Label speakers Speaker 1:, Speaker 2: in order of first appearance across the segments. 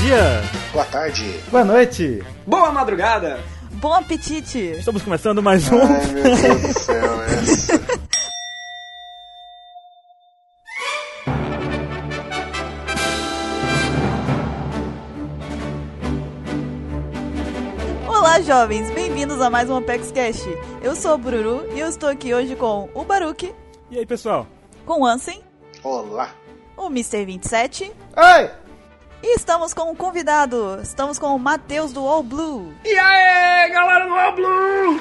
Speaker 1: dia!
Speaker 2: Boa tarde.
Speaker 1: Boa noite!
Speaker 3: Boa madrugada!
Speaker 4: Bom apetite!
Speaker 1: Estamos começando mais um.
Speaker 2: Ai, meu Deus do céu, é essa.
Speaker 4: Olá, jovens! Bem-vindos a mais um Apex Cash. Eu sou o Bururu e eu estou aqui hoje com o Baruque,
Speaker 1: E aí, pessoal?
Speaker 4: com o Ansem,
Speaker 2: Olá.
Speaker 4: o Mr. 27
Speaker 1: Oi!
Speaker 4: e estamos com um convidado. Estamos com o Matheus do All Blue.
Speaker 3: E aí, galera do All Blue!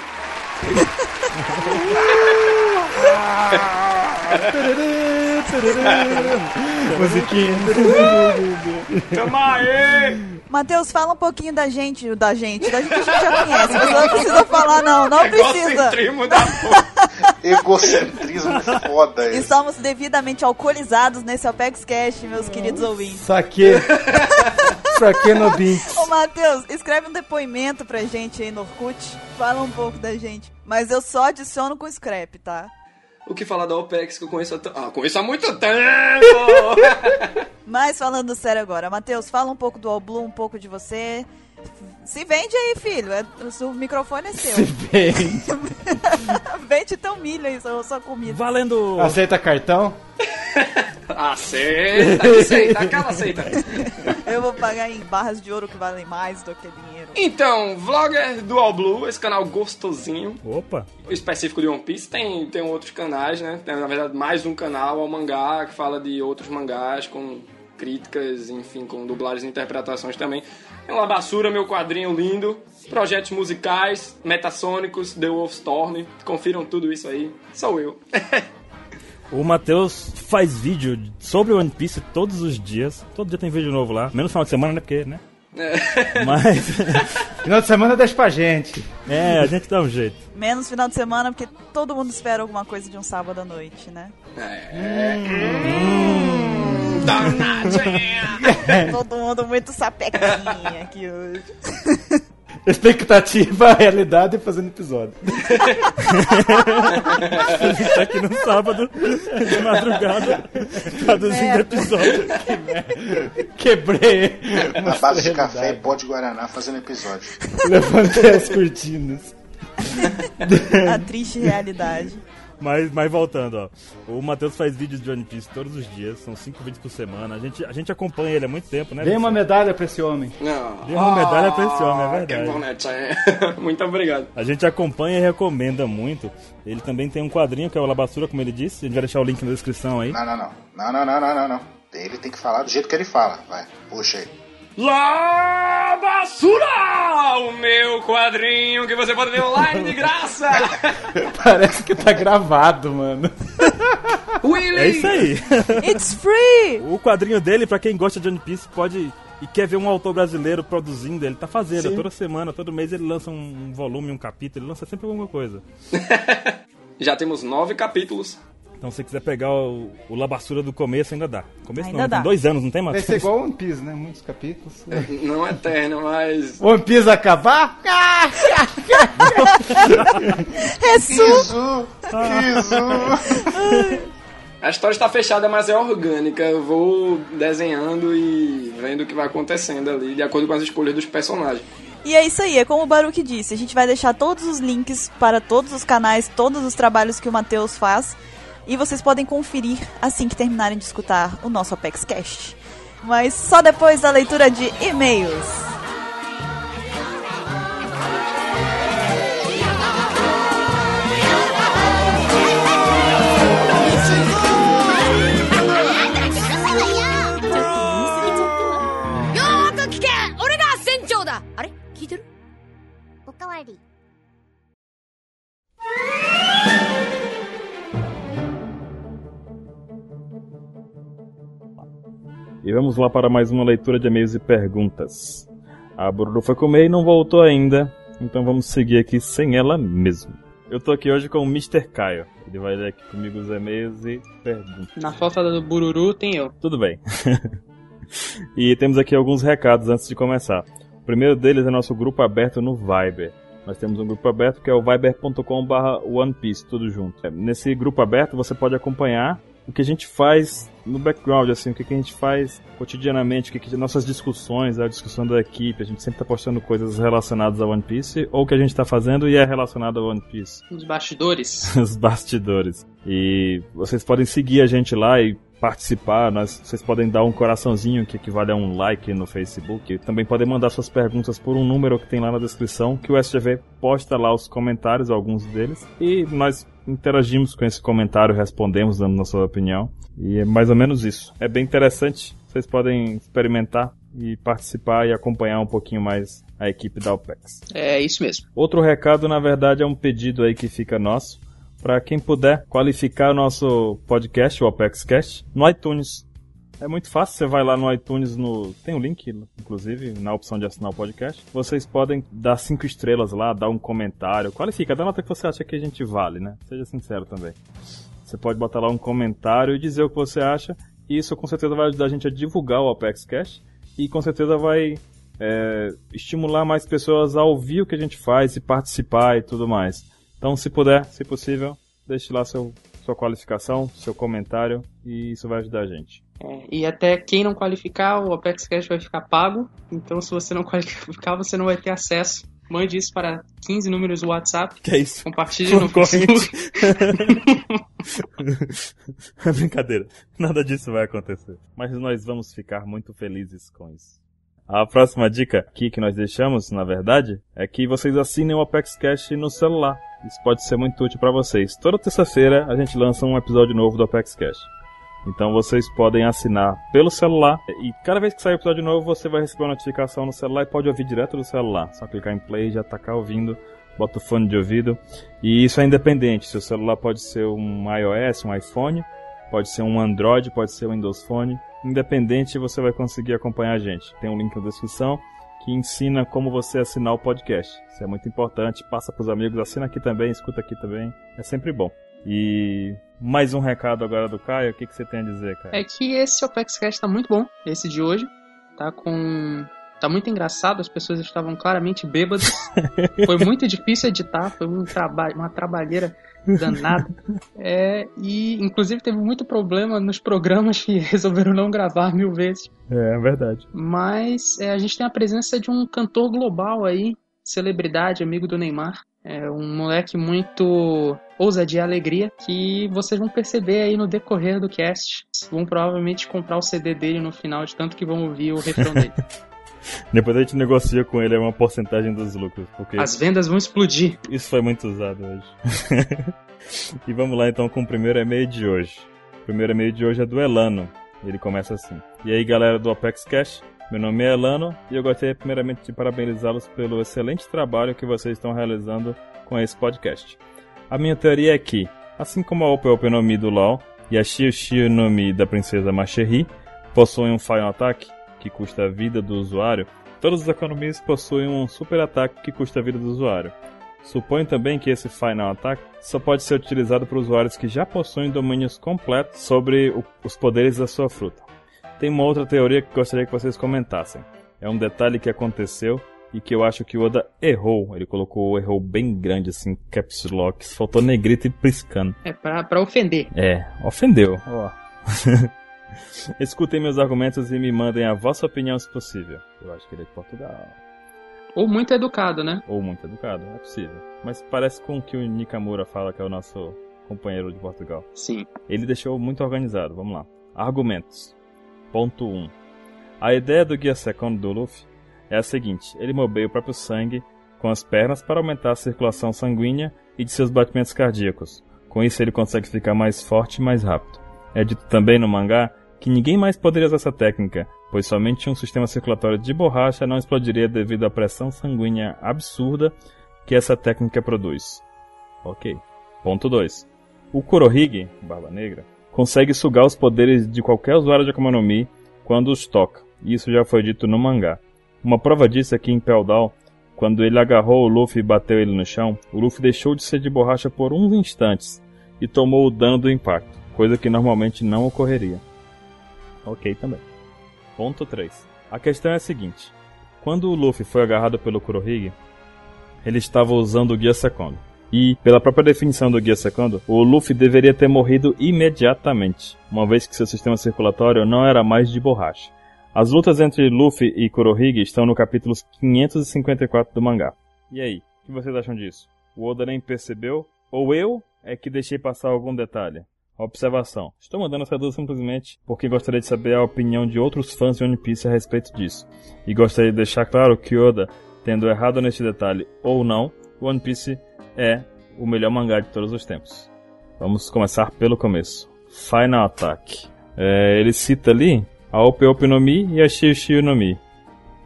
Speaker 1: Musiquinha.
Speaker 3: Tamo aí!
Speaker 4: Matheus, fala um pouquinho da gente, da gente, da gente a gente já conhece, mas não precisa falar não, não precisa.
Speaker 3: Egocentrismo da porra!
Speaker 2: Egocentrismo foda esse.
Speaker 4: Estamos devidamente alcoolizados nesse Apex Cash, meus queridos ouvintes.
Speaker 5: Saque. Saque no Binks.
Speaker 4: Ô Matheus, escreve um depoimento pra gente aí no Orkut. Fala um pouco da gente. Mas eu só adiciono com scrap, tá?
Speaker 3: O que falar da OPEX que eu conheço há, t- ah, conheço há muito tempo!
Speaker 4: Mas falando sério agora, Matheus, fala um pouco do All Blue, um pouco de você. Se vende aí, filho. É- o microfone é seu.
Speaker 5: Bem.
Speaker 4: Vende teu milho aí, sua, sua comida.
Speaker 1: Valendo!
Speaker 5: Aceita cartão?
Speaker 3: Ah, aceita, aceita, aquela aceita!
Speaker 4: Eu vou pagar em barras de ouro que valem mais do que dinheiro.
Speaker 3: Então, vlogger do All Blue, esse canal gostosinho,
Speaker 1: Opa!
Speaker 3: específico de One Piece, tem, tem outros canais, né? Tem, na verdade, mais um canal ao mangá, que fala de outros mangás com críticas, enfim, com dublagens e interpretações também. Tem uma basura, meu quadrinho lindo, projetos musicais, metassônicos, The Wolf Storm, confiram tudo isso aí. Sou eu.
Speaker 1: O Matheus faz vídeo sobre One Piece todos os dias. Todo dia tem vídeo novo lá. Menos final de semana, né? Porque, né? Mas.
Speaker 5: Final de semana deixa pra gente.
Speaker 1: É, a gente dá um jeito.
Speaker 4: Menos final de semana, porque todo mundo espera alguma coisa de um sábado à noite, né? Todo mundo muito sapequinha aqui hoje.
Speaker 5: Expectativa, realidade e fazendo episódio.
Speaker 1: A gente tá aqui no sábado, de madrugada, traduzindo
Speaker 4: merda.
Speaker 1: episódio.
Speaker 5: Quebrei.
Speaker 2: Na base de
Speaker 5: Mostrei
Speaker 2: café e
Speaker 5: realidade.
Speaker 2: pó de Guaraná fazendo episódio.
Speaker 5: Levantei as cortinas.
Speaker 4: A triste realidade.
Speaker 1: Mas, mas voltando, ó. O Matheus faz vídeos de One Piece todos os dias, são cinco vídeos por semana. A gente, a gente acompanha ele há muito tempo, né?
Speaker 5: Dei uma
Speaker 1: Luciano?
Speaker 5: medalha pra esse homem.
Speaker 3: Não.
Speaker 1: Dei uma medalha pra esse homem, é verdade.
Speaker 3: Que né? bonitinho. é. Muito obrigado.
Speaker 1: A gente acompanha e recomenda muito. Ele também tem um quadrinho que é o Labassura, como ele disse. A gente vai deixar o link na descrição aí.
Speaker 2: Não, não, não. Não, não, não, não, não, não. Ele tem que falar do jeito que ele fala. Vai, puxa aí.
Speaker 3: Lá basura! O meu quadrinho que você pode ver online de graça!
Speaker 5: Parece que tá gravado, mano.
Speaker 3: Willy!
Speaker 1: É isso aí.
Speaker 4: It's free!
Speaker 1: o quadrinho dele, pra quem gosta de One Piece, pode e quer ver um autor brasileiro produzindo, ele tá fazendo. Toda semana, todo mês ele lança um um volume, um capítulo, ele lança sempre alguma coisa.
Speaker 3: Já temos nove capítulos.
Speaker 1: Então se você quiser pegar o, o Labassura do começo, ainda dá. Começo
Speaker 4: Ainda
Speaker 1: não,
Speaker 4: dá.
Speaker 1: tem dois anos, não tem,
Speaker 5: Vai
Speaker 1: Matheus?
Speaker 5: ser igual One Piece, né? Muitos capítulos.
Speaker 3: Não eterno, mas.
Speaker 5: One Piece acabar?
Speaker 4: É su...
Speaker 2: Isu! Isu!
Speaker 3: A história está fechada, mas é orgânica. Eu vou desenhando e vendo o que vai acontecendo ali, de acordo com as escolhas dos personagens.
Speaker 4: E é isso aí, é como o Baruque disse, a gente vai deixar todos os links para todos os canais, todos os trabalhos que o Matheus faz, e vocês podem conferir assim que terminarem de escutar o nosso Apex Cast. Mas só depois da leitura de e-mails.
Speaker 1: E vamos lá para mais uma leitura de e-mails e perguntas. A Bururu foi comer e não voltou ainda, então vamos seguir aqui sem ela mesmo. Eu tô aqui hoje com o Mr. Caio. Ele vai ler aqui comigo os e-mails e perguntas.
Speaker 6: Na falta do bururu tem eu.
Speaker 1: Tudo bem. e temos aqui alguns recados antes de começar. O primeiro deles é nosso grupo aberto no Viber. Nós temos um grupo aberto que é o viber.com/onepiece, tudo junto. É, Nesse grupo aberto você pode acompanhar o que a gente faz no background, assim, o que, que a gente faz cotidianamente, o que, que nossas discussões, a discussão da equipe, a gente sempre tá postando coisas relacionadas a One Piece, ou o que a gente tá fazendo e é relacionado a One Piece,
Speaker 6: Nos bastidores.
Speaker 1: os bastidores. E vocês podem seguir a gente lá e participar, nós, vocês podem dar um coraçãozinho que equivale a um like no Facebook, também podem mandar suas perguntas por um número que tem lá na descrição, que o SGV posta lá os comentários, alguns deles, e nós interagimos com esse comentário, respondemos dando nossa opinião. E é mais ou menos isso. É bem interessante. Vocês podem experimentar e participar e acompanhar um pouquinho mais a equipe da OPEX.
Speaker 6: É isso mesmo.
Speaker 1: Outro recado, na verdade, é um pedido aí que fica nosso para quem puder qualificar o nosso podcast, o OPEX Cast, no iTunes. É muito fácil, você vai lá no iTunes, no tem um link, inclusive, na opção de assinar o podcast. Vocês podem dar cinco estrelas lá, dar um comentário, qualifica, dá nota que você acha que a gente vale, né? Seja sincero também. Você pode botar lá um comentário e dizer o que você acha. E isso com certeza vai ajudar a gente a divulgar o Apex Cash. E com certeza vai é, estimular mais pessoas a ouvir o que a gente faz e participar e tudo mais. Então, se puder, se possível, deixe lá seu, sua qualificação, seu comentário. E isso vai ajudar a gente.
Speaker 6: É, e até quem não qualificar, o Apex Cash vai ficar pago. Então, se você não qualificar, você não vai ter acesso. Mande isso para 15 números do WhatsApp.
Speaker 1: Que é isso?
Speaker 6: Compartilhe no Facebook.
Speaker 1: É Brincadeira, nada disso vai acontecer. Mas nós vamos ficar muito felizes com isso. A próxima dica aqui que nós deixamos, na verdade, é que vocês assinem o Apex Cash no celular. Isso pode ser muito útil para vocês. Toda terça-feira a gente lança um episódio novo do Apex Cash. Então vocês podem assinar pelo celular e cada vez que sair um episódio novo você vai receber uma notificação no celular e pode ouvir direto do celular. Só clicar em play e já tacar ouvindo, bota o fone de ouvido. E isso é independente, seu celular pode ser um iOS, um iPhone, pode ser um Android, pode ser um Windows Phone. Independente você vai conseguir acompanhar a gente. Tem um link na descrição que ensina como você assinar o podcast. Isso é muito importante, passa pros amigos, assina aqui também, escuta aqui também, é sempre bom. E mais um recado agora do Caio, o que, que você tem a dizer, Caio?
Speaker 6: É que esse OpexCast tá muito bom, esse de hoje. Tá com. Tá muito engraçado, as pessoas estavam claramente bêbadas. foi muito difícil editar, foi um traba... uma trabalheira danada. É, e, inclusive, teve muito problema nos programas que resolveram não gravar mil vezes.
Speaker 1: É, é verdade.
Speaker 6: Mas é, a gente tem a presença de um cantor global aí, celebridade, amigo do Neymar. É um moleque muito ousadia e alegria que vocês vão perceber aí no decorrer do cast. Vão provavelmente comprar o CD dele no final, de tanto que vão ouvir o refrão dele.
Speaker 1: Depois a gente negocia com ele uma porcentagem dos lucros, porque
Speaker 6: As vendas vão explodir.
Speaker 1: isso foi muito usado hoje. e vamos lá então com o primeiro e-mail de hoje. O primeiro e-mail de hoje é do Elano. Ele começa assim. E aí galera do Apex Cash, meu nome é Elano e eu gostaria primeiramente de parabenizá-los pelo excelente trabalho que vocês estão realizando com esse podcast. A minha teoria é que, assim como a Ope Ope no Mi do LoL e a Shio Shio no Mi da Princesa Machery possuem um Final Attack, que custa a vida do usuário, todas as economias possuem um Super Ataque que custa a vida do usuário. Suponho também que esse Final Attack só pode ser utilizado por usuários que já possuem domínios completos sobre o- os poderes da sua fruta. Tem uma outra teoria que gostaria que vocês comentassem. É um detalhe que aconteceu e que eu acho que o Oda errou. Ele colocou o errou bem grande, assim, caps lock, faltou negrito e priscando.
Speaker 6: É pra, pra ofender.
Speaker 1: É, ofendeu. Escutem meus argumentos e me mandem a vossa opinião se possível. Eu acho que ele é de Portugal.
Speaker 6: Ou muito educado, né?
Speaker 1: Ou muito educado, é possível. Mas parece com o que o Nikamura fala, que é o nosso companheiro de Portugal.
Speaker 6: Sim.
Speaker 1: Ele deixou muito organizado, vamos lá. Argumentos. Ponto 1. A ideia do guia second do Luffy é a seguinte: ele mobeia o próprio sangue com as pernas para aumentar a circulação sanguínea e de seus batimentos cardíacos. Com isso, ele consegue ficar mais forte e mais rápido. É dito também no mangá que ninguém mais poderia usar essa técnica, pois somente um sistema circulatório de borracha não explodiria devido à pressão sanguínea absurda que essa técnica produz. Ok. Ponto 2. O Kurohige, Barba Negra, consegue sugar os poderes de qualquer usuário de Akuma no Mi quando os toca. e Isso já foi dito no mangá. Uma prova disso é que em Pell Down, quando ele agarrou o Luffy e bateu ele no chão, o Luffy deixou de ser de borracha por uns instantes e tomou o dano do impacto, coisa que normalmente não ocorreria. Ok também. Ponto 3. A questão é a seguinte. Quando o Luffy foi agarrado pelo Kurohige, ele estava usando o Guia Secondo. E, pela própria definição do Guia Secando, o Luffy deveria ter morrido imediatamente, uma vez que seu sistema circulatório não era mais de borracha. As lutas entre Luffy e Kurohige estão no capítulo 554 do mangá. E aí, o que vocês acham disso? O Oda nem percebeu? Ou eu é que deixei passar algum detalhe? Observação. Estou mandando essa dúvida simplesmente porque gostaria de saber a opinião de outros fãs de One Piece a respeito disso. E gostaria de deixar claro que Oda, tendo errado neste detalhe ou não, One Piece é o melhor mangá de todos os tempos. Vamos começar pelo começo. Final Attack. É, ele cita ali a Ope Ope no Mi e a Shiu Shiu no Mi.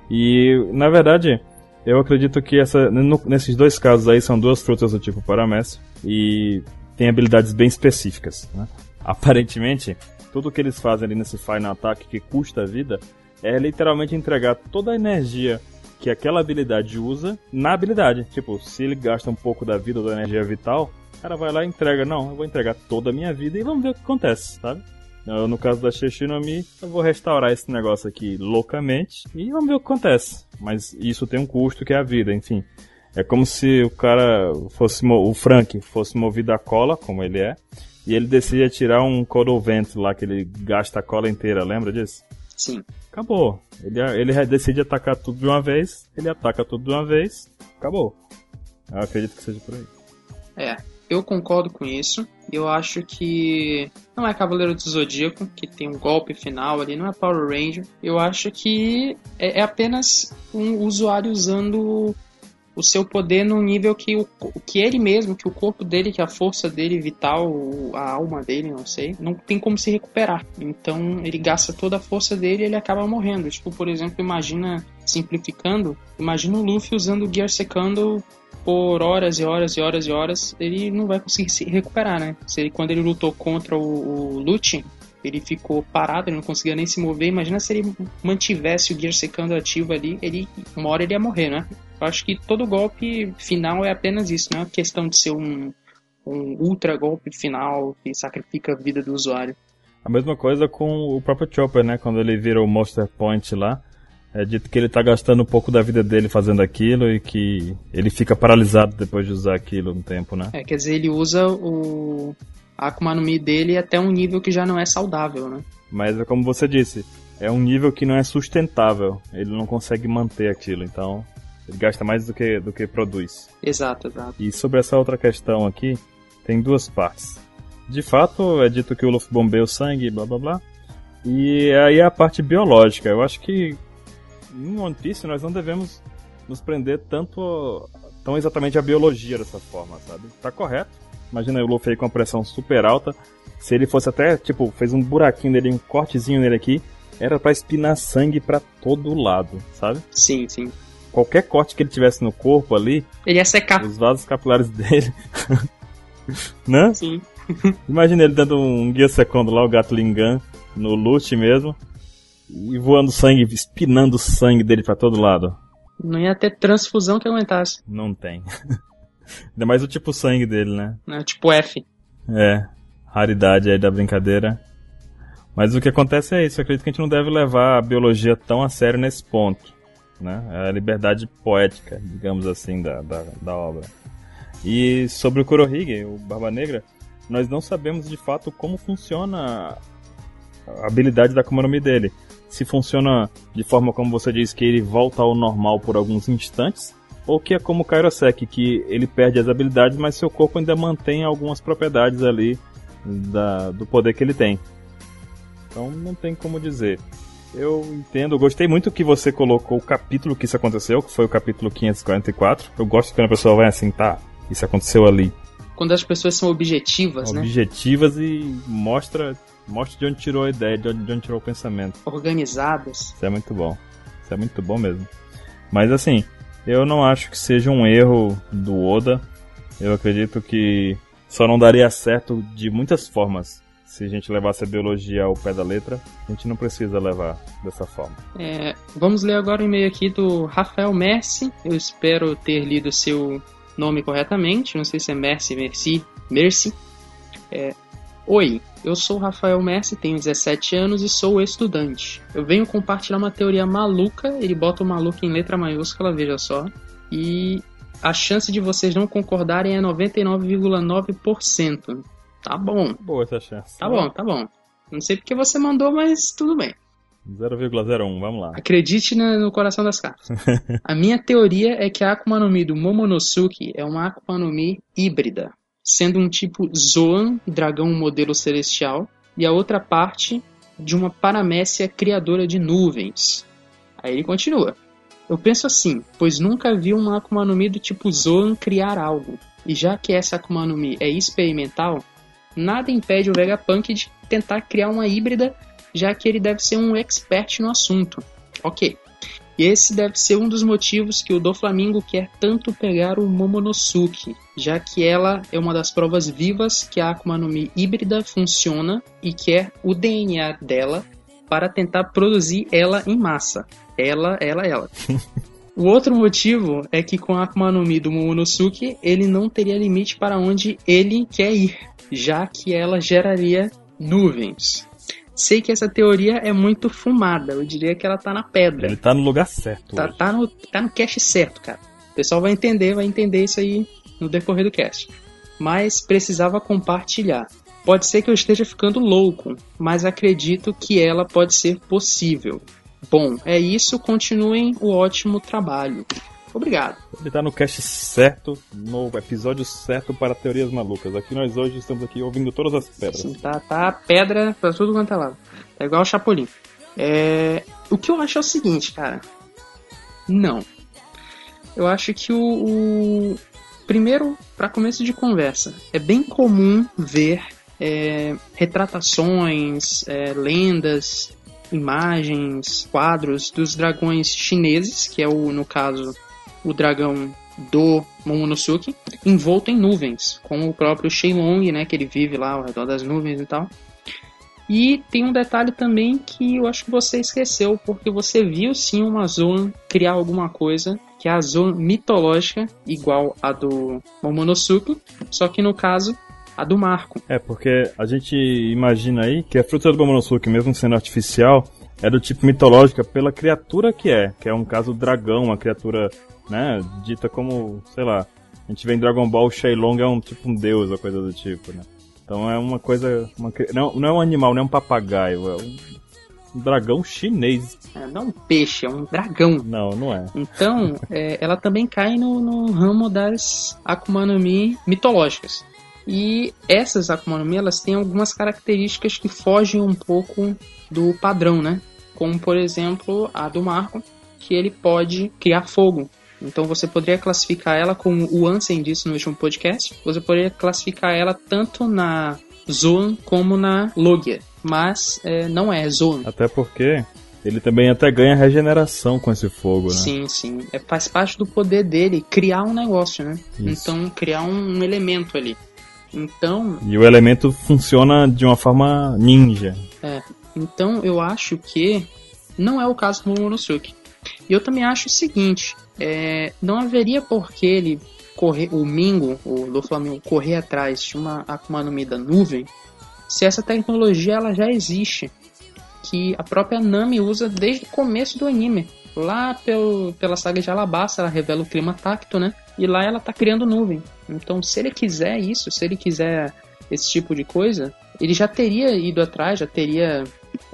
Speaker 1: E, na verdade, eu acredito que essa, no- nesses dois casos aí são duas frutas do tipo Paramécio e tem habilidades bem específicas. né? Aparentemente, tudo que eles fazem ali nesse Final Attack que custa a vida é literalmente entregar toda a energia que aquela habilidade usa na habilidade. Tipo, se ele gasta um pouco da vida ou da energia vital, o cara vai lá e entrega. Não, eu vou entregar toda a minha vida e vamos ver o que acontece, sabe? Eu, No caso da Shishinomi, eu vou restaurar esse negócio aqui loucamente e vamos ver o que acontece. Mas isso tem um custo que é a vida, enfim. É como se o cara fosse. mo- O Frank fosse movido a cola, como ele é, e ele decide atirar um Codovento lá que ele gasta a cola inteira, lembra disso?
Speaker 6: Sim.
Speaker 1: Acabou. Ele, ele decide atacar tudo de uma vez, ele ataca tudo de uma vez, acabou. Eu acredito que seja por aí.
Speaker 6: É, eu concordo com isso. Eu acho que não é Cavaleiro do Zodíaco, que tem um golpe final ali, não é Power Ranger. Eu acho que é, é apenas um usuário usando o seu poder num nível que, o, co- que ele mesmo, que o corpo dele, que a força dele vital, o- a alma dele, não sei, não tem como se recuperar. Então ele gasta toda a força dele e ele acaba morrendo. Tipo, por exemplo, imagina, simplificando, imagina o Luffy usando o Gear Secando por horas e horas e horas e horas, ele não vai conseguir se recuperar, né? Se ele, quando ele lutou contra o, o Lutin, ele ficou parado, ele não conseguia nem se mover. Imagina se ele mantivesse o Gear secando ativo ali, ele, uma hora ele ia morrer, né? Eu acho que todo golpe final é apenas isso, não é uma questão de ser um, um ultra golpe final que sacrifica a vida do usuário.
Speaker 1: A mesma coisa com o próprio Chopper, né? Quando ele vira o Monster Point lá. É dito que ele tá gastando um pouco da vida dele fazendo aquilo e que ele fica paralisado depois de usar aquilo um tempo, né?
Speaker 6: É, quer dizer, ele usa o a Akuma no Mi dele até um nível que já não é saudável, né?
Speaker 1: Mas é como você disse, é um nível que não é sustentável. Ele não consegue manter aquilo, então ele gasta mais do que, do que produz.
Speaker 6: Exato, exato.
Speaker 1: E sobre essa outra questão aqui, tem duas partes. De fato, é dito que o Luffy bombeia o sangue, blá blá blá. E aí é a parte biológica. Eu acho que em One Piece nós não devemos nos prender tanto tão exatamente à biologia dessa forma, sabe? Tá correto. Imagina o Luffy aí com a pressão super alta. Se ele fosse até, tipo, fez um buraquinho nele, um cortezinho nele aqui, era pra espinar sangue pra todo lado, sabe?
Speaker 6: Sim, sim.
Speaker 1: Qualquer corte que ele tivesse no corpo ali,
Speaker 6: Ele ia secar
Speaker 1: os vasos capilares dele. né?
Speaker 6: Sim.
Speaker 1: Imagina ele dando um guia secondo lá, o gato Lingan, no loot mesmo. E voando sangue, espinando o sangue dele pra todo lado.
Speaker 6: Não ia ter transfusão que aguentasse.
Speaker 1: Não tem. Ainda mais o tipo sangue dele, né?
Speaker 6: Né? Tipo F.
Speaker 1: É, raridade aí da brincadeira. Mas o que acontece é isso, eu acredito que a gente não deve levar a biologia tão a sério nesse ponto. Né? É a liberdade poética, digamos assim, da, da, da obra. E sobre o Kurohige, o Barba Negra, nós não sabemos de fato como funciona a habilidade da Akuma no Mi dele. Se funciona de forma como você diz, que ele volta ao normal por alguns instantes, ou que é como o Kairosek, que ele perde as habilidades, mas seu corpo ainda mantém algumas propriedades ali da- do poder que ele tem. Então não tem como dizer. Eu entendo, gostei muito que você colocou o capítulo que isso aconteceu, que foi o capítulo 544. Eu gosto quando a pessoa vai assim, tá, isso aconteceu ali.
Speaker 6: Quando as pessoas são objetivas, né?
Speaker 1: Objetivas e mostra, mostra de onde tirou a ideia, de onde- de onde tirou o pensamento.
Speaker 6: Organizadas.
Speaker 1: Isso é muito bom. Isso é muito bom mesmo. Mas assim, eu não acho que seja um erro do Oda. Eu acredito que só não daria certo de muitas formas. Se a gente levasse a biologia ao pé da letra, a gente não precisa levar dessa forma.
Speaker 6: É, vamos ler agora o e-mail aqui do Rafael Mercy. Eu espero ter lido seu nome corretamente. Não sei se é Mercy, Merci, Mercy. É, Oi, eu sou o Rafael Messi, tenho 17 anos e sou estudante. Eu venho compartilhar uma teoria maluca, ele bota o maluco em letra maiúscula, veja só, e A chance de vocês não concordarem é 99,9%. Tá bom,
Speaker 1: Boa essa chance.
Speaker 6: tá bom, tá bom. Não sei porque você mandou, mas tudo bem.
Speaker 1: 0,01, vamos lá.
Speaker 6: Acredite na- no coração das cartas. a minha teoria é que a Akuma no Mi do Momonosuke é uma Akuma no Mi híbrida, sendo um tipo Zoan, dragão modelo celestial, e a outra parte de uma Paramécia criadora de nuvens. Aí ele continua. Eu penso assim, pois nunca vi uma Akuma no Mi do tipo Zoan criar algo. E já que essa Akuma no Mi é experimental, nada impede o Vegapunk de tentar criar uma híbrida já que ele deve ser um expert no assunto. Ok. E esse deve ser um dos motivos que o Doflamingo quer tanto pegar o Momonosuke, já que ela é uma das provas vivas que a Akuma no Mi híbrida funciona e quer o DNA dela para tentar produzir ela em massa. Ela, ela, ela. o outro motivo é que com a Akuma no Mi do Momonosuke, ele não teria limite para onde ele quer ir, já que ela geraria nuvens. Sei que essa teoria é muito fumada. Eu diria que ela tá na pedra.
Speaker 1: Ele tá no lugar certo.
Speaker 6: Tá,
Speaker 1: hoje.
Speaker 6: tá, no, tá no cast certo, cara. O pessoal vai entender, vai entender isso aí no decorrer do cast. Mas precisava compartilhar. Pode ser que eu esteja ficando louco, mas acredito que ela pode ser possível. Bom, é isso. Continuem o ótimo trabalho. Obrigado.
Speaker 1: Ele tá no cast certo, no episódio certo para teorias malucas. Aqui nós hoje estamos aqui ouvindo todas as pedras.
Speaker 6: Assim, tá, tá pedra pra tudo quanto é lado. Tá igual o Chapolin. É, o que eu acho é o seguinte, cara. Não. Eu acho que o. o- Primeiro, pra começo de conversa, é bem comum ver é, retratações, é, lendas, imagens, quadros dos dragões chineses, que é o, no caso, o dragão do Momonosuke, envolto em nuvens, como o próprio Shenlong, né, que ele vive lá ao redor das nuvens e tal. E tem um detalhe também que eu acho que você esqueceu, porque você viu sim uma Zoan criar alguma coisa, que é a Zoan mitológica, igual a do Momonosuke, só que no caso, a do Marco.
Speaker 1: É, porque a gente imagina aí que a fruta do Momonosuke, mesmo sendo artificial, é do tipo mitológica pela criatura que é, que é um caso dragão, uma criatura, né, dita como, sei lá, a gente vê em Dragon Ball, o Shailong é um tipo um deus ou coisa do tipo, né? Então é uma coisa, uma cri- não, não é um animal, não é um papagaio, é um um dragão chinês.
Speaker 6: É, não é um peixe, é um dragão.
Speaker 1: Não, não é.
Speaker 6: Então, é, ela também cai no, no ramo das Akuma no Mi mitológicas. E essas Akuma no Mi, elas têm algumas características que fogem um pouco do padrão, né? Como, por exemplo, a do Marco, que ele pode criar fogo. Então você poderia classificar ela, como o Ansem disse no último podcast, você poderia classificar ela tanto na Zoan como na Logia. Mas é, não é Zoan.
Speaker 1: Até porque ele também até ganha regeneração com esse fogo, né?
Speaker 6: Sim, sim. É, faz parte do poder dele criar um negócio, né?
Speaker 1: Isso.
Speaker 6: Então, criar um, um elemento ali. Então,
Speaker 1: E o elemento funciona de uma forma ninja.
Speaker 6: então eu acho que não é o caso do Momonosuke. E eu também acho o seguinte, é, não haveria por que ele correr, o Mingo, o do Flamengo, correr atrás de uma Akuma no Mi da nuvem, se essa tecnologia ela já existe, que a própria Nami usa desde o começo do anime. Lá pelo, pela saga de Alabasta, ela revela o clima tacto, né? E lá ela tá criando nuvem. Então, se ele quiser isso, se ele quiser esse tipo de coisa, ele já teria ido atrás, já teria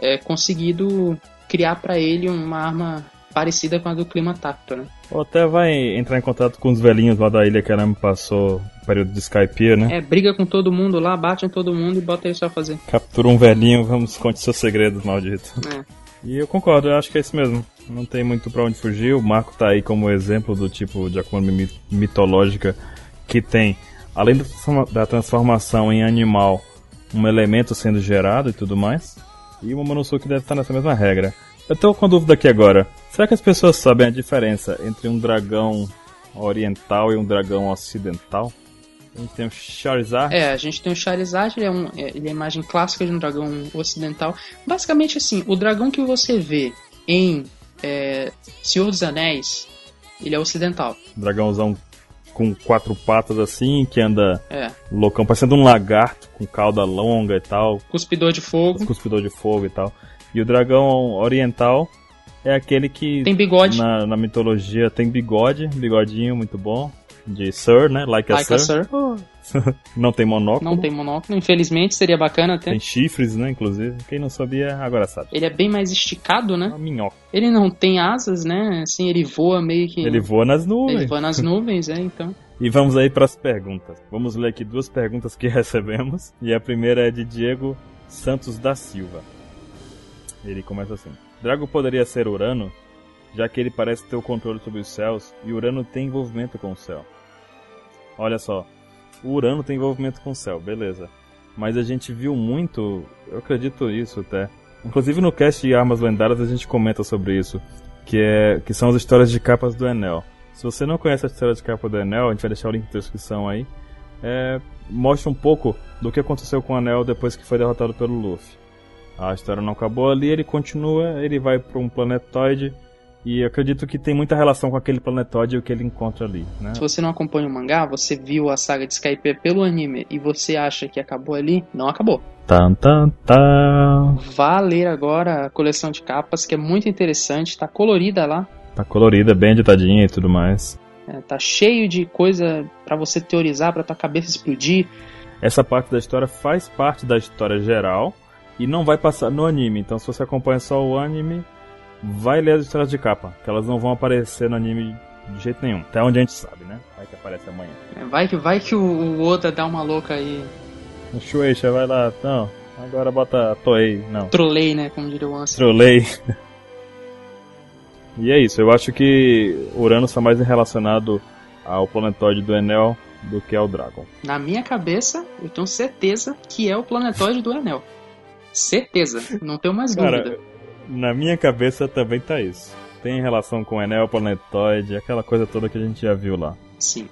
Speaker 6: é, conseguido criar pra ele uma arma parecida com a do clima tacto, né?
Speaker 1: Ou até vai entrar em contato com os velhinhos lá da ilha que ela me passou o período de Skype, né?
Speaker 6: É, briga com todo mundo lá, bate em todo mundo e bota ele só fazer.
Speaker 1: Captura um velhinho, vamos conte seus segredos, maldito.
Speaker 6: É.
Speaker 1: E eu concordo, eu acho que é isso mesmo. Não tem muito pra onde fugir. O Marco tá aí como exemplo do tipo de Akuma Mi- mitológica que tem, além da transforma- da transformação em animal, um elemento sendo gerado e tudo mais. E o Momonosuke deve estar nessa mesma regra. Eu tô com uma dúvida aqui agora. Será que as pessoas sabem a diferença entre um dragão oriental e um dragão ocidental? A gente tem o Charizard.
Speaker 6: É, a gente tem o Charizard, ele é, um, é- ele é a imagem clássica de um dragão ocidental. Basicamente assim, o dragão que você vê em é, Senhor dos Anéis, ele é ocidental.
Speaker 1: Dragãozão com quatro patas assim, que anda
Speaker 6: É,
Speaker 1: loucão, parecendo um lagarto com cauda longa e tal,
Speaker 6: cuspidor de fogo,
Speaker 1: cuspidor de fogo e tal. E o dragão oriental é aquele que
Speaker 6: tem bigode.
Speaker 1: na, na mitologia tem bigode, bigodinho muito bom, de Sir, né? Like,
Speaker 6: Like
Speaker 1: a,
Speaker 6: a
Speaker 1: sir.
Speaker 6: Sir.
Speaker 1: Não tem monóculo.
Speaker 6: Não tem monóculo. Infelizmente, seria bacana até.
Speaker 1: Tem chifres, né? Inclusive. Quem não sabia, agora sabe.
Speaker 6: Ele é bem mais esticado,
Speaker 1: É
Speaker 6: né?
Speaker 1: uma minhoca.
Speaker 6: Ele não tem asas, né? Assim, ele voa meio que.
Speaker 1: Ele voa nas nuvens.
Speaker 6: Ele voa nas nuvens, é, então.
Speaker 1: E vamos aí para as perguntas. Vamos ler aqui duas perguntas que recebemos. E a primeira é de Diego Santos da Silva. Ele começa assim: Drago poderia ser Urano, já que ele parece ter o controle sobre os céus e Urano tem envolvimento com o céu. Olha só, o Urano tem envolvimento com o céu, beleza. Mas a gente viu muito, eu acredito isso até. Inclusive no cast de Armas Lendárias a gente comenta sobre isso, que é que são as histórias de capas do Enel. Se você não conhece a história de capa do Enel, a gente vai deixar o link na descrição aí. É, mostra um pouco do que aconteceu com o Anel depois que foi derrotado pelo Luffy. A história não acabou ali, ele continua, ele vai para um planetoide e eu acredito que tem muita relação com aquele planetoide e o que ele encontra ali, né?
Speaker 6: Se você não acompanha o mangá, você viu a saga de Skype pelo anime e você acha que acabou ali, não acabou.
Speaker 1: Tan, tan, tan.
Speaker 6: Vá ler agora a coleção de capas, que é muito interessante, tá colorida lá.
Speaker 1: Tá colorida, bem editadinha e tudo mais.
Speaker 6: É, tá cheio de coisa pra você teorizar, pra tua cabeça explodir.
Speaker 1: Essa parte da história faz parte da história geral e não vai passar no anime. Então, se você acompanha só o anime, vai ler as histórias de capa, que elas não vão aparecer no anime de jeito nenhum. Até onde a gente sabe, né? Vai que aparece amanhã.
Speaker 6: É, vai que vai que o, o Oda dá uma louca aí,
Speaker 1: O Shueisha vai lá, não, agora bota a Toei, não.
Speaker 6: trolei, né, como diria o Ansel.
Speaker 1: Trolei. e é isso, eu acho que Urano está mais relacionado ao planetóide do Enel do que ao Dragon.
Speaker 6: Na minha cabeça, eu tenho certeza que é o planetóide do Enel. Certeza, não tenho mais
Speaker 1: Cara,
Speaker 6: dúvida.
Speaker 1: na minha cabeça também tá isso. Tem relação com Enel, Planetoide, aquela coisa toda que a gente já viu lá.
Speaker 6: Sim.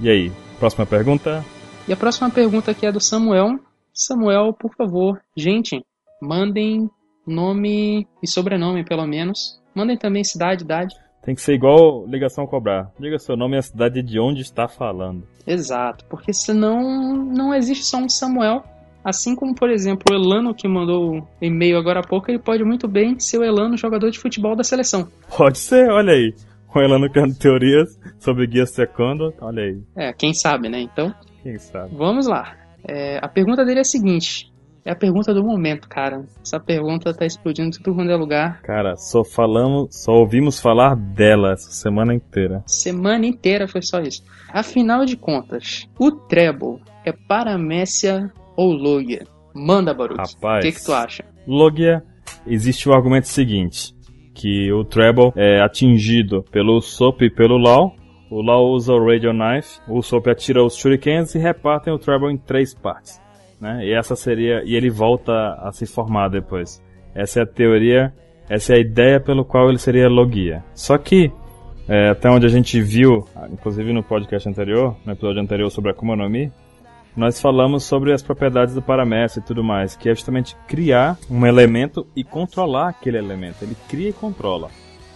Speaker 1: E aí, próxima pergunta?
Speaker 6: E a próxima pergunta aqui é do Samuel. Samuel, por favor, gente, mandem nome e sobrenome, pelo menos. Mandem também cidade, idade.
Speaker 1: Tem que ser igual ligação cobrar. Diga seu nome e a cidade de onde está falando.
Speaker 6: Exato, porque senão não existe só um Samuel. Assim como, por exemplo, o Elano que mandou o e-mail agora há pouco, ele pode muito bem ser o Elano, jogador de futebol da seleção.
Speaker 1: Pode ser, olha aí. O Elano criando teorias sobre Guia Secondo, olha aí,
Speaker 6: É, quem sabe, né? Então,
Speaker 1: quem sabe.
Speaker 6: vamos lá. É, a pergunta dele é a seguinte: é a pergunta do momento, cara. Essa pergunta tá explodindo em tudo quanto é lugar.
Speaker 1: Cara, só falamos, só ouvimos falar dela essa semana inteira.
Speaker 6: Semana inteira foi só isso. Afinal de contas, o Treble é Paramécia ou Logia? Manda, Baruch. O
Speaker 1: Rapaz.
Speaker 6: que, que tu acha?
Speaker 1: Logia, existe o argumento seguinte: que o Treble é atingido pelo Sop e pelo Law. O Law usa o Radio Knife, o Sop atira os shurikens e repartem o Treble em três partes. Né? E essa seria. E ele volta a se formar depois. Essa é a teoria, essa é a ideia pelo qual ele seria Logia. Só que, é, até onde a gente viu, inclusive no podcast anterior, no episódio anterior sobre a Akuma no Mi, nós falamos sobre as propriedades do paramestre e tudo mais, que é justamente criar um elemento e controlar aquele elemento. Ele cria e controla.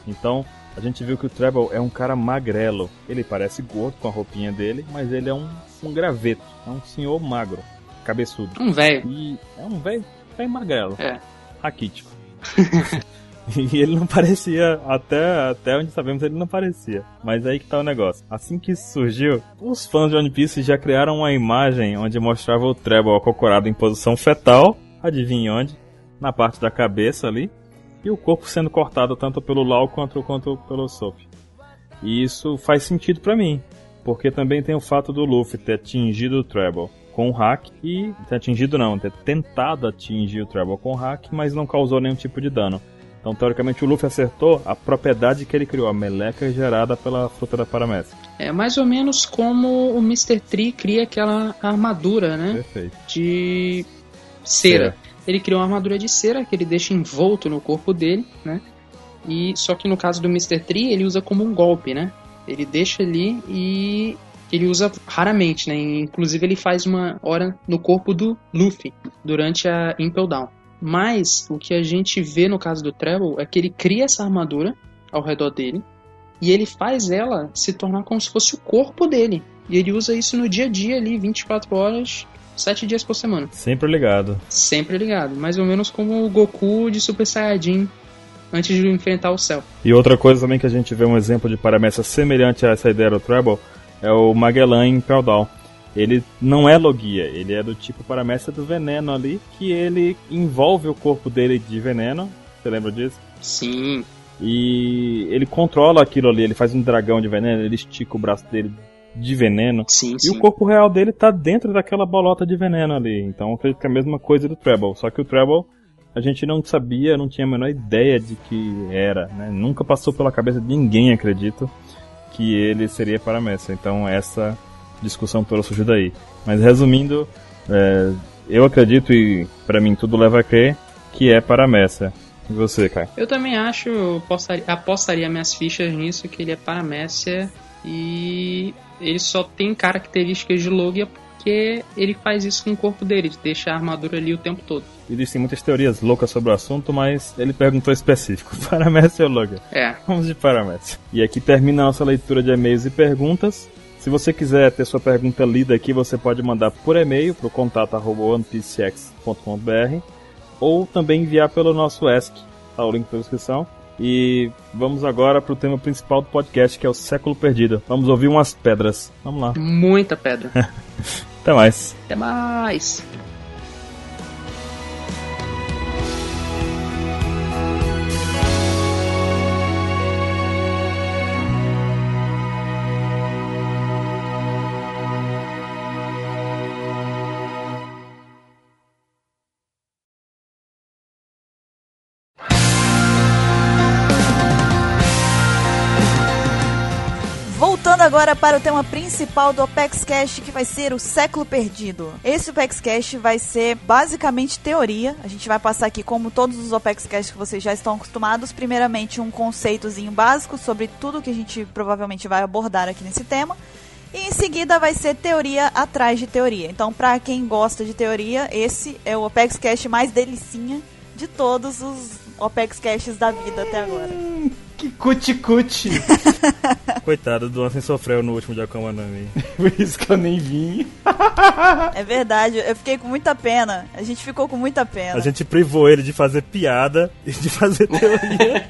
Speaker 1: Então, a gente viu que o Treble é um cara magrelo. Ele parece gordo com a roupinha dele, mas ele é um, um graveto. É um senhor magro, cabeçudo.
Speaker 6: Um velho.
Speaker 1: E é um velho velho magrelo.
Speaker 6: É.
Speaker 1: Raquítico. e ele não parecia, até, até onde sabemos, ele não parecia. Mas aí que tá o negócio. Assim que isso surgiu, os fãs de One Piece já criaram uma imagem onde mostrava o Treble acocorado em posição fetal, adivinha onde? Na parte da cabeça ali, e o corpo sendo cortado tanto pelo Lau quanto, quanto pelo Sop. E isso faz sentido pra mim, porque também tem o fato do Luffy ter atingido o Treble com o hack e ter atingido não, ter tentado atingir o Treble com o hack, mas não causou nenhum tipo de dano. Então, teoricamente, o Luffy acertou a propriedade que ele criou, a meleca gerada pela fruta da paramécia.
Speaker 6: É mais ou menos como o Mr. Tree cria aquela armadura, né?
Speaker 1: Perfeito.
Speaker 6: De cera. Ele criou uma armadura de cera que ele deixa envolto no corpo dele, né? E só que no caso do Mr. Tree, ele usa como um golpe, né? Ele deixa ali e ele usa raramente, né? Inclusive ele faz uma hora no corpo do Luffy durante a Impel Down. Mas o que a gente vê no caso do Treble é que ele cria essa armadura ao redor dele e ele faz ela se tornar como se fosse o corpo dele. E ele usa isso no dia a dia ali, 24 horas, 7 dias por semana.
Speaker 1: Sempre ligado.
Speaker 6: Sempre ligado, mais ou menos como o Goku de Super Saiyajin antes de enfrentar o céu.
Speaker 1: E outra coisa também que a gente vê um exemplo de paramécia semelhante a essa ideia do Treble é o Magellan em Caudal. Ele não é Logia, ele é do tipo Paramestre do Veneno ali, que ele envolve o corpo dele de veneno, você lembra disso?
Speaker 6: Sim.
Speaker 1: E ele controla aquilo ali, ele faz um dragão de veneno, ele estica o braço dele de veneno.
Speaker 6: Sim,
Speaker 1: E
Speaker 6: sim.
Speaker 1: o corpo real dele tá dentro daquela bolota de veneno ali. Então eu acredito que é a mesma coisa do Treble. Só que o Treble a gente não sabia, não tinha a menor ideia de que era. Né? Nunca passou pela cabeça de ninguém, acredito, que ele seria paramestre. Então essa discussão toda surgiu daí. Mas resumindo, é, eu acredito e pra mim tudo leva a crer que é paramestre. E você, Kai?
Speaker 6: Eu também acho, eu apostaria, apostaria minhas fichas nisso, que ele é paramécia e ele só tem características de Logia porque ele faz isso com o corpo dele, de deixar a armadura ali o tempo todo.
Speaker 1: Existem muitas teorias loucas sobre o assunto, mas ele perguntou específico: paramestre ou Logan?
Speaker 6: É,
Speaker 1: Vamos de Paramount. E aqui termina a nossa leitura de e-mails e perguntas. Se você quiser ter sua pergunta lida aqui, você pode mandar por e-mail para o contato arroba onepcx.com.br ou também enviar pelo nosso ESC, tá o link na descrição. E vamos agora para o tema principal do podcast, que é o século perdido. Vamos ouvir umas pedras. Vamos lá.
Speaker 6: muita pedra.
Speaker 1: Até mais.
Speaker 6: Até mais!
Speaker 4: Voltando agora para o tema principal do Opex Cash, que vai ser o século perdido. Esse Opex Cash vai ser basicamente teoria. A gente vai passar aqui, como todos os Opex Cash que vocês já estão acostumados, primeiramente um conceitozinho básico sobre tudo que a gente provavelmente vai abordar aqui nesse tema. E em seguida vai ser teoria atrás de teoria. Então, para quem gosta de teoria, esse é o Opex Cash mais delicinha de todos os Opex Caches da vida até agora.
Speaker 5: Que cuti-cuti.
Speaker 1: Coitado do Ansem sofreu no último de Akamanami.
Speaker 5: Por isso que eu nem vim.
Speaker 4: É verdade, eu fiquei com muita pena. A gente ficou com muita pena.
Speaker 1: gente privou ele de fazer piada e de fazer teoria.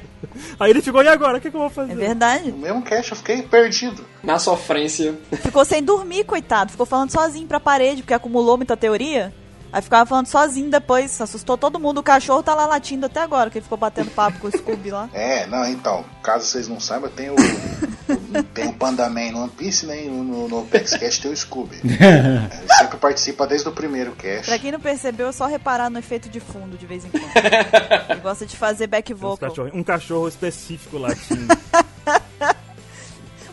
Speaker 1: Aí ele ficou, e agora? O que, eu vou fazer?
Speaker 4: É verdade.
Speaker 2: No mesmo cast eu fiquei perdido.
Speaker 3: Na sofrência.
Speaker 4: Ficou sem dormir, coitado. Ficou falando sozinho pra parede, porque acumulou muita teoria. Aí ficava falando sozinho depois, assustou todo mundo. O cachorro tá lá latindo até agora, que ele ficou batendo papo com o Scooby lá.
Speaker 2: É, não, então, caso vocês não saibam, tem o, o- tem o Pandaman no One Piece, né? E no, no, no Opex Cast tem o Scooby. É, sempre participa desde o primeiro cast.
Speaker 4: Pra quem não percebeu, é só reparar no efeito de fundo de vez em quando. Ele gosta de fazer back
Speaker 1: Tem uns
Speaker 4: vocal.
Speaker 1: cachorro- um cachorro específico latindo.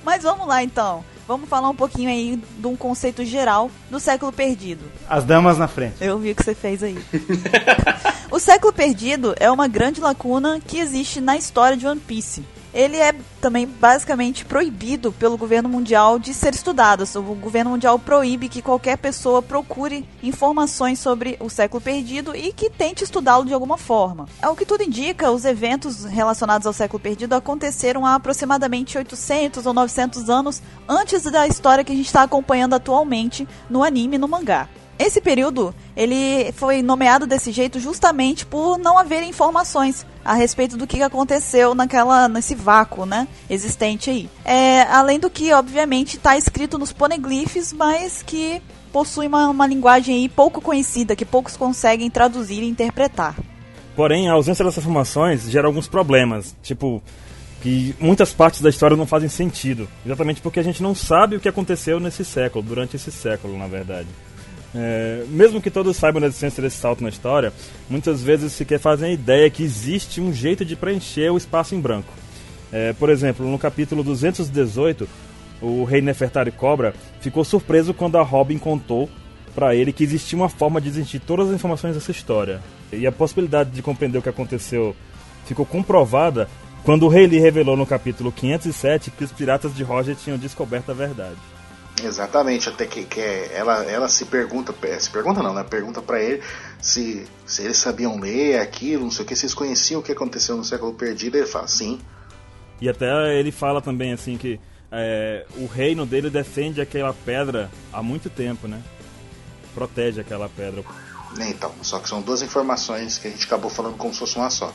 Speaker 4: Mas vamos lá então. Vamos falar um pouquinho aí de um conceito geral do século perdido.
Speaker 5: As damas na frente.
Speaker 4: Eu vi o que você fez aí. o século perdido é uma grande lacuna que existe na história de One Piece. Ele é também basicamente proibido pelo governo mundial de ser estudado. O governo mundial proíbe que qualquer pessoa procure informações sobre o século perdido e que tente estudá-lo de alguma forma. Ao que tudo indica, os eventos relacionados ao século perdido aconteceram há aproximadamente 800 ou 900 anos antes da história que a gente está acompanhando atualmente no anime e no mangá. Esse período, ele foi nomeado desse jeito justamente por não haver informações a respeito do que aconteceu naquela, nesse vácuo, né, existente aí. É, além do que, obviamente, está escrito nos poneglyphs, mas que possui uma, uma linguagem aí pouco conhecida, que poucos conseguem traduzir e interpretar.
Speaker 1: Porém, a ausência dessas informações gera alguns problemas. Tipo, que muitas partes da história não fazem sentido. Exatamente porque a gente não sabe o que aconteceu nesse século, durante esse século, na verdade. É, mesmo que todos saibam da existência desse salto na história, muitas vezes sequer fazem a ideia que existe um jeito de preencher o espaço em branco. É, por exemplo, no capítulo 218, o rei Nefertari Cobra ficou surpreso quando a Robin contou pra ele que existia uma forma de existir todas as informações dessa história. E a possibilidade de compreender o que aconteceu ficou comprovada quando o rei Lee revelou no capítulo 507 que os piratas de Roger tinham descoberto a verdade.
Speaker 2: Exatamente, até que, que é- ela, ela se pergunta, se pergunta não, né? Pergunta pra ele se, se eles sabiam ler aquilo, não sei o que, se eles conheciam o que aconteceu no século perdido, ele fala, sim.
Speaker 1: E até ele fala também assim que é, o reino dele defende aquela pedra há muito tempo, né? Protege aquela pedra.
Speaker 2: Né, então, só que são duas informações que a gente acabou falando como se fosse uma só.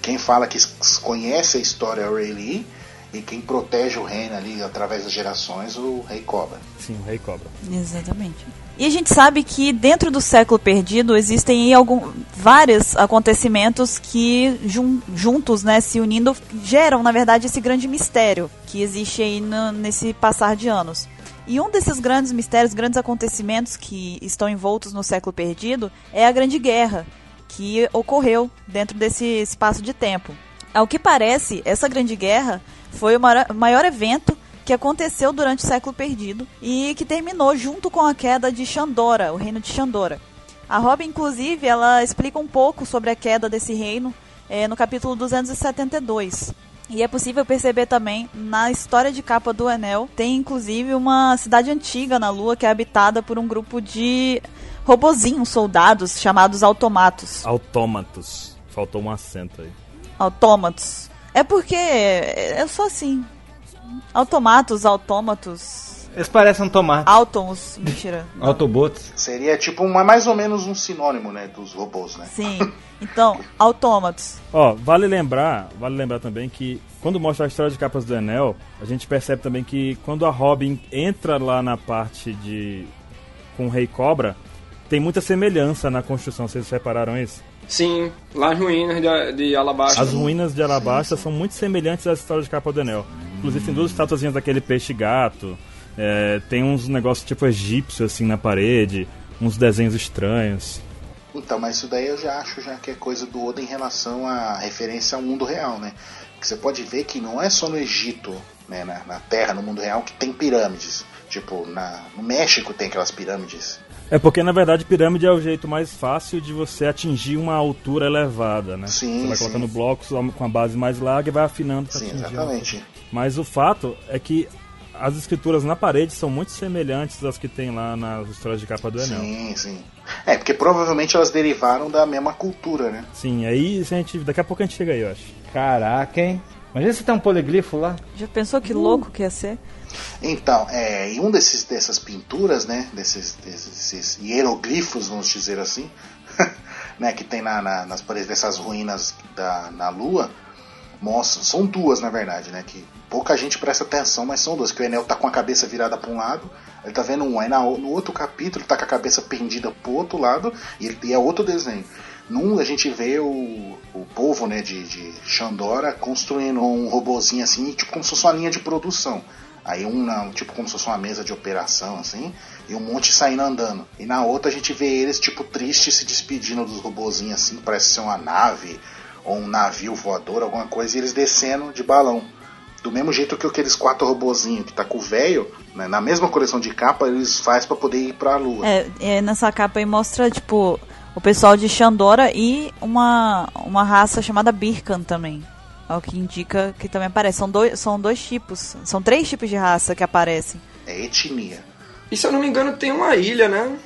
Speaker 2: Quem fala que s- conhece a história é o Ray Lee, E quem protege o reino ali através das gerações, o rei cobra.
Speaker 1: Sim, o Rei Cobra.
Speaker 4: Exatamente. E a gente sabe que dentro do século perdido existem aí algum, vários acontecimentos que jun- juntos, né, se unindo, geram, na verdade, esse grande mistério que existe aí no- nesse passar de anos. E um desses grandes mistérios, grandes acontecimentos que estão envoltos no século perdido é a Grande Guerra, que ocorreu dentro desse espaço de tempo. Ao que parece, essa Grande Guerra foi o mara- maior evento que aconteceu durante o século perdido e que terminou junto com a queda de Xandora, o reino de Xandora. A Robin, inclusive, ela explica um pouco sobre a queda desse reino eh, no capítulo 272. E é possível perceber também na história de capa do Enel, tem inclusive uma cidade antiga na Lua que é habitada por um grupo de robozinhos, soldados, chamados automatos.
Speaker 1: Autômatos. Faltou um acento aí.
Speaker 4: Autômatos. É porque é é só assim. Automatos, autômatos.
Speaker 5: Eles parecem um tomate.
Speaker 4: Autons, mentira.
Speaker 5: Autobots.
Speaker 2: Seria tipo uma, mais ou menos um sinônimo, né, dos robôs, né?
Speaker 4: Sim. Então, autômatos.
Speaker 1: Ó, vale lembrar, vale lembrar também que quando mostra a história de capas do Enel, a gente percebe também que quando a Robin entra lá na parte de com o Rei Cobra, tem muita semelhança na construção, vocês repararam isso?
Speaker 3: Sim, lá as ruínas de, de Alabasta.
Speaker 1: As ruínas de Alabasta são muito semelhantes às histórias de capa do Enel. Inclusive tem duas estatuazinhas daquele peixe gato, é, tem uns negócios tipo egípcio assim na parede, uns desenhos estranhos.
Speaker 2: Então, mas isso daí eu já acho já que é coisa do Oda em relação à referência ao mundo real, né? Porque você pode ver que não é só no Egito, né, na, na Terra, no mundo real, que tem pirâmides. Tipo, na, no México tem aquelas pirâmides.
Speaker 1: É porque, na verdade, pirâmide é o jeito mais fácil de você atingir uma altura elevada, né?
Speaker 2: Sim,
Speaker 1: você vai
Speaker 2: sim.
Speaker 1: colocando blocos com a base mais larga e vai afinando pra
Speaker 2: Sim,
Speaker 1: atingir. um.
Speaker 2: exatamente.
Speaker 1: Mas o fato é que as escrituras na parede são muito semelhantes às que tem lá nas histórias de capa do Enel.
Speaker 2: Sim, sim. É, porque provavelmente elas derivaram da mesma cultura, né?
Speaker 1: Sim, aí a gente, daqui a pouco a gente chega aí, eu acho.
Speaker 5: Caraca, hein? Imagina você tem um poliglifo lá.
Speaker 4: Já pensou que louco que ia ser?
Speaker 2: Então, é, em um desses dessas pinturas, né, desses, desses, desses hieroglifos, vamos dizer assim, né, que tem na, na- nas paredes dessas ruínas da, na Lua, mostra, são duas na verdade, né, que pouca gente presta atenção, mas são duas, que o Enel tá com a cabeça virada para um lado, ele tá vendo um, aí na o- no outro capítulo ele tá com a cabeça pendida pro outro lado e, ele- e é outro desenho. Num a gente vê o, o povo, né, de, de Xandora construindo um robozinho assim, tipo como se fosse uma linha de produção. Aí um, na- tipo, como se fosse uma mesa de operação, assim, e um monte saindo andando. E na outra a gente vê eles, tipo, tristes se despedindo dos robozinhos, assim, parece ser uma nave ou um navio voador, alguma coisa, e eles descendo de balão. Do mesmo jeito que aqueles quatro robozinhos que tá com o velho, né, na mesma coleção de capa, eles faz para poder ir pra lua.
Speaker 4: É, é, nessa capa aí mostra, tipo, o pessoal de Xandora e uma, uma raça chamada Birkan também. É o que indica que também aparece. São dois, são dois tipos. São três tipos de raça que aparecem.
Speaker 2: É etnia.
Speaker 3: E se eu não me engano, tem uma ilha, né?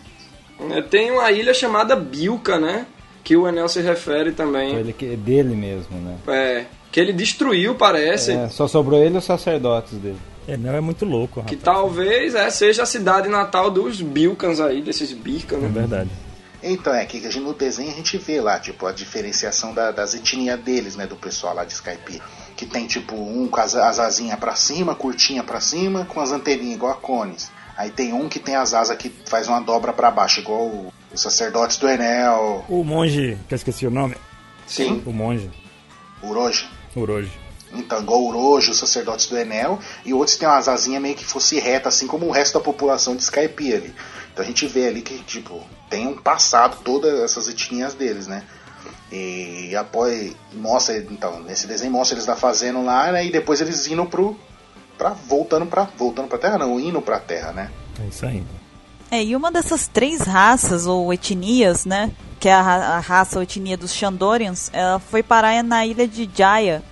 Speaker 3: É, Tem uma ilha chamada Bilka, né? Que o Enel se refere também.
Speaker 5: Ele que é dele mesmo, né?
Speaker 3: É, que ele destruiu, parece.
Speaker 5: É, só sobrou ele e os sacerdotes dele.
Speaker 1: Enel é muito louco,
Speaker 3: Que
Speaker 1: rapaz.
Speaker 3: talvez é, seja a cidade natal dos Bilkans aí, desses Birkan,
Speaker 1: É
Speaker 3: né?
Speaker 1: verdade.
Speaker 2: Então, é que a gente- no desenho a gente vê lá, tipo, a diferenciação da- das etnias deles, né? Do pessoal lá de Skype. Que tem, tipo, um com as, as asinhas pra cima, curtinha pra cima, com as anteninhas, igual a cones. Aí tem um que tem as asas que faz uma dobra pra baixo, igual o- os sacerdotes do Enel,
Speaker 1: O monge, que eu esqueci o nome,
Speaker 3: Sim.
Speaker 1: o monge,
Speaker 2: Uroja.
Speaker 1: Uroji.
Speaker 2: Então, igual o Urojo, os sacerdotes do Enel, e outros têm umas asinhas meio que fosse reta, assim como o resto da população de Skype ali. Então a gente vê ali que, tipo, tem um passado, todas essas etnias deles, né? E após. Mostra, então, nesse desenho mostra eles lá fazendo lá, né? E depois eles indo pro. Pra, voltando pra. Voltando pra terra, não, indo pra terra, né?
Speaker 1: É isso aí.
Speaker 4: É, e uma dessas três raças ou etnias, né? Que é a, ra- a raça ou etnia dos Xandorians, ela foi parar na ilha de Jaya,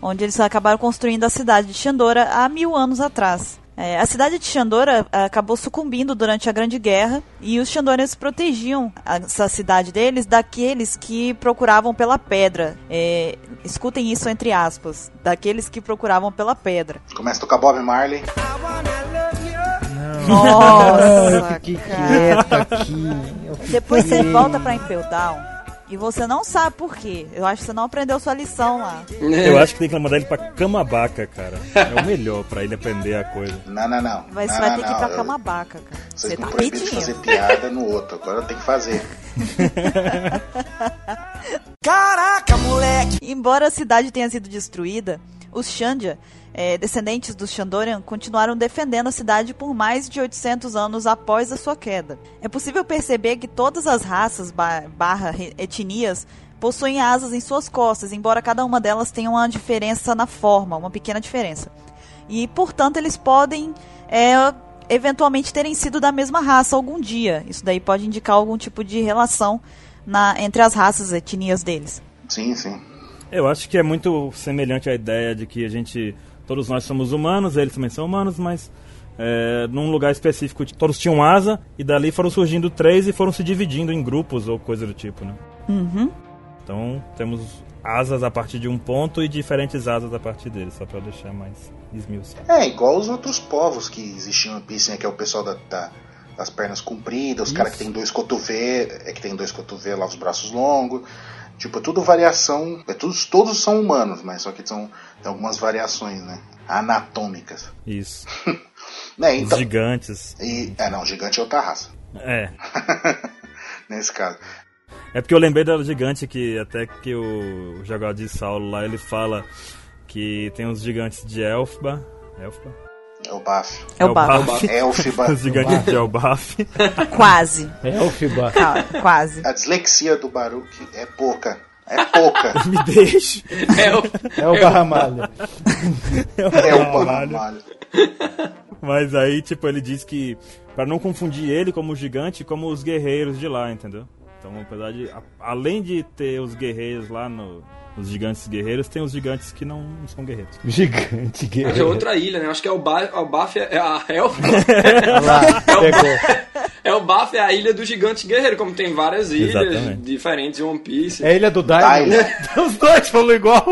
Speaker 4: onde eles acabaram construindo a cidade de Xandora há mil anos atrás. É, a cidade de Xandora ah, acabou sucumbindo durante a Grande Guerra e os Xandorians protegiam a- essa cidade deles daqueles que procuravam pela pedra. É, escutem isso entre aspas: daqueles que procuravam pela pedra.
Speaker 2: Começa a tocar Bob Marley.
Speaker 4: Nossa!
Speaker 5: Fique quieto aqui.
Speaker 4: Depois você volta pra Impel Down E você não sabe por quê. Eu acho que você não aprendeu sua lição lá.
Speaker 3: É.
Speaker 1: Eu acho que tem que mandar ele pra Camabaca, cara. É o melhor pra ele aprender a coisa.
Speaker 2: Não, não, não.
Speaker 4: Mas
Speaker 2: não,
Speaker 4: você vai
Speaker 2: não,
Speaker 4: ter que
Speaker 2: Ah,
Speaker 4: ir
Speaker 2: não.
Speaker 4: pra
Speaker 2: Eu-
Speaker 4: Camabaca, cara. Você
Speaker 2: Vocês
Speaker 4: tá
Speaker 2: me proibiram de
Speaker 4: pedindo.
Speaker 2: fazer piada no outro, agora tem que fazer.
Speaker 4: Embora a cidade tenha sido destruída, os Xandia, eh, descendentes dos Xandorian, continuaram defendendo a cidade por mais de 800 anos após a sua queda. É possível perceber que todas as raças ba- barra re- etnias possuem asas em suas costas, embora cada uma delas tenha uma diferença na forma, uma pequena diferença. E, portanto, eles podem eh, eventualmente terem sido da mesma raça algum dia. Isso daí pode indicar algum tipo de relação na- entre as raças, etnias deles.
Speaker 2: Sim, sim.
Speaker 1: Eu acho que é muito semelhante à ideia de que a gente. Todos nós somos humanos, eles também são humanos, mas. é, num lugar específico, todos tinham asa, e dali foram surgindo três e foram se dividindo em grupos ou coisa do tipo, né?
Speaker 4: Uhum.
Speaker 1: Então temos asas a partir de um ponto e diferentes asas a partir dele, só pra deixar mais esmiuçado.
Speaker 2: É, igual os outros povos que existiam em Pissen, que é o pessoal da- da- das pernas compridas, os caras que tem dois cotovelos, é que tem dois cotovelos, lá os braços longos. Tipo, é tudo variação. É tudo, todos são humanos, mas só que são tem algumas variações, né? Anatômicas.
Speaker 1: Isso.
Speaker 2: Né,
Speaker 1: Os
Speaker 2: então.
Speaker 1: gigantes.
Speaker 2: E, é, não, gigante é outra raça.
Speaker 1: É.
Speaker 2: Nesse caso.
Speaker 1: É porque eu lembrei da gigante que até que o jogador de Saulo lá ele fala que tem os gigantes de Elfba. Elfba?
Speaker 2: É o Baf.
Speaker 4: É o Baba.
Speaker 1: Elbaf.
Speaker 2: Elfiba.
Speaker 1: Os gigantes de Elbaf.
Speaker 4: Quase.
Speaker 5: É Elfiba.
Speaker 4: Calma, quase.
Speaker 2: A dislexia do Baruque é pouca. É pouca.
Speaker 1: Me deixe.
Speaker 3: É o,
Speaker 5: É o Barramalha.
Speaker 2: é o
Speaker 1: Caralho.
Speaker 2: Barramalho.
Speaker 1: Mas aí, tipo, ele diz que pra não confundir ele como gigante, como os guerreiros de lá, entendeu? Então, apesar de a- além de ter os guerreiros lá no os gigantes guerreiros, tem os gigantes que não, não são guerreiros.
Speaker 5: Gigante
Speaker 3: é
Speaker 5: guerreiro.
Speaker 3: outra ilha, né? Acho que é o Ba- o Baf. É a Elf.
Speaker 5: Olha lá, pegou.
Speaker 3: É o Baf, é a ilha do gigante guerreiro, como tem várias ilhas
Speaker 1: Exatamente.
Speaker 3: diferentes em One Piece.
Speaker 5: É a ilha do Daimon.
Speaker 2: Daimon.
Speaker 5: Os dois falam igual.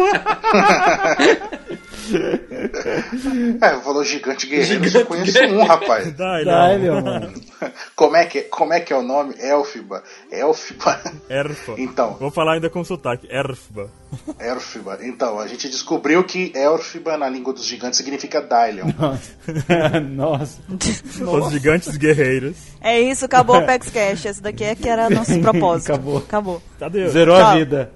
Speaker 2: É, falou gigante guerreiro, eu só
Speaker 3: Gigante
Speaker 2: conheço
Speaker 3: guerreiro.
Speaker 2: um, rapaz.
Speaker 1: Dai,
Speaker 4: é um
Speaker 5: Daimon, mano.
Speaker 2: Como é que, como é, que é o nome? Elfiba. Elfiba.
Speaker 1: Erfa.
Speaker 2: Então.
Speaker 1: um Vou falar ainda com sotaque. Erfa.
Speaker 2: Elfiba. Então, a gente descobriu que Elfiba na língua dos gigantes significa Dylion. Ah,
Speaker 5: Nossa.
Speaker 1: Os gigantes guerreiros.
Speaker 4: É isso, acabou o PEX Cash. Esse daqui é que era nosso propósito.
Speaker 5: Acabou.
Speaker 4: Acabou.
Speaker 1: Cadê?
Speaker 5: Zerou a
Speaker 4: Tchau.
Speaker 5: vida.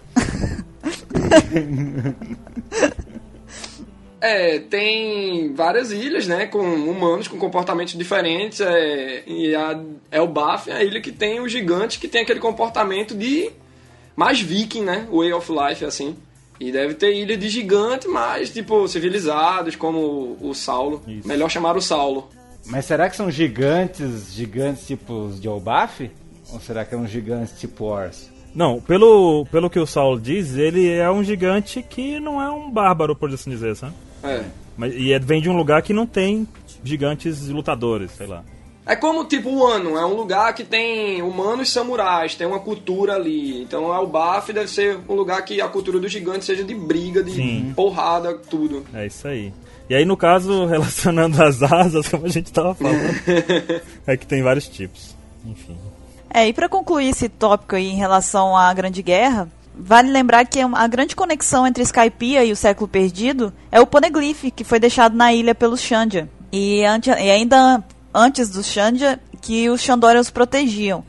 Speaker 3: É, tem várias ilhas, né? Com humanos com comportamentos diferentes. É, e a Elbaf é a ilha que tem o gigante que tem aquele comportamento de mais viking, né? Way of life, assim. E deve ter ilha de gigante, mas, tipo, civilizados, como o Saulo.
Speaker 1: Isso.
Speaker 3: Melhor chamar o Saulo.
Speaker 5: Mas será que são gigantes, gigantes tipo os de Olbaf? Ou será que é um gigante tipo Ors?
Speaker 1: Não, pelo, pelo que o Saulo diz, ele é um gigante que não é um bárbaro, por assim dizer, sabe?
Speaker 3: É.
Speaker 1: Mas, e é- vem de um lugar que não tem gigantes lutadores, sei lá.
Speaker 3: É como tipo o ano, é um lugar que tem humanos e samurais, tem uma cultura ali. Então o Baf deve ser um lugar que a cultura do gigante seja de briga, de
Speaker 1: Sim.
Speaker 3: porrada, tudo.
Speaker 1: É isso aí. E aí, no caso, relacionando as asas, como a gente tava falando, é que tem vários tipos. Enfim.
Speaker 4: É, e pra concluir esse tópico aí em relação à Grande Guerra, vale lembrar que a grande conexão entre Skypiea e o Século Perdido é o poneglyph que foi deixado na ilha pelos Xandia. E, ante- e ainda antes dos Xandia, que os Xandorians os protegiam.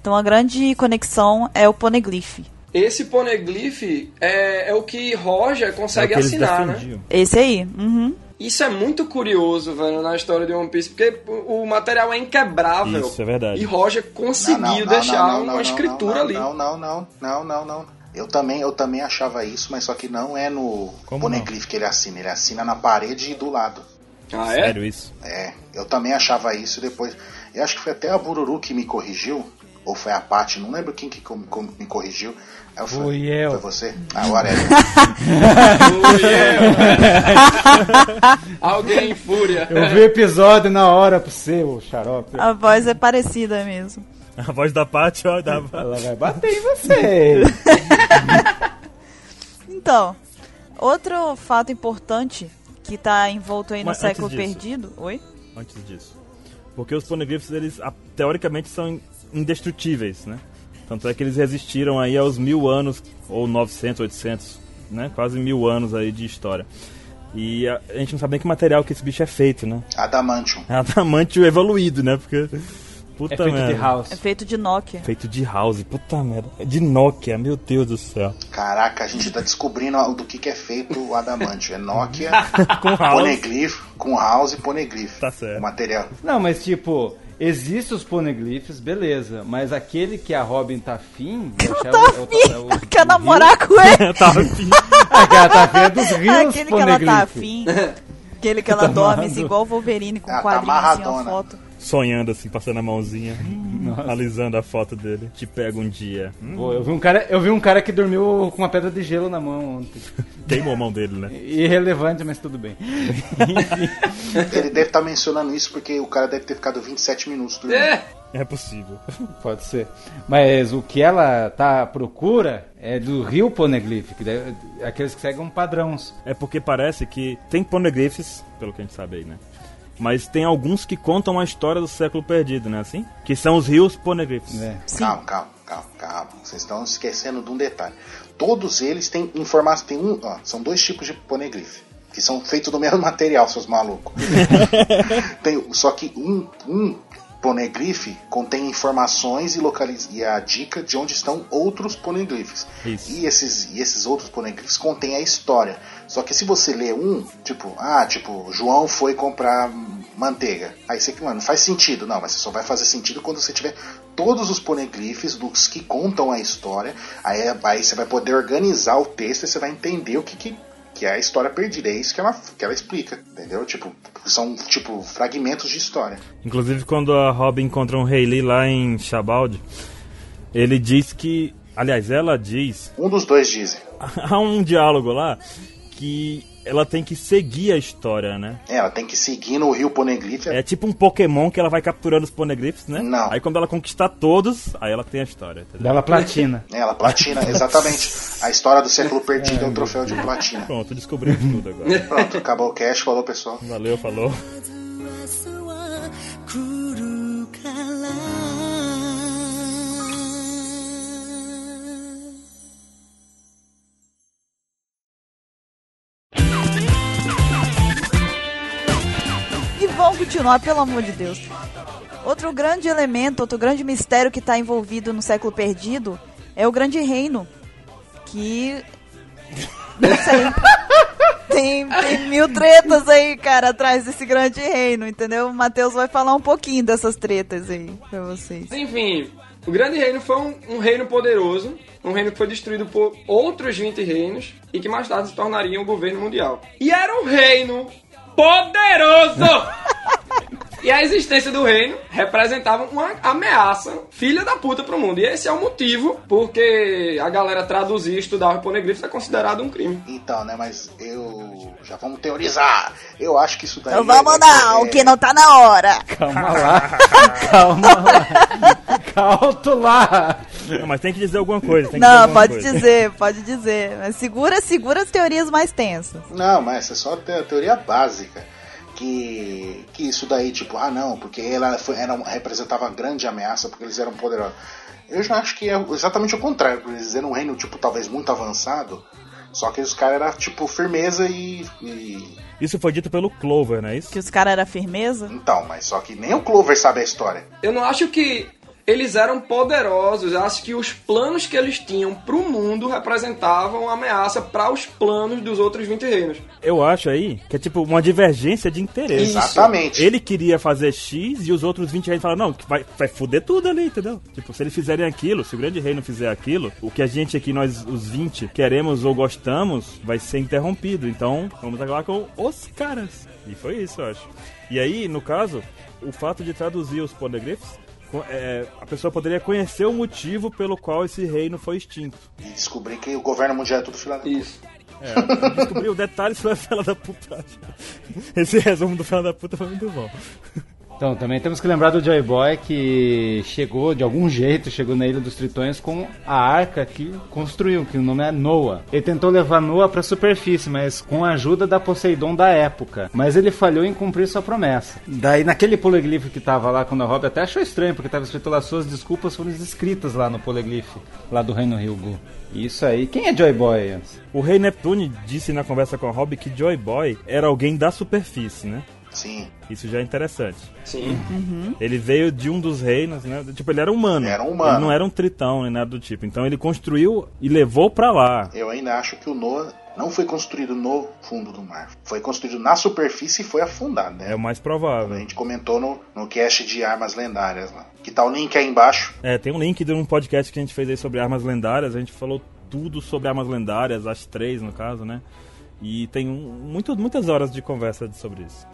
Speaker 4: Então a grande conexão é o poneglyph.
Speaker 3: Esse poneglyph é, é o que Roger
Speaker 1: É o que
Speaker 3: consegue
Speaker 1: eles
Speaker 3: assinar, né?
Speaker 1: defendiam.
Speaker 4: Esse aí. Uhum.
Speaker 3: Isso é muito curioso, velho, na história de One Piece, porque o o material é inquebrável.
Speaker 1: Isso, é verdade.
Speaker 3: E Roger conseguiu deixar uma escritura
Speaker 2: não,
Speaker 3: ali.
Speaker 2: Não, não, não, não, não, não. Eu também, eu também achava isso, mas só que não é no
Speaker 1: Como
Speaker 2: Poneglyph que ele assina, ele assina na parede e do lado.
Speaker 3: Ah, é?
Speaker 1: Sério isso.
Speaker 2: É, eu também achava isso depois. Eu acho que foi até a Bururu que me corrigiu, ou foi a Paty, não lembro quem que com- com- me corrigiu. Aí eu falei,
Speaker 5: Fui eu.
Speaker 2: Foi você? Ah, whatever.
Speaker 3: Fui eu. Alguém em fúria.
Speaker 5: Eu vi o episódio na hora pro seu, xarope.
Speaker 4: A voz é parecida mesmo.
Speaker 1: A voz da Paty, ó, da...
Speaker 5: Ela vai bater em você.
Speaker 4: Então, outro fato importante que tá envolto aí no
Speaker 1: Mas antes
Speaker 4: século
Speaker 1: disso.
Speaker 4: perdido. Oi?
Speaker 1: antes disso. Porque os poneglyphs, eles a- teoricamente são in- indestrutíveis, né? Tanto é que eles resistiram aí aos mil anos, ou 900, 800, né? Quase mil anos aí de história. E a, a gente não sabe nem que material que esse bicho é feito, né?
Speaker 2: Adamantium.
Speaker 1: É adamantio evoluído, né? Porque... Puta
Speaker 5: É feito
Speaker 1: merda.
Speaker 5: de house.
Speaker 4: É feito de Nokia.
Speaker 1: Feito de house, puta merda. É De Nokia, meu Deus do céu.
Speaker 2: Caraca, a gente tá descobrindo do que, que é feito o adamantium. É Nokia,
Speaker 1: Com house.
Speaker 2: poneglyph, com house e poneglyph.
Speaker 1: Tá certo.
Speaker 2: O material.
Speaker 5: Não, mas tipo, existem os poneglyphs, beleza. Mas aquele que a Robin tá afim. eu acho que é
Speaker 4: Tá
Speaker 5: o- é o- é o- o
Speaker 4: Quer namorar com ele?
Speaker 1: Tá afim.
Speaker 5: rio. Ah, que ela tá afim é dos rios
Speaker 4: Aquele que ela tá
Speaker 5: poneglyphs.
Speaker 4: afim. Aquele que
Speaker 1: Tá
Speaker 4: ela dorme assim, igual o Wolverine com
Speaker 2: Ah,
Speaker 4: um
Speaker 2: tá
Speaker 4: quadrinho assim, uma
Speaker 2: amarradona.
Speaker 4: foto.
Speaker 1: Sonhando assim, passando a mãozinha, analisando a foto dele. Te pego um dia. Hum,
Speaker 5: Pô, eu vi um cara, eu vi um cara que dormiu com uma pedra de gelo na mão ontem.
Speaker 1: Queimou a mão dele, né?
Speaker 5: Irrelevante, mas tudo bem.
Speaker 2: Ele deve estar mencionando isso porque o cara deve ter ficado 27 minutos dormindo.
Speaker 3: É,
Speaker 1: É possível.
Speaker 5: Pode ser. Mas o que ela tá à procura é do rio poneglyph, que deve- aqueles que seguem um padrão.
Speaker 1: É porque parece que tem poneglyphs, pelo que a gente sabe aí, né? Mas tem alguns que contam a história do século perdido, né? Assim? Que são os rios poneglyphs.
Speaker 5: né?
Speaker 4: Sim.
Speaker 2: Calma, calma, calma, calma. Vocês estão esquecendo de um detalhe. Todos eles têm informação. Tem um, ó, são dois tipos de poneglyph. Que são feitos do mesmo material, seus malucos. Tem- só que um, um poneglyph contém informações e, localiz, e a dica de onde estão outros poneglyphs.
Speaker 1: Isso.
Speaker 2: E esses, e esses outros poneglyphs contêm a história. Só que se você lê um, tipo, ah, tipo, João foi comprar manteiga. Aí você que, mano, não faz sentido. Não, mas você só vai fazer sentido quando você tiver todos os poneglyphs dos que contam a história. Aí, aí você vai poder organizar o texto e você vai entender o que, que, que é a história perdida. É isso que ela, que ela explica, entendeu? Tipo, são, tipo, fragmentos de história.
Speaker 1: Inclusive, quando a Robin encontra um Rei Lee lá em Chabaldi, ele diz que. Aliás, ela diz
Speaker 2: Um dos dois dizem.
Speaker 1: há um diálogo lá que ela tem que seguir a história, né?
Speaker 2: É, ela tem que seguir no rio poneglyph.
Speaker 1: É tipo um Pokémon que ela vai capturando os poneglyphs, né?
Speaker 2: Não.
Speaker 1: Aí quando ela conquistar todos, aí ela tem a história, entendeu?
Speaker 5: Dela platina.
Speaker 2: né? Ela platina, exatamente. A história do século perdido é um troféu de platina.
Speaker 1: Pronto, descobrimos tudo agora.
Speaker 2: Pronto, acabou o cast, falou pessoal.
Speaker 1: Valeu, falou.
Speaker 7: 朝は来るから」
Speaker 4: E vão continuar, pelo amor de Deus. Outro grande elemento, outro grande mistério que está envolvido no século perdido é o Grande Reino. Que. Não sei. Tem, tem mil tretas aí, cara, atrás desse grande reino, entendeu? O Matheus vai falar um pouquinho dessas tretas aí pra vocês.
Speaker 3: enfim. O Grande Reino foi um, um reino poderoso, um reino que foi destruído por outros 20 reinos e que mais tarde se tornaria um governo mundial. E era um reino poderoso! E a existência do reino representava uma ameaça filha da puta pro mundo. E esse é o motivo porque a galera traduzir e estudar os poneglyphs é considerado um crime.
Speaker 2: Então, né, mas eu. Já vamos teorizar. Eu acho que isso daí.
Speaker 4: Então vamos lá, o que não tá na hora.
Speaker 5: Calma lá. Calma lá. Calto lá.
Speaker 1: Não, mas tem que dizer alguma coisa. Tem que dizer
Speaker 4: Não,
Speaker 1: alguma
Speaker 4: pode
Speaker 1: coisa.
Speaker 4: dizer, pode dizer. Mas segura, segura as teorias mais tensas.
Speaker 2: Não, mas é só a teoria básica. Que, que isso daí, tipo, ah não, porque ela foi- era, um- representava grande ameaça porque eles eram poderosos. Eu já acho que é exatamente o contrário, porque eles eram um reino, tipo, talvez muito avançado, só que os caras eram, tipo, firmeza e- e
Speaker 1: Isso foi dito pelo Clover, não é isso?
Speaker 4: Que os caras eram firmeza.
Speaker 2: Então, mas só que nem o Clover sabe a história.
Speaker 3: Eu não acho que eles eram poderosos, eu acho que os planos que eles tinham pro mundo representavam ameaça para os planos dos outros 20 reinos.
Speaker 1: Eu acho aí que é tipo uma divergência de interesse.
Speaker 3: Isso.
Speaker 2: Exatamente.
Speaker 1: Ele queria fazer X e os outros 20 reis falaram, não, que vai, vai foder tudo ali, entendeu? Tipo, se eles fizerem aquilo, se o grande rei não fizer aquilo, o que a gente aqui, nós, os 20, queremos ou gostamos, vai ser interrompido. Então, vamos acabar com os caras. E foi isso, eu acho. E aí, no caso, o fato de traduzir os poneglyphs, co- é, a pessoa poderia conhecer o motivo pelo qual esse reino foi extinto.
Speaker 2: E descobri que o governo mundial é tudo filha da...
Speaker 3: Isso.
Speaker 1: É, descobriu detalhes sobre a fela da puta. Esse resumo do fela da puta foi muito bom.
Speaker 5: Então, também temos que lembrar do Joy Boy que chegou, de algum jeito, chegou na Ilha dos Tritões com a arca que construiu, que o nome é Noah. Ele tentou levar Noah pra superfície, mas com a ajuda da Poseidon da época. Mas ele falhou em cumprir sua promessa. Daí, naquele poliglifo que tava lá quando a Rob até achou estranho, porque tava escrito lá, suas desculpas foram escritas lá no poliglifo, lá do Reino Ryugu. Isso aí. Quem é Joy Boy antes?
Speaker 8: O Rei Neptune disse na conversa com a Rob que Joy Boy era alguém da superfície, né?
Speaker 2: Sim,
Speaker 8: Isso já é interessante.
Speaker 3: Sim.
Speaker 8: Ele veio de um dos reinos, né? Tipo, ele era humano.
Speaker 2: Era um humano.
Speaker 8: Ele não era um tritão nem nada do tipo. Então ele construiu e levou pra lá.
Speaker 2: eu ainda acho que o Noah não foi construído no fundo do mar. Foi construído na superfície e foi afundado, né?
Speaker 8: É o mais
Speaker 2: A
Speaker 8: provável.
Speaker 2: gente comentou no, no cast de armas lendárias lá. Que tá o link aí embaixo.
Speaker 8: É, tem um link de um podcast que a gente fez aí sobre armas lendárias. A gente falou tudo sobre armas lendárias, as três no caso, né? E tem um- muito, muitas horas de conversa sobre isso.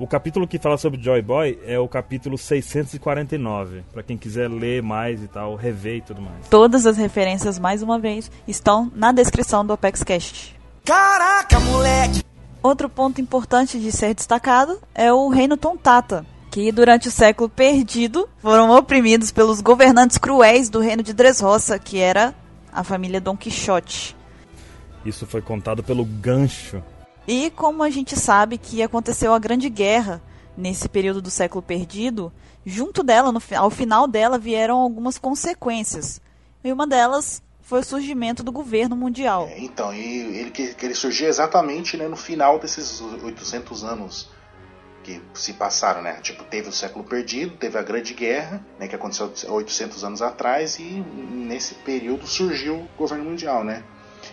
Speaker 8: O capítulo que fala sobre Joy Boy é o capítulo 649. Pra quem quiser ler mais e tal, rever e tudo mais.
Speaker 4: Todas as referências, mais uma vez, estão na descrição do ApexCast.
Speaker 9: Caraca, moleque!
Speaker 4: Outro ponto importante de ser destacado é o reino Tontata, que durante o século perdido foram oprimidos pelos governantes cruéis do reino de Dressrosa, que era a família Don Quixote.
Speaker 8: Isso foi contado pelo gancho.
Speaker 4: E como a gente sabe que aconteceu a Grande Guerra nesse período do século perdido, junto dela, no fi- ao final dela, vieram algumas consequências. E uma delas foi o surgimento do governo mundial.
Speaker 2: É, então, e ele, que que ele surgiu exatamente né, no final desses 800 anos que se passaram, né? Tipo, teve o século perdido, teve a Grande Guerra, né, que aconteceu 800 anos atrás, e nesse período surgiu o governo mundial, né?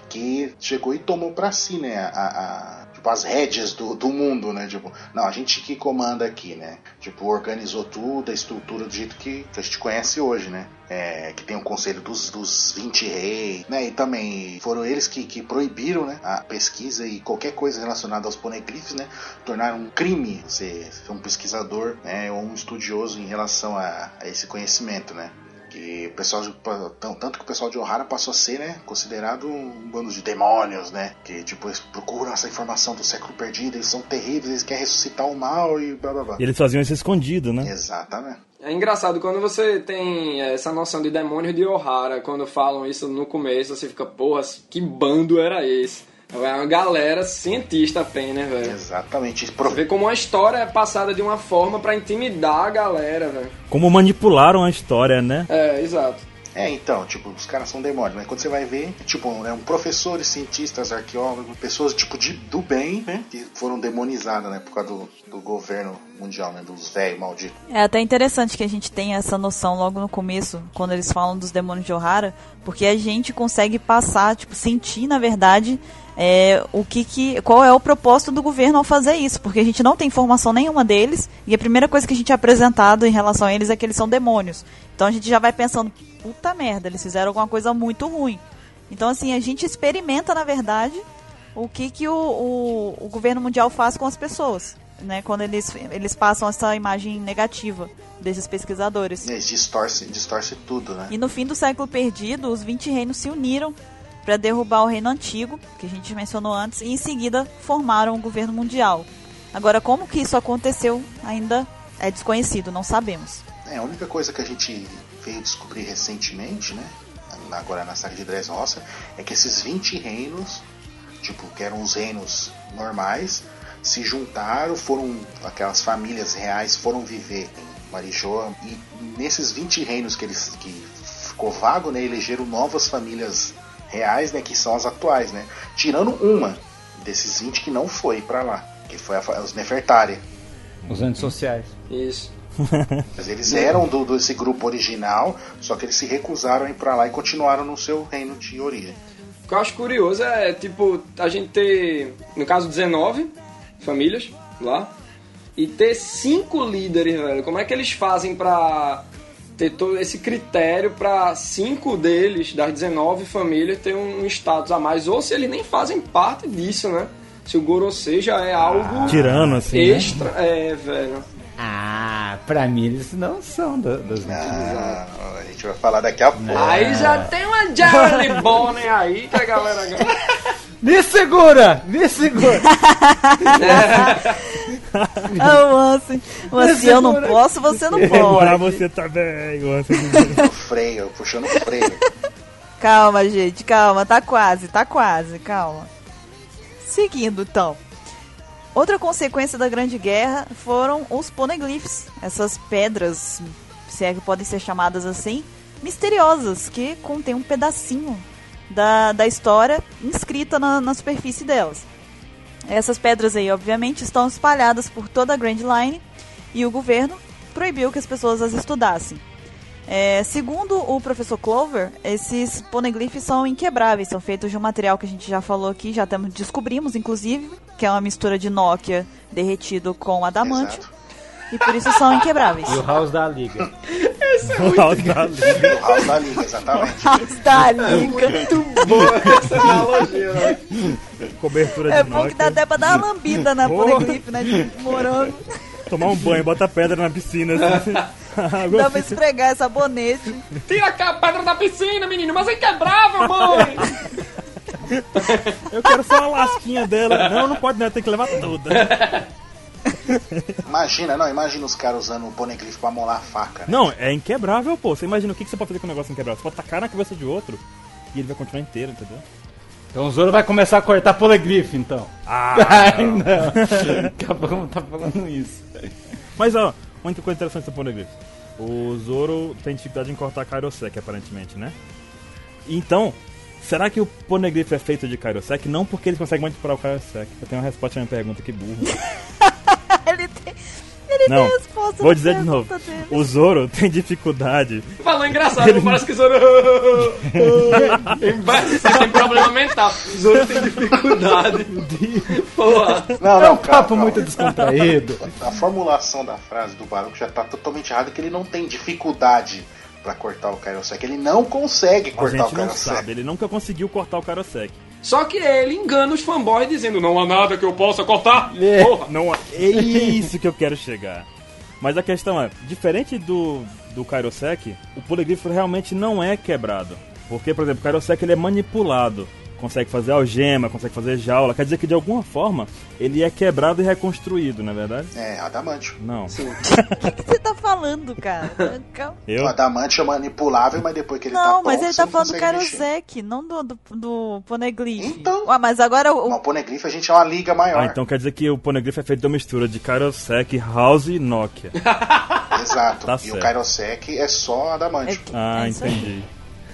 Speaker 2: Que chegou e tomou pra si, né? A, a- tipo, as rédeas do, do mundo, né? Tipo, não, a gente que comanda aqui, né? Tipo, organizou tudo, a estrutura do jeito que, que a gente conhece hoje, né? É, que tem o conselho dos, dos 20 reis, né? E também foram eles que, que proibiram né, a pesquisa e qualquer coisa relacionada aos poneglyphs, né? Tornaram um crime ser, ser um pesquisador né, ou um estudioso em relação a, a esse conhecimento, né? Que o pessoal de- tão- tanto que o pessoal de Ohara passou a ser, né, considerado um bando de demônios, né? Que tipo eles procuram essa informação do século perdido, eles são terríveis, eles querem ressuscitar o mal e blá blá blá.
Speaker 8: E eles faziam isso escondido, né?
Speaker 2: Exatamente.
Speaker 3: É engraçado, quando você tem essa noção de demônio de Ohara, quando falam isso no começo, você fica, porra, que bando era esse? É uma galera cientista apenas, velho.
Speaker 2: Exatamente.
Speaker 3: Você vê como a história é passada de uma forma pra intimidar a galera, velho.
Speaker 8: Como manipularam a história, né?
Speaker 3: É, exato.
Speaker 2: É, então, tipo, os caras são demônios, mas quando você vai ver, tipo, né, um professores, cientistas, arqueólogos, pessoas, tipo, de, do bem, né, que foram demonizadas, né, por causa do, do governo mundial, né, dos velhos malditos.
Speaker 4: É até interessante que a gente tenha essa noção logo no começo, quando eles falam dos demônios de Ohara, porque a gente consegue passar, tipo, sentir, na verdade, é, o que que, qual é o propósito do governo ao fazer isso, porque a gente não tem informação nenhuma deles, e a primeira coisa que a gente é apresentado em relação a eles é que eles são demônios. Então a gente já vai pensando, puta merda, eles fizeram alguma coisa muito ruim. Então, assim, a gente experimenta, na verdade, o que, que o, o, o governo mundial faz com as pessoas, né? Quando eles, eles passam essa imagem negativa desses pesquisadores.
Speaker 2: E Eles distorcem, distorce tudo, né.
Speaker 4: E no fim do século perdido, os 20 reinos se uniram para derrubar o reino antigo, que a gente mencionou antes, e em seguida formaram o governo mundial. Agora, como que isso aconteceu ainda é desconhecido, não sabemos.
Speaker 2: É, a única coisa que a gente veio descobrir recentemente, né? Agora na saga de Dressrosa, é que esses 20 reinos, tipo, que eram os reinos normais, se juntaram, foram. Aquelas famílias reais foram viver em Marijoa. E nesses 20 reinos que eles. que ficou vago, né? Elegeram novas famílias reais, né? Que são as atuais, né? Tirando uma desses 20 que não foi pra lá. Que foi a fa- os Nefertari.
Speaker 5: Os antissociais.
Speaker 3: Isso.
Speaker 2: Mas eles eram do, desse grupo original, só que eles se recusaram a ir pra lá e continuaram no seu reino de origem.
Speaker 3: O que eu acho curioso é, tipo, a gente ter, no caso, 19 famílias lá e ter cinco líderes, velho. Como é que eles fazem pra ter todo esse critério pra cinco deles, das 19 famílias, ter um status a mais? Ou se eles nem fazem parte disso, né? Se o Gorosei já é algo
Speaker 8: Tirando, assim. né?
Speaker 3: extra. É, velho.
Speaker 5: Ah, pra mim eles não são da- das
Speaker 2: Ah, a gente gente vai falar daqui a pouco.
Speaker 3: Aí já tem uma Jeremy Bonner aí que a galera gosta.
Speaker 5: Me segura! Me segura!
Speaker 4: Oh, Ansem, Ansem, eu não posso, você não
Speaker 1: Agora
Speaker 4: pode.
Speaker 1: você tá bem, você
Speaker 2: O freio, puxando o freio.
Speaker 4: Calma, gente, calma, tá quase, tá quase, calma. Seguindo, então. Outra consequência da Grande Guerra foram os poneglyphs, essas pedras, se é que podem ser chamadas assim, misteriosas, que contêm um pedacinho da, da história inscrita na, na superfície delas. Essas pedras aí, obviamente, estão espalhadas por toda a Grand Line e o governo proibiu que as pessoas as estudassem. É, segundo o professor Clover, esses poneglyphs são inquebráveis, são feitos de um material que a gente já falou aqui, já temos, descobrimos, inclusive, que é uma mistura de Nokia derretido com adamante,
Speaker 2: Exato.
Speaker 4: e por isso são inquebráveis.
Speaker 5: E o House da Liga.
Speaker 1: tá
Speaker 2: O Raul da Liga, exatamente.
Speaker 1: É
Speaker 4: Está liga.
Speaker 3: Essa analogia, né?
Speaker 1: Cobertura de
Speaker 4: É bom
Speaker 1: Nokia.
Speaker 4: que dá até pra dar uma lambida na
Speaker 1: Porra.
Speaker 4: poneglyph, né? De morango.
Speaker 1: Tomar um banho, bota pedra na piscina. Assim. Água
Speaker 4: Dá pra esfregar sabonete.
Speaker 3: Tira a pedra da piscina, menino, mas é inquebrável, mãe!
Speaker 1: Eu quero só a lasquinha dela. Não, não pode, né? Tem que levar toda.
Speaker 2: Imagina, não, imagina os caras usando o poneglyph pra molar a faca. né?
Speaker 1: Não, é inquebrável, pô. Você imagina o que que você pode fazer com um negócio inquebrável? Você pode tacar na cabeça de outro e ele vai continuar inteiro, entendeu?
Speaker 5: Então o Zoro vai começar a cortar polegrifo, então.
Speaker 1: Ah!
Speaker 5: Ai, não. Acabamos tá falando isso.
Speaker 1: Mas, ó, uma outra coisa interessante sobre o Poneglyph. O Zoro tem dificuldade em cortar Kairosek, aparentemente, né? Então, será que o Poneglyph é feito de Kairosek? Não porque eles conseguem manipular o Kairosek. Eu tenho uma resposta à minha pergunta, que burro.
Speaker 4: Ele tem, ele
Speaker 1: Não,
Speaker 4: tem resposta tá
Speaker 1: Vou
Speaker 4: na
Speaker 1: dizer de novo.
Speaker 4: pergunta dele.
Speaker 1: O Zoro tem dificuldade
Speaker 3: Falou engraçado, não parece que o Zoro. Você tem problema mental. O Zoro tem dificuldade. Porra.
Speaker 2: não,
Speaker 5: É
Speaker 2: calma,
Speaker 5: um papo
Speaker 2: calma.
Speaker 5: muito descontraído.
Speaker 2: A formulação da frase do Baruco já tá totalmente errada, que ele não tem dificuldade pra cortar o Kairosek. Ele não consegue
Speaker 1: A
Speaker 2: cortar o
Speaker 1: gente não
Speaker 2: Kairosek.
Speaker 1: sabe, ele nunca conseguiu cortar o Karosek.
Speaker 3: Só que ele engana os fanboys dizendo: não há nada que eu possa cortar.
Speaker 5: É.
Speaker 3: Porra.
Speaker 1: Não, é isso que eu quero chegar. Mas a questão é, diferente do, do Kairosek, o poliglifo realmente não é quebrado. Porque, por exemplo, o Kairosek ele é manipulado. Consegue fazer algema, consegue fazer jaula. Quer dizer que de alguma forma ele é quebrado e reconstruído, não é verdade?
Speaker 2: É, adamante.
Speaker 1: Não.
Speaker 4: O que você tá falando, cara?
Speaker 1: tá
Speaker 4: Calma.
Speaker 1: Eu?
Speaker 2: O adamante é manipulável, mas depois que ele tá
Speaker 4: Não,
Speaker 2: pronto,
Speaker 4: mas ele
Speaker 2: você
Speaker 4: tá
Speaker 2: não
Speaker 4: falando do
Speaker 2: consegue mexer.
Speaker 4: Karosek, não do, do, do Poneglyph.
Speaker 2: Então.
Speaker 4: Ué, mas agora o,
Speaker 2: Mas o poneglyph a gente é uma liga maior.
Speaker 1: Ah, então quer dizer que o Poneglyph é feito de uma mistura de Kairosek, House e Nokia.
Speaker 2: Exato.
Speaker 1: Tá
Speaker 2: e o
Speaker 1: certo.
Speaker 2: Kairosek é só adamante.
Speaker 1: Ah,
Speaker 4: É isso aí.
Speaker 1: entendi.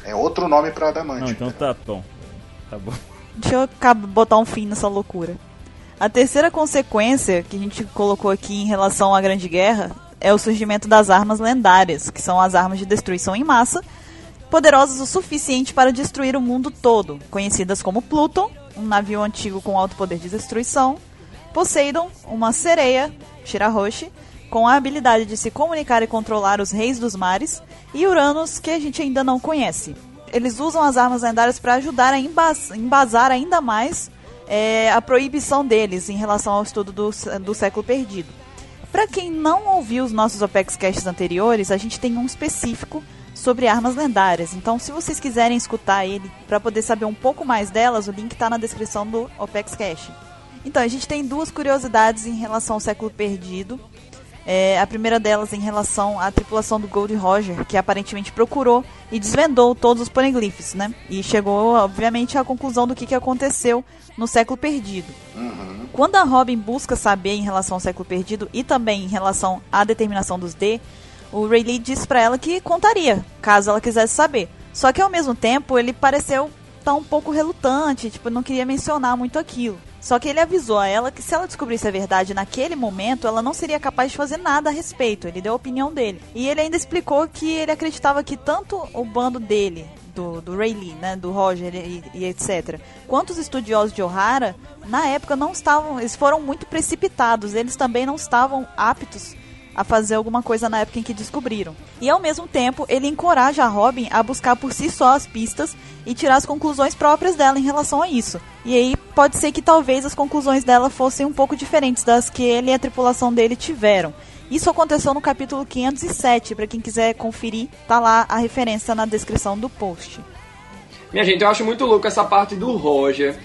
Speaker 2: É outro nome pra
Speaker 1: Não,
Speaker 2: adamante.
Speaker 1: então tá bom. Tá bom.
Speaker 4: Deixa eu acab- botar um fim nessa loucura. A terceira consequência que a gente colocou aqui em relação à Grande Guerra é o surgimento das armas lendárias, que são as armas de destruição em massa, poderosas o suficiente para destruir o mundo todo, conhecidas como Pluton, um navio antigo com alto poder de destruição, Poseidon, uma sereia, Shirahoshi, com a habilidade de se comunicar e controlar os reis dos mares, e Uranus, que a gente ainda não conhece. Eles usam as armas lendárias para ajudar a embas- embasar ainda mais é, a proibição deles em relação ao estudo do, sé- do século perdido. Para quem não ouviu os nossos OPEX casts anteriores, a gente tem um específico sobre armas lendárias. Então, se vocês quiserem escutar ele para poder saber um pouco mais delas, o link tá na descrição do OPEX Cash. Então, a gente tem duas curiosidades em relação ao século perdido. É, a primeira delas em relação à tripulação do Gold Roger, que aparentemente procurou e desvendou todos os poneglyphs, né? E chegou, obviamente, à conclusão do que, que aconteceu no século perdido. Quando a Robin busca saber em relação ao século perdido e também em relação à determinação dos D, o Rayleigh diz pra ela que contaria, caso ela quisesse saber. Só que ao mesmo tempo ele pareceu estar um pouco relutante, tipo, não queria mencionar muito aquilo. Só que ele avisou a ela que se ela descobrisse a verdade naquele momento, ela não seria capaz de fazer nada a respeito. Ele deu a opinião dele. E ele ainda explicou que ele acreditava que tanto o bando dele, do, do Rayleigh, né, do Roger e, e etc. Quantos estudiosos de O'Hara, na época, não estavam, eles foram muito precipitados, eles também não estavam aptos a fazer alguma coisa na época em que descobriram. E ao mesmo tempo, ele encoraja a Robin a buscar por si só as pistas e tirar as conclusões próprias dela em relação a isso. E aí pode ser que talvez as conclusões dela fossem um pouco diferentes das que ele e a tripulação dele tiveram. Isso aconteceu no capítulo 507, pra quem quiser conferir, tá lá a referência na descrição do post.
Speaker 3: Minha gente, eu acho muito louco essa parte do Roger,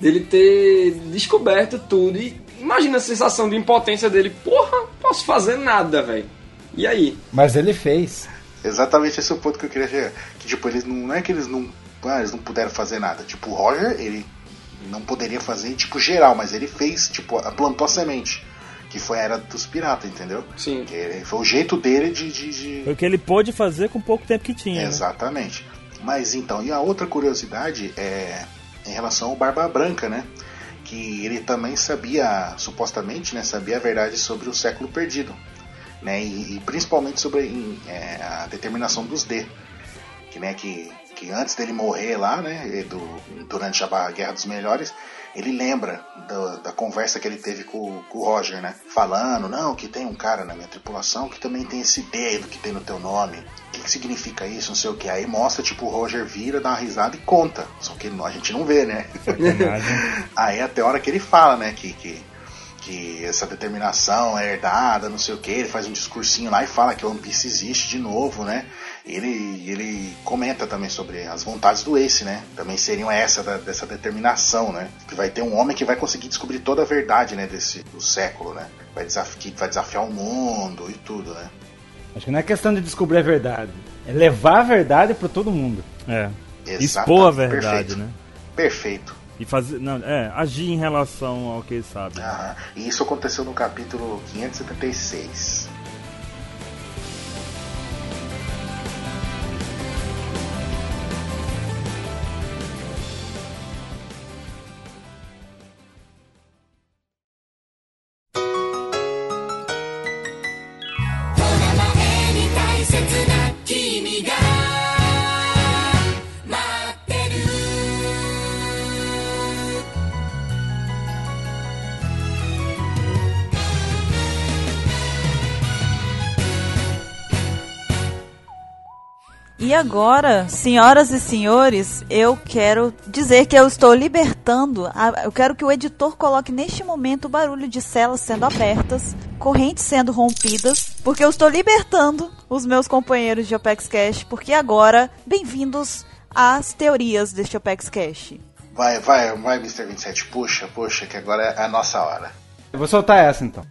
Speaker 3: dele ter descoberto tudo e imagina a sensação de impotência dele. Porra, não posso fazer nada, velho. E aí?
Speaker 5: Mas ele fez.
Speaker 1: então-
Speaker 2: Exatamente esse é o ponto que eu queria chegar. Que tipo, eles não, não é que eles não, ah, eles não puderam fazer nada. Tipo, o Roger, ele não poderia fazer, tipo, geral, mas ele fez, tipo, a- plantou a semente. Que foi a era dos piratas, entendeu?
Speaker 3: Sim.
Speaker 2: Que ele- foi o jeito dele de- de- de,
Speaker 1: Foi o que ele pôde fazer com pouco tempo que
Speaker 2: É
Speaker 1: tinha. né?
Speaker 2: Exatamente. Mas então, e a outra curiosidade é em relação ao Barba Branca, né? Que ele também sabia, supostamente, né, sabia a verdade sobre o século perdido, né? E, e principalmente sobre em, é, a determinação dos D, que né, que, que antes dele morrer lá, né, e do, durante a Ba- Guerra dos Melhores, ele lembra da- da conversa que ele teve com, com o Roger, né? Falando, não, que tem um cara na minha tripulação que também tem esse D aí do que tem no teu nome. O que, que significa isso? Não sei o que. Aí mostra, tipo, o Roger vira, dá uma risada e conta. Só que a gente não vê, né? aí até a hora que ele fala, né, que, que, que essa determinação é herdada, não sei o que, ele faz um discursinho lá e fala que o One Piece existe de novo, né? Ele, ele comenta também sobre as vontades do Ace, né? Também seriam essa da- dessa determinação, né? Que vai ter um homem que vai conseguir descobrir toda a verdade, né, desse do século, né? Vai desaf- que vai desafiar o mundo e tudo, né?
Speaker 5: Acho que não é questão de descobrir a verdade. É levar a verdade pra todo mundo.
Speaker 1: É. Expor a
Speaker 2: Exatamente,
Speaker 1: verdade,
Speaker 2: perfeito,
Speaker 1: né?
Speaker 2: Perfeito.
Speaker 1: E fazer. Não, é, agir em relação ao que ele sabe.
Speaker 2: Aham. E isso aconteceu no capítulo 576.
Speaker 4: E agora, senhoras e senhores, eu quero dizer que eu estou libertando. a- eu quero que o editor coloque neste momento o barulho de celas sendo abertas, correntes sendo rompidas, porque eu estou libertando os meus companheiros de Opex Cash, porque agora, bem-vindos às teorias deste Opex Cash.
Speaker 2: Vai, vai, vai, Mr. 27. Puxa, puxa, que agora é a nossa hora.
Speaker 5: Eu vou soltar essa então.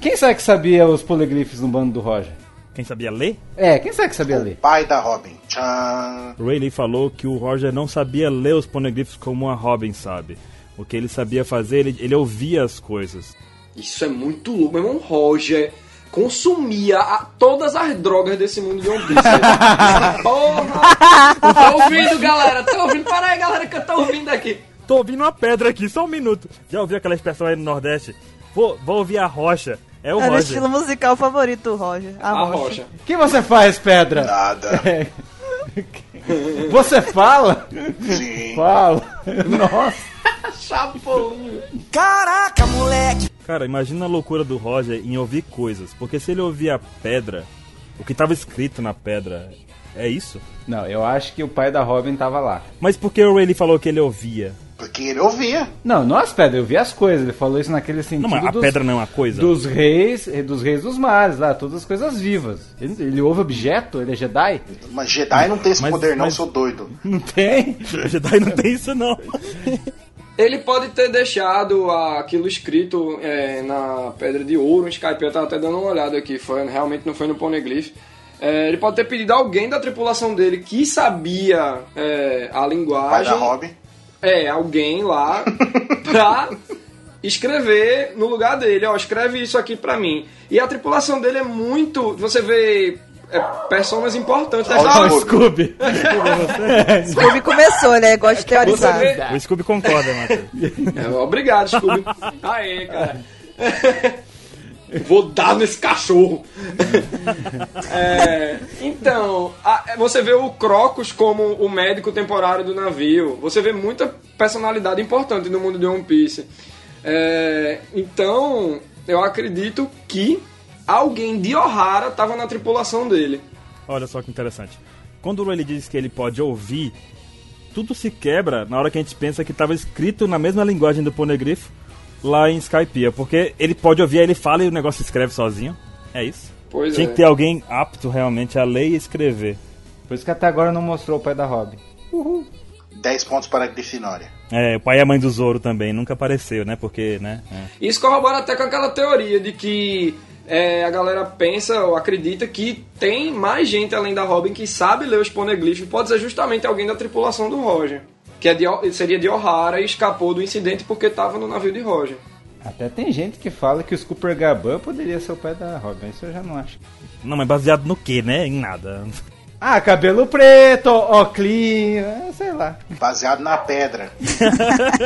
Speaker 5: Quem será que sabia os poliglifes no bando do Roger?
Speaker 1: Quem sabia ler?
Speaker 5: É, quem será que sabia ler?
Speaker 2: Pai da Robin. Tchan.
Speaker 1: Rayleigh falou que o Roger não sabia ler os poneglyphs como a Robin sabe. O que ele sabia fazer, ele, ele ouvia as coisas.
Speaker 3: Isso é muito louco. Meu irmão Roger consumia a- todas as drogas desse mundo de One Piece. Porra! Tá ouvindo, galera? Tá ouvindo? Para aí, galera, que eu tô ouvindo aqui.
Speaker 1: Tô ouvindo uma pedra aqui, só um minuto. Já ouviu aquela expressão aí no Nordeste? Vou, vou ouvir a rocha. É o
Speaker 4: Era o
Speaker 1: Roger.
Speaker 4: estilo musical favorito do Roger. A,
Speaker 3: A
Speaker 4: rocha.
Speaker 3: Ah, rocha.
Speaker 5: O que você faz, pedra?
Speaker 2: Nada.
Speaker 1: É,
Speaker 5: Você fala?
Speaker 2: Sim.
Speaker 5: Fala. Nossa.
Speaker 3: Chapolin.
Speaker 9: Caraca, moleque!
Speaker 1: Cara, imagina a loucura do Roger em ouvir coisas. Porque se ele ouvia a pedra, o que tava escrito na pedra, é isso?
Speaker 5: Não, eu acho que o pai da Robin tava lá.
Speaker 1: Mas por que o Rayleigh falou que ele ouvia?
Speaker 2: Porque ele ouvia.
Speaker 5: Não, não as pedras, eu vi as coisas. Ele falou isso naquele sentido
Speaker 1: Não, mas a
Speaker 5: Tipo dos,
Speaker 1: pedra não é uma coisa?
Speaker 5: dos reis, eh, dos reis dos mares lá, todas as coisas vivas. Ele, ele ouve objeto? Ele é Jedi?
Speaker 2: Mas Jedi não tem esse
Speaker 1: Mas-
Speaker 2: poder, não,
Speaker 1: mas-
Speaker 2: sou doido.
Speaker 5: Não tem.
Speaker 1: O Jedi não tem isso, não.
Speaker 3: Ele pode ter deixado aquilo escrito é, na pedra de ouro, um Skype, eu tava até dando uma olhada aqui, foi, realmente não foi no Poneglyph. É, ele pode ter pedido a alguém da tripulação dele que sabia é,
Speaker 2: Vai
Speaker 3: a
Speaker 2: da
Speaker 3: linguagem.
Speaker 2: Robin.
Speaker 3: É, alguém lá pra escrever no lugar dele. Ó, escreve isso aqui pra mim. E a tripulação dele é muito. Você vê é, personas importantes.
Speaker 2: Olha
Speaker 3: Dessa-
Speaker 2: o Scooby.
Speaker 5: Scooby.
Speaker 4: Scooby começou, ele gosta de
Speaker 3: Você
Speaker 4: teorizar.
Speaker 3: vê,
Speaker 1: O Scooby concorda, Matheus.
Speaker 3: É, obrigado, Scooby. Aê, cara. Vou dar nesse cachorro. É, então, a- é, você vê o Crocus como o médico temporário do navio. Você vê muita personalidade importante no mundo de One Piece. É, então, eu acredito que alguém de Ohara estava na tripulação dele.
Speaker 1: Olha só que interessante. Quando o Rayleigh diz que ele pode ouvir, tudo se quebra na hora que a gente pensa que estava escrito na mesma linguagem É do Ponegrifo lá em Skypiea. Porque ele pode ouvir, aí ele fala e o negócio escreve sozinho. É isso?
Speaker 3: Pois
Speaker 1: Tinha
Speaker 3: é.
Speaker 1: que ter alguém apto realmente a ler e escrever.
Speaker 5: Por isso que até agora não mostrou o pai da Robin.
Speaker 2: 10 pontos para a Grifinória.
Speaker 1: É, o pai e a mãe do Zoro também nunca apareceu, né? Porque, né? é.
Speaker 3: Isso corrobora até com aquela teoria de que é, a galera pensa ou acredita que tem mais gente além da Robin que sabe ler os poneglyphs. Pode ser justamente alguém da tripulação do Roger. Que é de O- seria de O'Hara e escapou do incidente porque estava no navio de Roger.
Speaker 5: Até tem gente que fala que o Scooper Gaban poderia ser o pai da Robin, isso eu já não acho.
Speaker 1: Não, mas baseado no quê, né? Em nada.
Speaker 5: Ah, cabelo preto, óculos, é, sei lá.
Speaker 2: Baseado na pedra.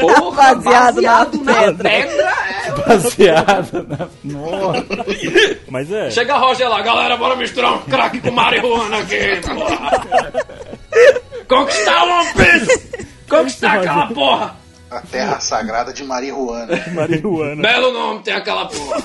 Speaker 3: Porra, né,
Speaker 4: Baseado na pedra.
Speaker 3: é.
Speaker 5: Baseado né? na. Nossa.
Speaker 1: Mas é.
Speaker 3: Chega Roger lá, galera, bora misturar um crack com marihuana aqui, porra. Conquistar o One Piece! Conquistar aquela porra!
Speaker 2: A terra sagrada de Marihuana.
Speaker 1: Marihuana.
Speaker 3: Belo nome tem aquela porra.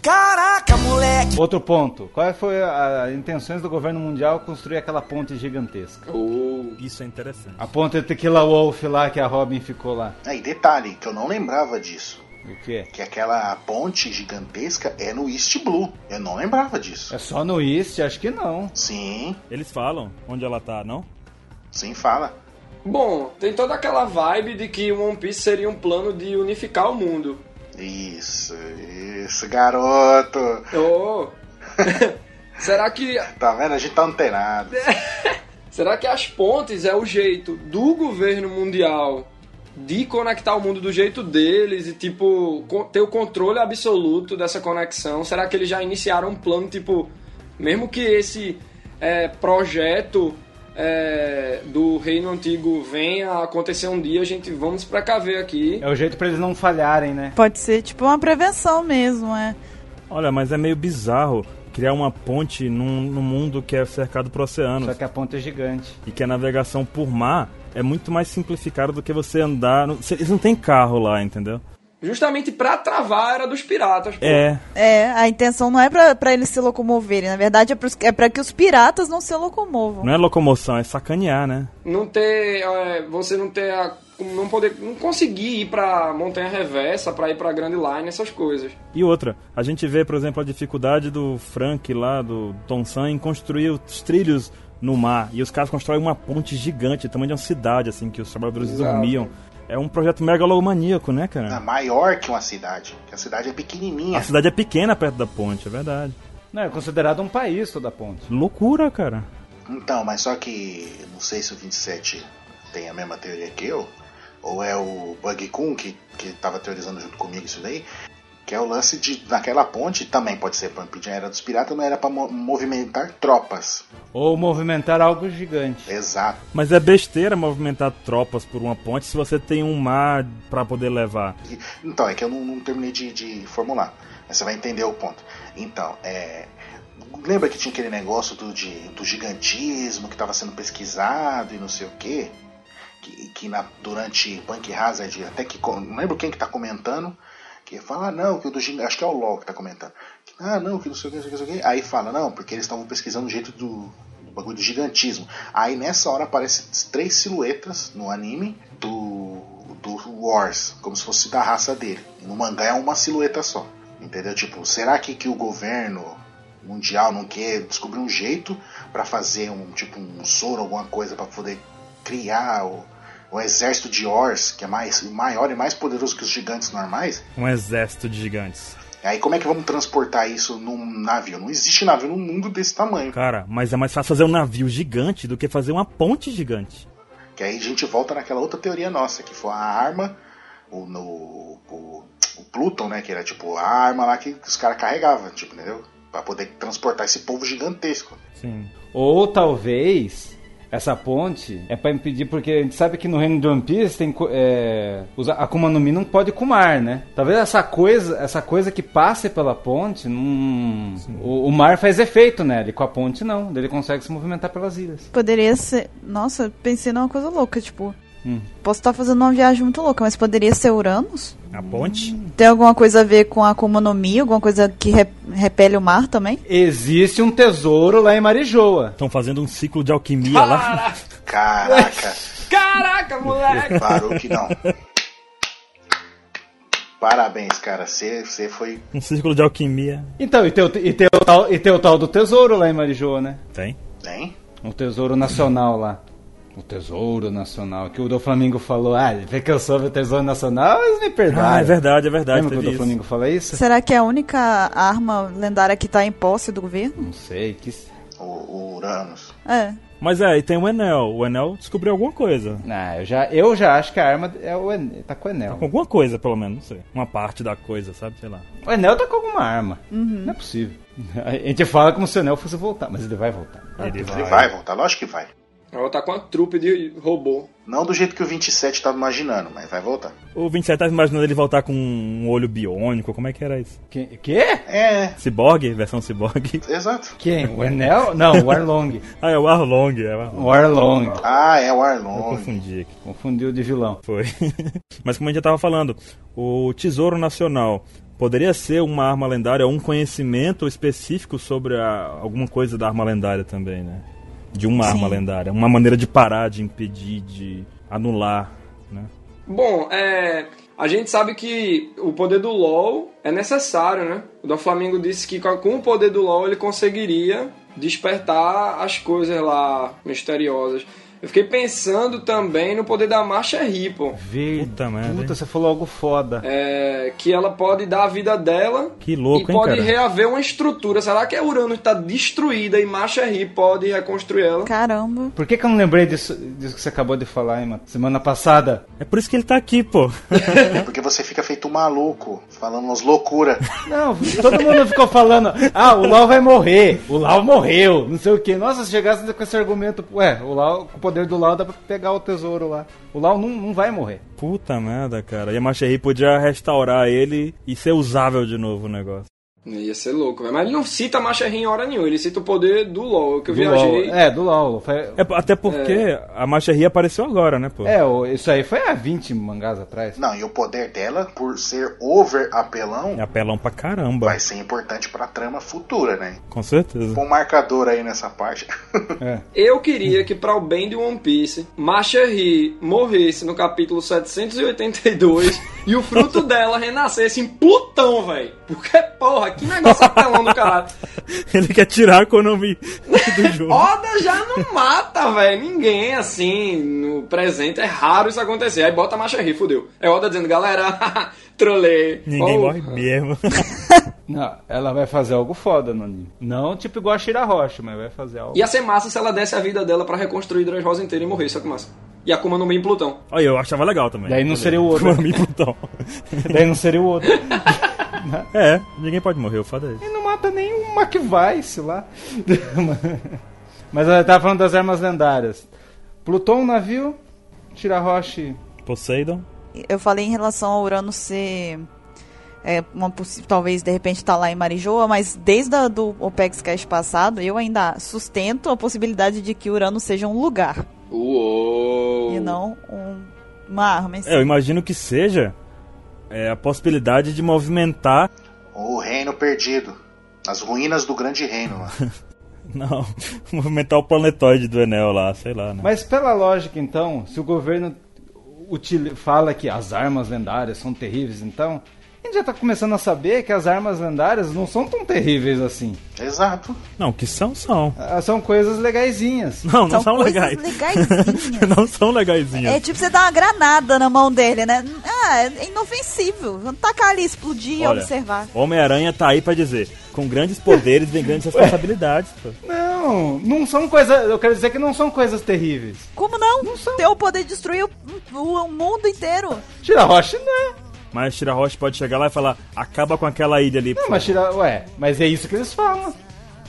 Speaker 9: Caraca, moleque!
Speaker 5: Outro ponto. Qual foi as intenções do governo mundial construir aquela ponte gigantesca?
Speaker 3: Uh.
Speaker 1: Isso é interessante.
Speaker 5: A ponte Tequila Wolf lá que a Robin ficou lá.
Speaker 2: Aí, detalhe, que eu não lembrava disso.
Speaker 5: O quê?
Speaker 2: Que aquela ponte gigantesca é no East Blue. Eu não lembrava disso.
Speaker 5: É só no East? Acho que não.
Speaker 2: Sim,
Speaker 1: Eles falam onde ela tá, não?
Speaker 2: sim, fala.
Speaker 3: Bom, tem toda aquela vibe de que o One Piece seria um plano de unificar o mundo.
Speaker 2: Isso, isso, garoto.
Speaker 3: Oh. será que
Speaker 2: Tá vendo? A gente tá antenado.
Speaker 3: será que as pontes é o jeito do governo mundial de conectar o mundo do jeito deles e tipo con- ter o controle absoluto dessa conexão? Será que eles já iniciaram um plano tipo mesmo que esse é, projeto é, do reino antigo venha a acontecer um dia, a gente vamos precaver aqui.
Speaker 5: É o jeito pra eles não falharem, né?
Speaker 4: Pode ser tipo uma prevenção mesmo, é.
Speaker 1: Olha, mas é meio bizarro criar uma ponte num, num mundo que é cercado por
Speaker 5: Só
Speaker 1: oceanos
Speaker 5: que a ponte é gigante.
Speaker 1: e que a navegação por mar é muito mais simplificada do que você andar. No... Cê- Eles não têm carro lá, entendeu?
Speaker 3: Justamente pra travar a era dos piratas. pô.
Speaker 1: É.
Speaker 4: É, a intenção não é pra, pra eles se locomoverem, na verdade é, pros, é pra que os piratas não se locomovam.
Speaker 1: Não é locomoção, é sacanear, né?
Speaker 3: Não ter. é, você não ter a. Não poder. Não conseguir ir pra Montanha Reversa, pra ir pra Grand Line, essas coisas.
Speaker 1: E outra, a gente vê, por exemplo, a dificuldade do Frank lá, do Tom San, em construir os trilhos no mar. E os caras constroem uma ponte gigante, do tamanho de uma cidade, assim, que os trabalhadores dormiam. É um projeto megalomaníaco, né,
Speaker 2: É
Speaker 1: cara?
Speaker 2: maior que uma cidade. Que a cidade é pequenininha.
Speaker 1: A cidade é pequena perto da ponte, é verdade.
Speaker 5: Não, é considerado um país toda a ponte.
Speaker 1: Loucura, cara.
Speaker 2: Então, mas só que não sei se o 27 tem a mesma teoria que eu, ou é o Bug Kun que, que tava teorizando junto comigo isso daí, que é o lance de naquela ponte, também pode ser pra impedir a era dos piratas, não era pra mo- movimentar tropas.
Speaker 5: Ou movimentar algo gigante.
Speaker 2: Exato.
Speaker 1: Mas é besteira movimentar tropas por uma ponte se você tem um mar pra poder levar.
Speaker 2: E- Então, é que eu não, não terminei de, de formular. Mas você vai entender o ponto. Então, é. Lembra que tinha aquele negócio do, de- do gigantismo que estava sendo pesquisado e não sei o quê? Que, que na- durante Punk Hazard, até que. co- Não lembro quem que tá comentando. Que fala, ah, não, que o do gigante. Acho que é o LOL que tá comentando. Que, ah, não, que não sei o que, não sei o que, não sei o que. Aí fala, não, porque eles estavam pesquisando o jeito do, do bagulho do gigantismo. Aí nessa hora aparecem três silhuetas no anime do do Wars, como se fosse da raça dele. E no mangá é uma silhueta só. Entendeu? Tipo, será que, que o governo mundial não quer descobrir um jeito pra fazer um tipo um soro, alguma coisa pra poder criar o, o exército de Ors, que é mais maior e mais poderoso que os gigantes normais?
Speaker 1: Um exército de gigantes.
Speaker 2: Aí como é que vamos transportar isso num navio? Não existe navio no mundo desse tamanho.
Speaker 1: Cara, mas é mais fácil fazer um navio gigante do que fazer uma ponte gigante.
Speaker 2: Que aí a gente volta naquela outra teoria nossa, que foi a arma, o, no, o, o Pluton, né? Que era tipo a arma lá que os caras carregavam, tipo, entendeu? Pra poder transportar esse povo gigantesco.
Speaker 1: Sim.
Speaker 5: Ou talvez essa ponte é pra impedir, porque a gente sabe que no reino de One Piece tem co- é, os Akuma no Mi não pode kumar, né? Talvez essa coisa, essa coisa que passe pela ponte, não- o, o mar faz efeito nela, e com a ponte não, daí ele consegue se movimentar pelas ilhas.
Speaker 4: Poderia ser. Nossa, pensei numa coisa louca, tipo.
Speaker 5: Hum.
Speaker 4: Posso estar fazendo uma viagem muito louca, mas poderia ser Uranus?
Speaker 1: A ponte?
Speaker 4: Tem alguma coisa a ver com a Akuma no Mi? Alguma coisa que re- repele o mar também?
Speaker 5: Existe um tesouro lá em Marijoa.
Speaker 1: Estão fazendo um ciclo de alquimia lá.
Speaker 2: Caraca,
Speaker 3: Caraca, moleque!
Speaker 2: parou que não. Parabéns, cara. Você você foi.
Speaker 1: Um círculo de alquimia.
Speaker 5: Então, e tem, o- e, tem o tal, e tem o tal do tesouro lá em Marijoa, né?
Speaker 1: Tem.
Speaker 2: Bem?
Speaker 1: Um
Speaker 5: O tesouro nacional lá. O tesouro nacional. Que o do Flamengo falou, ah, vê que eu soube o tesouro nacional, eles me perdoaram.
Speaker 1: Ah, é verdade, é verdade.
Speaker 5: Lembra que o
Speaker 1: teve
Speaker 5: do
Speaker 1: isso.
Speaker 5: Flamengo fala isso?
Speaker 4: Será que é a única arma lendária que tá em posse do governo?
Speaker 5: Não sei, que...
Speaker 2: O, o Uranus.
Speaker 4: É.
Speaker 1: Mas é, e tem o Enel. O Enel descobriu alguma coisa.
Speaker 5: Ah, eu já, eu já acho que a arma é o Enel, tá com o Enel.
Speaker 1: Alguma coisa, pelo menos, não sei. Uma parte da coisa, sabe? Sei lá.
Speaker 5: O Enel tá com alguma arma. Não é possível. A gente fala como se o Enel fosse voltar, mas ele vai voltar.
Speaker 1: Ele
Speaker 2: Ele vai voltar, lógico que vai.
Speaker 3: Ela tá com a trupe de robô.
Speaker 2: Não do jeito que o 27 tava imaginando, mas vai voltar.
Speaker 1: O 27 tava tá imaginando ele voltar com um olho biônico. Como é que era isso?
Speaker 5: Quem? Quê?
Speaker 2: É,
Speaker 1: Ciborgue? Versão ciborgue?
Speaker 2: exato.
Speaker 5: Quem? O Enel? Não, o Arlong.
Speaker 1: Ah, é o Arlong. É o Arlong.
Speaker 5: O Arlong.
Speaker 2: Ah, é o
Speaker 1: Eu
Speaker 2: Arlong.
Speaker 1: confundi aqui.
Speaker 5: Confundiu de vilão.
Speaker 1: Foi. Mas como a gente já tava falando, o Tesouro Nacional poderia ser uma arma lendária ou um conhecimento específico sobre a- alguma coisa da arma lendária também, né? De uma
Speaker 4: Sim.
Speaker 1: arma lendária. Uma maneira de parar, de impedir, de anular, né?
Speaker 3: Bom, é, a gente sabe que o poder do LoL é necessário, né? O do Flamengo disse que com o poder do LoL ele conseguiria despertar as coisas lá misteriosas. Eu fiquei pensando também no poder da marcha Ripple,
Speaker 5: Verde.
Speaker 1: Puta merda,
Speaker 5: Puta,
Speaker 1: hein?
Speaker 5: você falou algo foda.
Speaker 3: é, que ela pode dar a vida dela
Speaker 1: Que louco,
Speaker 3: e
Speaker 1: hein,
Speaker 3: pode
Speaker 1: cara?
Speaker 3: reaver uma estrutura. Será que a Urano está destruída e marcha Ripple pode reconstruir ela?
Speaker 4: Caramba.
Speaker 5: Por que, que eu não lembrei disso, disso que você acabou de falar, hein, mano? Semana passada?
Speaker 1: É por isso que ele tá aqui, pô.
Speaker 2: Porque você fica feito um maluco, falando umas loucuras.
Speaker 5: Não, todo mundo ficou falando, ah, o Lau vai morrer, o Lau morreu, não sei o quê. Nossa, se chegasse com esse argumento, ué, o Lau, com o poder do Lau dá pra pegar o tesouro lá. O Lau não, não vai morrer.
Speaker 1: Puta merda, cara. E a Macherry podia restaurar ele e ser usável de novo o negócio.
Speaker 3: Ia ser louco, velho. Mas ele não cita a marcha Ripple em hora nenhuma, ele cita o poder do LoL, que eu
Speaker 5: Do
Speaker 3: viajei.
Speaker 5: Lau. É, do Lau. Foi-
Speaker 1: É, até porque
Speaker 3: É.
Speaker 1: a Macherry apareceu agora, né, pô?
Speaker 5: É, o- isso aí foi há 20 mangás atrás.
Speaker 2: Não, e o poder dela, por ser over apelão,
Speaker 1: É apelão pra caramba.
Speaker 2: vai ser importante pra trama futura, né?
Speaker 1: Com certeza.
Speaker 2: Com um marcador aí nessa parte.
Speaker 5: É.
Speaker 3: Eu queria que, para o bem de One Piece, Masha Ri morresse no capítulo 782 e o fruto dela renascesse em Plutão, velho. Porque, porra, que negócio apelão do caralho.
Speaker 1: Ele quer tirar a economia do jogo.
Speaker 3: Oda já não mata, velho. Ninguém, assim, no presente. É raro isso acontecer. Aí bota Masha Ri, fudeu. É Oda dizendo, galera, trolei.
Speaker 1: Ninguém
Speaker 3: Oh,
Speaker 1: morre mesmo.
Speaker 5: Não, ela vai fazer algo foda no anime. Não tipo igual a Shira Rocha, mas vai fazer algo.
Speaker 3: Ia ser massa se ela desse a vida dela para reconstruir Dress Rosa inteira e morrer, só que massa. E Akuma no Mi em Plutão.
Speaker 1: Olha, eu achava legal também.
Speaker 5: Daí não seria o outro.
Speaker 1: Kurami e Plutão.
Speaker 5: Daí não seria o outro.
Speaker 1: É, ninguém pode morrer, o foda é isso.
Speaker 5: E não mata nem o McVice lá. Mas eu tava falando das armas lendárias. Pluton, navio, Tirahoshi.
Speaker 1: Poseidon.
Speaker 4: Eu falei em relação ao Urano ser. é, uma possi- talvez de repente tá lá em Marijoa, mas desde a, do OPEX Cash passado, eu ainda sustento a possibilidade de que Urano seja um lugar
Speaker 3: Uou!
Speaker 4: e não um- uma arma. em si.
Speaker 1: É, eu imagino que seja é, a possibilidade de movimentar.
Speaker 2: o reino perdido. As ruínas do grande reino lá.
Speaker 1: Não, movimentar o planetoide do Enel lá, sei lá, né?
Speaker 5: Mas pela lógica, então, se o governo utili- fala que as armas lendárias são terríveis, então, a gente já tá começando a saber que as armas lendárias não são tão terríveis assim.
Speaker 2: Exato.
Speaker 1: Não, que são, são.
Speaker 5: Ah, São coisas legaisinhas.
Speaker 1: Não, não
Speaker 4: São
Speaker 1: são,
Speaker 4: coisas
Speaker 1: legais.
Speaker 4: legaisinhas.
Speaker 1: não são legaisinhas.
Speaker 4: É tipo você dar uma granada na mão dele, né? Ah, é inofensível. Vamos Tacar ali, explodir e
Speaker 1: Olha,
Speaker 4: observar.
Speaker 1: Homem-Aranha tá aí pra dizer: com grandes poderes vem grandes responsabilidades. pô.
Speaker 5: Não, não são coisas. Eu quero dizer que não são coisas terríveis.
Speaker 4: Como não?
Speaker 5: Não são.
Speaker 4: Ter o poder de destruir o, o- o mundo inteiro.
Speaker 5: Tirahoshi não é.
Speaker 1: Mas Tira Rocha pode chegar lá e falar: acaba com aquela ilha ali.
Speaker 5: Não,
Speaker 1: pô.
Speaker 5: mas tira... Ué, mas é isso que eles falam.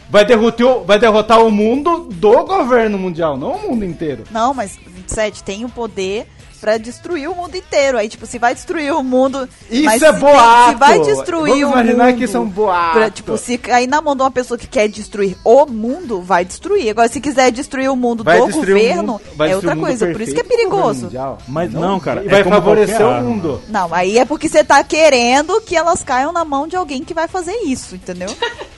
Speaker 5: Vai derrotar, o... Vai derrotar o mundo do governo mundial, não o mundo inteiro.
Speaker 4: Não, mas 27 tem o poder pra destruir o mundo inteiro. Aí, tipo, se vai destruir o mundo.
Speaker 5: Isso
Speaker 4: mas
Speaker 5: é
Speaker 4: se-
Speaker 5: boato!
Speaker 4: Se vai destruir
Speaker 5: Vamos
Speaker 4: o
Speaker 5: imaginar
Speaker 4: mundo
Speaker 5: que isso é um boato.
Speaker 4: pra, tipo, se cair na mão de uma pessoa que quer destruir o mundo, vai destruir. Agora, se quiser destruir o mundo do
Speaker 5: destruir o
Speaker 4: governo,
Speaker 5: mundo-
Speaker 4: é
Speaker 5: vai
Speaker 4: outra
Speaker 5: destruir o mundo
Speaker 4: coisa. Por isso que é
Speaker 5: perfeito do governo
Speaker 4: perigoso.
Speaker 5: mundial.
Speaker 1: Mas não, cara,
Speaker 5: E
Speaker 1: é
Speaker 5: vai
Speaker 1: como
Speaker 5: favorecer
Speaker 1: qualquer
Speaker 5: o mundo.
Speaker 4: Não, aí é porque você tá querendo que elas caiam na mão de alguém que vai fazer isso, entendeu?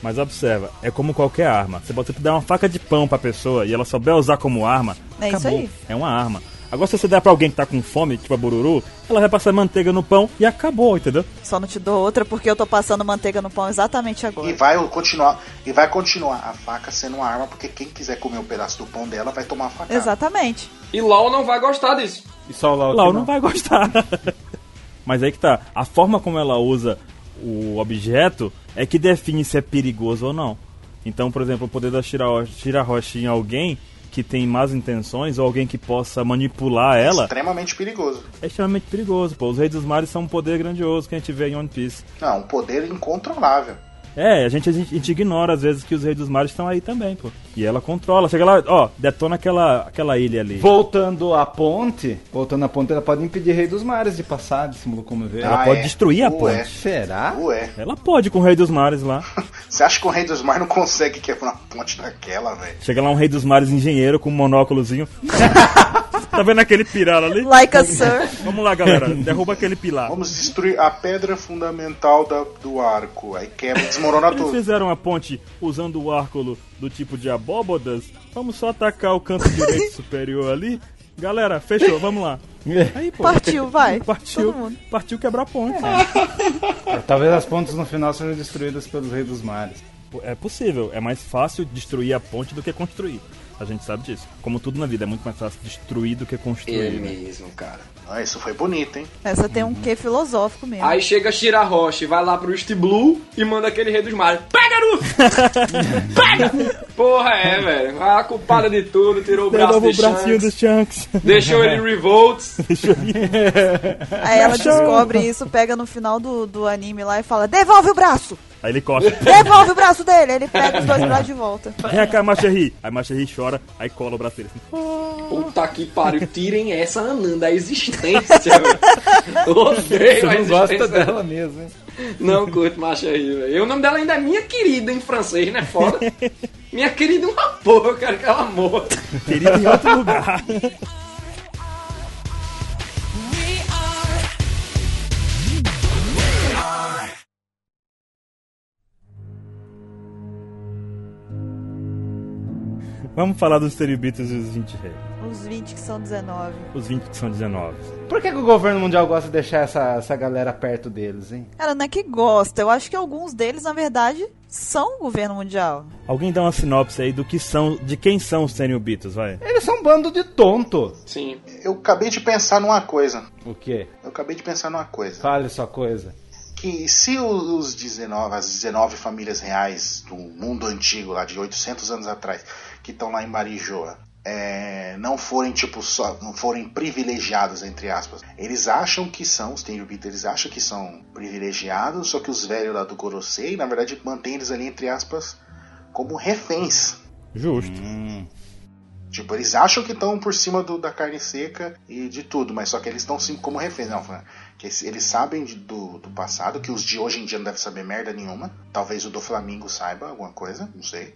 Speaker 1: Mas observa, é como qualquer arma. Você pode dar uma faca de pão pra pessoa e ela souber usar como arma.
Speaker 4: É isso
Speaker 1: acabou.
Speaker 4: aí.
Speaker 1: É uma arma. Agora, se você der pra alguém que tá com fome, tipo a bururu, ela vai passar manteiga no pão e acabou, entendeu?
Speaker 4: Só não te dou outra porque eu tô passando manteiga no pão exatamente
Speaker 2: E
Speaker 4: agora.
Speaker 2: vai continuar, e vai continuar a faca sendo uma arma, porque quem quiser comer um pedaço do pão dela vai tomar a
Speaker 5: tá.
Speaker 2: facada.
Speaker 4: Exatamente.
Speaker 3: E LOL não vai gostar disso.
Speaker 5: E só o Lau,
Speaker 1: Lau
Speaker 5: que
Speaker 1: não vai gostar. Mas aí que tá. A forma como ela usa o objeto é que define se é perigoso ou não. Então, por exemplo, o poder da Shira- Shirahoshi em alguém que tem más intenções ou alguém que possa manipular ela
Speaker 2: Extremamente perigoso.
Speaker 1: é extremamente perigoso. Pô, os Reis dos Mares são um poder grandioso que a gente vê em One Piece.
Speaker 2: Não, um poder incontrolável.
Speaker 1: É, a gente, a gente ignora às vezes que os Reis dos Mares estão aí também, pô. E ela controla. Chega lá, ó, detona aquela, aquela ilha ali.
Speaker 5: Voltando à ponte, voltando à ponte, ela pode impedir Rei dos Mares de passar, desse maluco como vê.
Speaker 1: Ela
Speaker 2: Ah,
Speaker 1: pode
Speaker 2: é.
Speaker 1: destruir a
Speaker 2: Ué.
Speaker 1: ponte.
Speaker 5: Será?
Speaker 2: Ué,
Speaker 1: Ela pode com o Rei dos Mares lá.
Speaker 2: você acha que o Rei dos Mar não consegue quebrar uma ponte daquela, velho?
Speaker 1: Chega lá um rei dos mares engenheiro com um monóculozinho. tá vendo aquele pilar ali?
Speaker 4: Like a
Speaker 5: é.
Speaker 4: sir.
Speaker 1: Vamos lá, galera. Derruba aquele pilar.
Speaker 2: Vamos destruir a pedra fundamental da- do arco. Aí quebra, desmorona
Speaker 1: Eles
Speaker 2: tudo.
Speaker 1: fizeram a ponte usando o árculo do tipo de abóbodas. Vamos só atacar o canto direito superior ali. Galera, fechou, vamos lá. Aí, pô.
Speaker 4: Partiu, vai.
Speaker 1: Partiu,
Speaker 4: Todo mundo. É.
Speaker 1: partiu quebrar a ponte. né?
Speaker 5: Talvez as pontes no final sejam destruídas pelos Reis dos Mares.
Speaker 1: É possível, é mais fácil destruir a ponte do que construir. A gente sabe disso. Como tudo na vida, é muito mais fácil destruir do que construir. né?
Speaker 3: É mesmo, cara.
Speaker 2: Ah, isso foi bonito, hein?
Speaker 4: Essa tem um quê filosófico mesmo.
Speaker 3: Aí chega Shira Roche, vai lá pro East Blue e manda aquele rei dos mares. Pega, no! Pega! Porra, é, velho. A culpada de tudo, tirou o braço
Speaker 1: Derruba
Speaker 3: de
Speaker 1: o bracinho É.
Speaker 3: Shanks,
Speaker 1: dos Shanks.
Speaker 3: deixou ele em revolts.
Speaker 4: Aí ela descobre isso, pega no final do, do anime lá e fala: Devolve o braço!
Speaker 1: Aí ele corta.
Speaker 4: Devolve o braço dele! Aí Ele pega os dois braços de volta.
Speaker 1: Vem cá, Macherry. Aí Macherry chora, aí cola o braço dele. assim.
Speaker 3: Puta que pariu, tirem essa Ananda da existência, velho. Odeio a
Speaker 5: Você não gosta
Speaker 3: existência
Speaker 5: dela mesmo, hein?
Speaker 3: Não curto macho aí, velho. E O nome dela ainda é minha querida em francês, né? Foda. minha querida é uma porra, cara, que ela morra.
Speaker 1: Querido em outro lugar. Vamos falar dos teribitos e os 20 reis.
Speaker 4: Os 20 que são 19.
Speaker 1: Os 20 que são 19.
Speaker 5: Por que, que o governo mundial gosta de deixar essa, essa galera perto deles, hein?
Speaker 4: Cara, não é que gosta. Eu acho que alguns deles, na verdade, são o governo mundial.
Speaker 1: Alguém dá uma sinopse aí do que são, de quem são os teribitos, vai.
Speaker 5: Eles são um bando de tonto.
Speaker 3: Sim.
Speaker 2: Eu acabei de pensar numa coisa.
Speaker 5: O quê?
Speaker 2: Eu acabei de pensar numa coisa.
Speaker 5: Fale sua coisa.
Speaker 2: Que se o- os 19, as 19 famílias reais do mundo antigo, lá de 800 anos atrás, que estão lá em Marijoa, é, não forem tipo só, não forem privilegiados entre aspas. Eles acham que são, os Tenryubito, eles acham que são privilegiados, só que os velhos lá do Gorosei, na verdade, mantêm eles ali entre aspas como reféns.
Speaker 1: Justo.
Speaker 5: Hum,
Speaker 2: Tipo, eles acham que estão por cima do- da carne seca e de tudo, mas só que eles estão sim como reféns. Não, fã, que esse- eles sabem de- do, do passado, que os de hoje em dia não devem saber merda nenhuma. Talvez o do Flamengo saiba alguma coisa, não sei.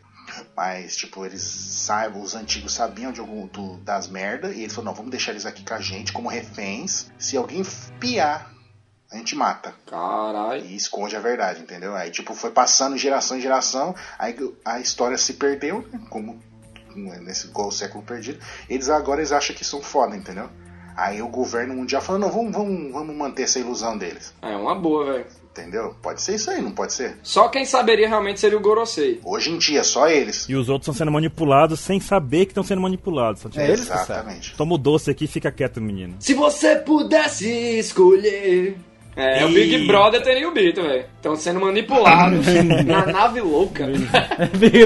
Speaker 2: Mas, tipo, eles saibam, os antigos sabiam de algum do- das merdas, e eles falaram, não, vamos deixar eles aqui com a gente como reféns. Se alguém piar, a gente mata.
Speaker 3: Caralho.
Speaker 2: E esconde a verdade, entendeu? Aí, tipo, foi passando geração em geração, aí a história se perdeu, né? como né, nesse igual o século perdido. Eles agora eles acham que são foda, entendeu? Aí o governo mundial fala, não, vamos, vamos, vamos manter essa ilusão deles,
Speaker 3: É uma boa, velho.
Speaker 2: entendeu? Pode ser isso aí, não pode ser?
Speaker 3: Só quem saberia realmente seria o Gorosei.
Speaker 2: Hoje em dia, só eles.
Speaker 1: E os outros estão sendo manipulados sem saber que estão sendo manipulados. Só tipo,
Speaker 5: É eles que sabem.
Speaker 2: Exatamente.
Speaker 1: Toma o doce aqui e fica quieto, menino.
Speaker 3: Se você pudesse escolher. É, o Big
Speaker 1: Eita.
Speaker 3: Brother teria o Bito, velho. Estão sendo manipulados na nave louca.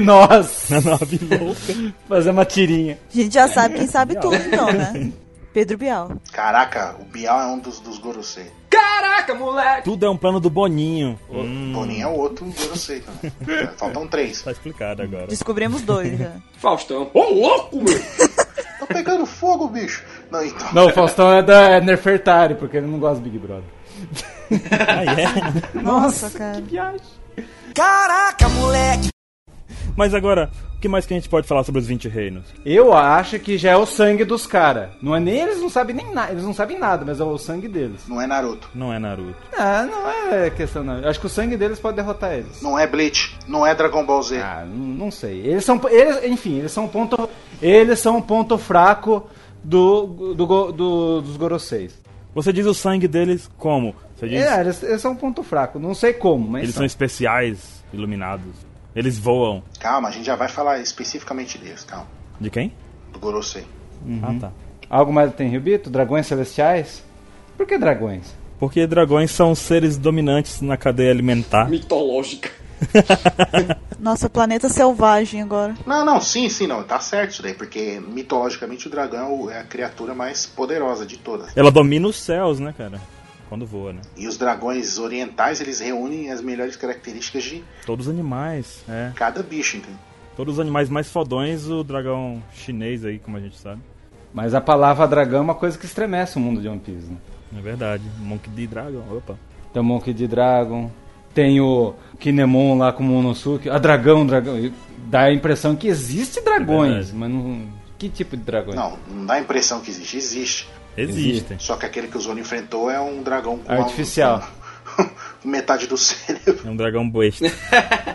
Speaker 5: Nossa!
Speaker 1: Na nave louca.
Speaker 5: Fazer uma tirinha.
Speaker 4: A gente já sabe quem sabe tudo, então, né? Pedro Bial.
Speaker 2: Caraca, o Bial é um dos, dos Gorosei.
Speaker 3: Caraca, moleque!
Speaker 1: Tudo é um plano do Boninho. Hum,
Speaker 2: Boninho é o outro Gorosei também. Faltam três.
Speaker 1: tá explicado agora.
Speaker 4: Descobrimos dois né? já.
Speaker 3: Faustão. Ô, louco, meu!
Speaker 2: Tá pegando fogo, bicho. Não, então.
Speaker 5: Não, o Faustão é da é Nefertari, porque ele não gosta do Big Brother.
Speaker 1: Ah, é?
Speaker 4: Nossa, cara.
Speaker 9: Caraca, moleque.
Speaker 1: Mas agora, o que mais que a gente pode falar sobre os 20 reinos?
Speaker 5: Eu acho que já é o sangue dos caras. Não é nem eles não sabem nem nada, eles não sabem nada, mas é o sangue deles.
Speaker 2: Não é Naruto.
Speaker 1: Não é Naruto.
Speaker 5: Ah, não é questão não. Eu acho que o sangue deles pode derrotar eles.
Speaker 2: Não é Bleach. Não é Dragon Ball Z.
Speaker 5: Ah, não, não sei. Eles são eles, enfim, eles são um ponto eles são um ponto fraco do, do, go- do- dos Goroseis.
Speaker 1: Você diz o sangue deles como? Você diz
Speaker 5: É, eles, eles são um ponto fraco. Não sei como, mas.
Speaker 1: eles
Speaker 5: são.
Speaker 1: são especiais, iluminados. Eles voam.
Speaker 2: Calma, a gente já vai falar especificamente deles, calma.
Speaker 1: De quem?
Speaker 2: Do Gorosei.
Speaker 1: Ah, tá.
Speaker 5: Algo mais tem Riobito? Dragões celestiais? Por que dragões?
Speaker 1: Porque dragões são seres dominantes na cadeia alimentar.
Speaker 3: Mitológica.
Speaker 4: Nossa, planeta selvagem agora.
Speaker 2: Não, não, sim, sim, não, tá certo isso daí, porque mitologicamente o dragão é o- é a criatura mais poderosa de todas.
Speaker 1: Ela domina os céus, né, cara? Quando voa, né?
Speaker 2: E os dragões orientais, eles reúnem as melhores características de
Speaker 1: Todos os animais, é.
Speaker 2: cada bicho, entendeu?
Speaker 1: Todos os animais mais fodões, o dragão chinês aí, como a gente sabe.
Speaker 5: Mas a palavra dragão é uma coisa que estremece o mundo de One Piece, né?
Speaker 1: É verdade. Monk de dragão, opa.
Speaker 5: Tem o Monkey D. Dragon, tem o Kinemon lá com o Monosuke, a dragão, dragão. E Dá a impressão que existe dragões,
Speaker 1: verdade.
Speaker 5: mas não. Que tipo de dragões?
Speaker 2: Não, não dá a impressão que existe, existe.
Speaker 1: Existem.
Speaker 2: Só que aquele que o Zoro enfrentou é um dragão com
Speaker 5: Artificial.
Speaker 2: com metade do cérebro.
Speaker 1: É um dragão besta.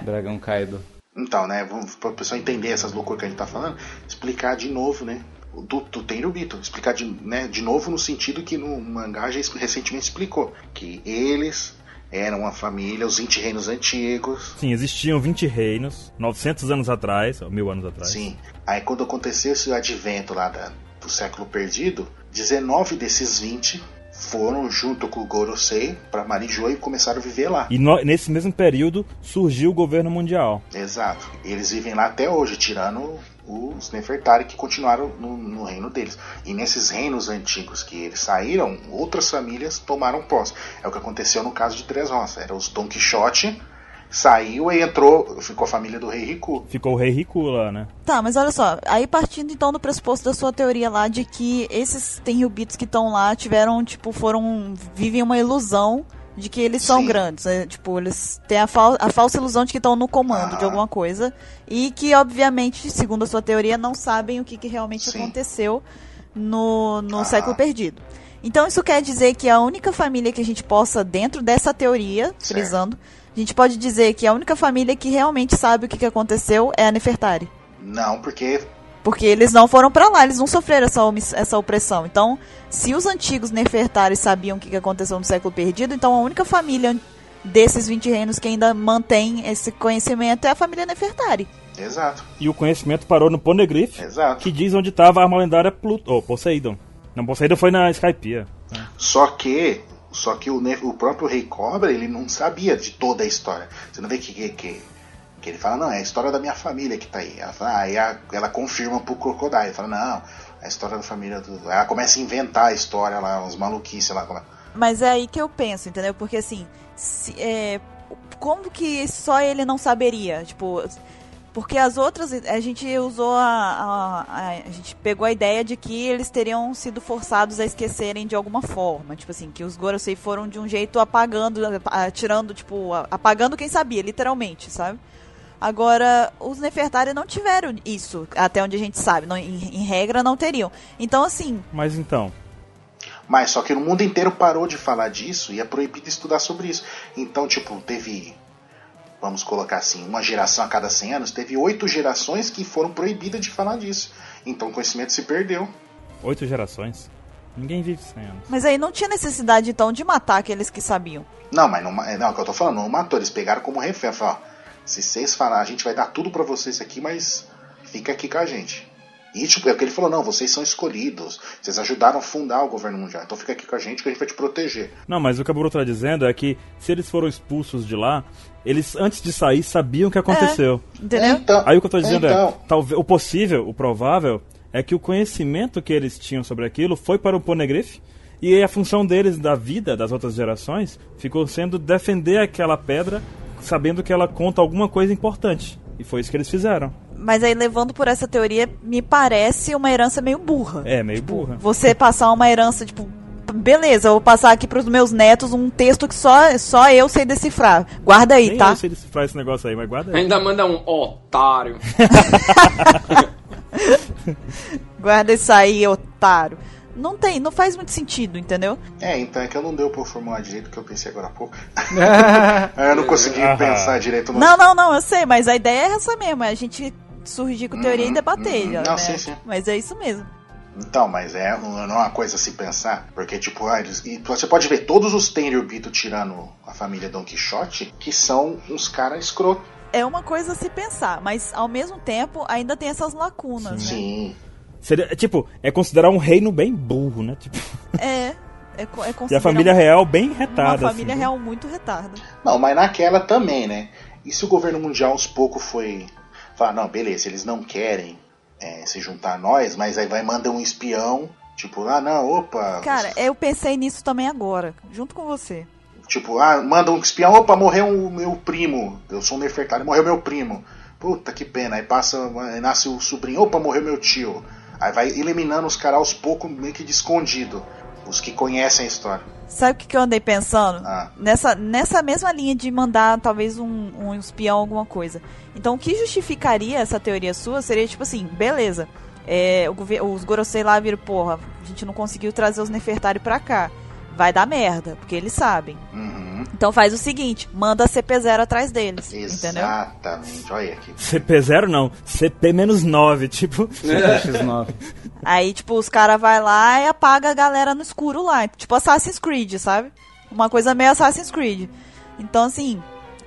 Speaker 5: Dragão Kaido.
Speaker 2: Então, né, vamos pra pessoa entender essas loucuras que a gente tá falando, explicar de novo, né? Do, do Tenryubito, explicar de, né, de novo no sentido que no mangá já es- recentemente explicou, que eles eram uma família, os 20 reinos antigos,
Speaker 1: Sim, existiam 20 reinos, 900 anos atrás, ou mil anos atrás.
Speaker 2: Sim. Aí quando aconteceu esse advento lá da- do século perdido, 19 desses 20 foram junto com o Gorosei para Marijô e começaram a viver lá.
Speaker 1: E no- nesse mesmo período surgiu o governo mundial.
Speaker 2: Exato. Eles vivem lá até hoje, tirando os Nefertari que continuaram no, no reino deles. E nesses reinos antigos que eles saíram, outras famílias tomaram posse. É o que aconteceu no caso de Três Roças. Era os Don Quixote, saiu e entrou, ficou a família do rei Riku.
Speaker 1: Ficou o rei Ricula, né?
Speaker 4: Tá, mas olha só, aí partindo então do pressuposto da sua teoria lá de que esses tenryubitos que estão lá tiveram, tipo, foram. vivem uma ilusão de que eles são
Speaker 2: Sim.
Speaker 4: grandes, né? Tipo, eles têm a, fal- a falsa ilusão de que estão no comando de
Speaker 2: Ah.
Speaker 4: alguma coisa e que, obviamente, segundo a sua teoria, não sabem o que, que realmente
Speaker 2: Sim.
Speaker 4: aconteceu no, no
Speaker 2: Ah.
Speaker 4: século perdido. Então isso quer dizer que a única família que a gente possa, dentro dessa teoria,
Speaker 2: Certo.
Speaker 4: frisando, a gente pode dizer que a única família que realmente sabe o que, que aconteceu é a Nefertari.
Speaker 2: Não, porque
Speaker 4: Porque eles não foram pra lá, eles não sofreram essa, omiss- essa opressão. Então, se os antigos Nefertari sabiam o que que aconteceu no século perdido, então a única família desses 20 reinos que ainda mantém esse conhecimento é a família Nefertari.
Speaker 2: Exato,
Speaker 1: E o conhecimento parou no Poneglyph,
Speaker 2: exato.
Speaker 1: que diz onde estava a arma lendária Pluto, ou Poseidon. Não, Poseidon foi na Skypiea.
Speaker 2: Só que, só que o, ne- o próprio Rei Cobra, ele não sabia de toda a história. Você não vê que, que, que, que ele fala, não, é a história da minha família que tá aí. Ela fala, ah, e a- ela confirma pro Crocodile. Fala, não, é a história da família do. Ela começa a inventar a história lá, uns maluquices lá. como é.
Speaker 4: Mas é aí que eu penso, entendeu? Porque assim, se- é, como que só ele não saberia? Tipo, porque as outras, a gente usou a, a- a- a gente pegou a ideia de que eles teriam sido forçados a esquecerem de alguma forma, tipo assim, que os Gorosei foram de um jeito apagando, a- tirando, tipo, a- apagando quem sabia, literalmente, sabe? Agora, os Nefertari não tiveram isso, até onde a gente sabe, não- em- em regra não teriam. Então, assim,
Speaker 1: Mas então,
Speaker 2: Mas só que o mundo inteiro parou de falar disso e é proibido estudar sobre isso. Então, tipo, teve. Vamos colocar assim, uma geração a cada 100 anos, teve oito gerações que foram proibidas de falar disso. Então o conhecimento se perdeu.
Speaker 1: oito gerações. Ninguém vive 100 anos.
Speaker 4: Mas aí não tinha necessidade, então, de matar aqueles que sabiam.
Speaker 2: Não, mas não, ma- é, não, é o que eu tô falando, não matou, eles pegaram como refém, falaram, ó, se vocês falar, a gente vai dar tudo pra vocês aqui, mas fica aqui com a gente. E tipo, é o que ele falou, não, vocês são escolhidos, vocês ajudaram a fundar o governo mundial, então fica aqui com a gente que a gente vai te proteger.
Speaker 1: Não, mas o que a Boruto tá dizendo é que se eles foram expulsos de lá, eles antes de sair sabiam o que aconteceu.
Speaker 4: Entendeu?
Speaker 2: Então,
Speaker 1: Aí o que eu tô dizendo
Speaker 2: então,
Speaker 1: é, talvez, o possível, o provável, é que o conhecimento que eles tinham sobre aquilo foi para o Poneglyph e a função deles da vida das outras gerações ficou sendo defender aquela pedra sabendo que ela conta alguma coisa importante. E foi isso que eles fizeram.
Speaker 4: Mas aí, levando por essa teoria, me parece uma herança meio burra.
Speaker 1: É, meio
Speaker 4: Tipo,
Speaker 1: burra.
Speaker 4: Você passar uma herança, tipo, p- beleza, eu vou passar aqui pros meus netos um texto que só, só eu sei decifrar. Guarda aí,
Speaker 1: Nem
Speaker 4: tá?
Speaker 1: eu sei decifrar esse negócio aí, mas guarda aí.
Speaker 3: Ainda manda um otário.
Speaker 4: Guarda isso aí, otário. Não tem, não faz muito sentido, entendeu?
Speaker 2: é, então é que eu não deu pra eu formular direito o que eu pensei agora há pouco. É, eu não consegui
Speaker 1: Ah.
Speaker 2: pensar direito no
Speaker 4: Não, não, não, eu sei, mas a ideia é essa mesmo, é a gente surgir com teoria
Speaker 2: Uhum,
Speaker 4: e debater.
Speaker 2: uhum.
Speaker 4: né?
Speaker 2: Não, sim, sim.
Speaker 4: Mas é isso mesmo.
Speaker 2: Então, mas é não é uma coisa a se pensar, porque tipo, ah, eles, e você pode ver todos os Tenryubito tirando a família Don Quixote, que são uns caras escroto.
Speaker 4: É uma coisa a se pensar, mas ao mesmo tempo ainda tem essas lacunas, né?
Speaker 2: Sim.
Speaker 1: Seria, é, tipo, é considerar um reino bem burro, né? Tipo,
Speaker 4: né? É. É, co- é
Speaker 1: e a
Speaker 4: considerado
Speaker 1: família real bem
Speaker 4: uma
Speaker 1: retada.
Speaker 4: família
Speaker 1: assim, né?
Speaker 4: real muito retarda.
Speaker 2: Não, mas naquela também, né? E se o governo mundial aos poucos foi. Falar, não, beleza, eles não querem é, se juntar a nós, mas aí vai mandar um espião, tipo, ah, não, opa.
Speaker 4: Cara, eu pensei nisso também agora, junto com você.
Speaker 2: Tipo, ah, manda um espião, opa, morreu o meu primo. Eu sou um Nefertari, morreu meu primo. Puta que pena. Aí passa, aí nasce o sobrinho, opa, morreu meu tio. Aí vai eliminando os caras aos poucos, meio que de escondido. Os que conhecem a história.
Speaker 4: Sabe o que que eu andei pensando?
Speaker 2: Ah.
Speaker 4: Nessa, nessa mesma linha de mandar talvez um, um espião, alguma coisa. Então, o que justificaria essa teoria sua seria tipo assim: beleza, é, o gover- os Gorosei lá viram, porra, a gente não conseguiu trazer os Nefertari pra cá. Vai dar merda, porque eles sabem.
Speaker 2: Uhum.
Speaker 4: Então faz o seguinte: manda a CP0 atrás deles. Entendeu?
Speaker 2: Exatamente. Olha aqui.
Speaker 1: CP0 não, CP-9, tipo.
Speaker 5: X9.
Speaker 4: Aí, tipo, os caras vai lá e apaga a galera no escuro lá. Tipo Assassin's Creed, sabe? Uma coisa meio Assassin's Creed. Então, assim,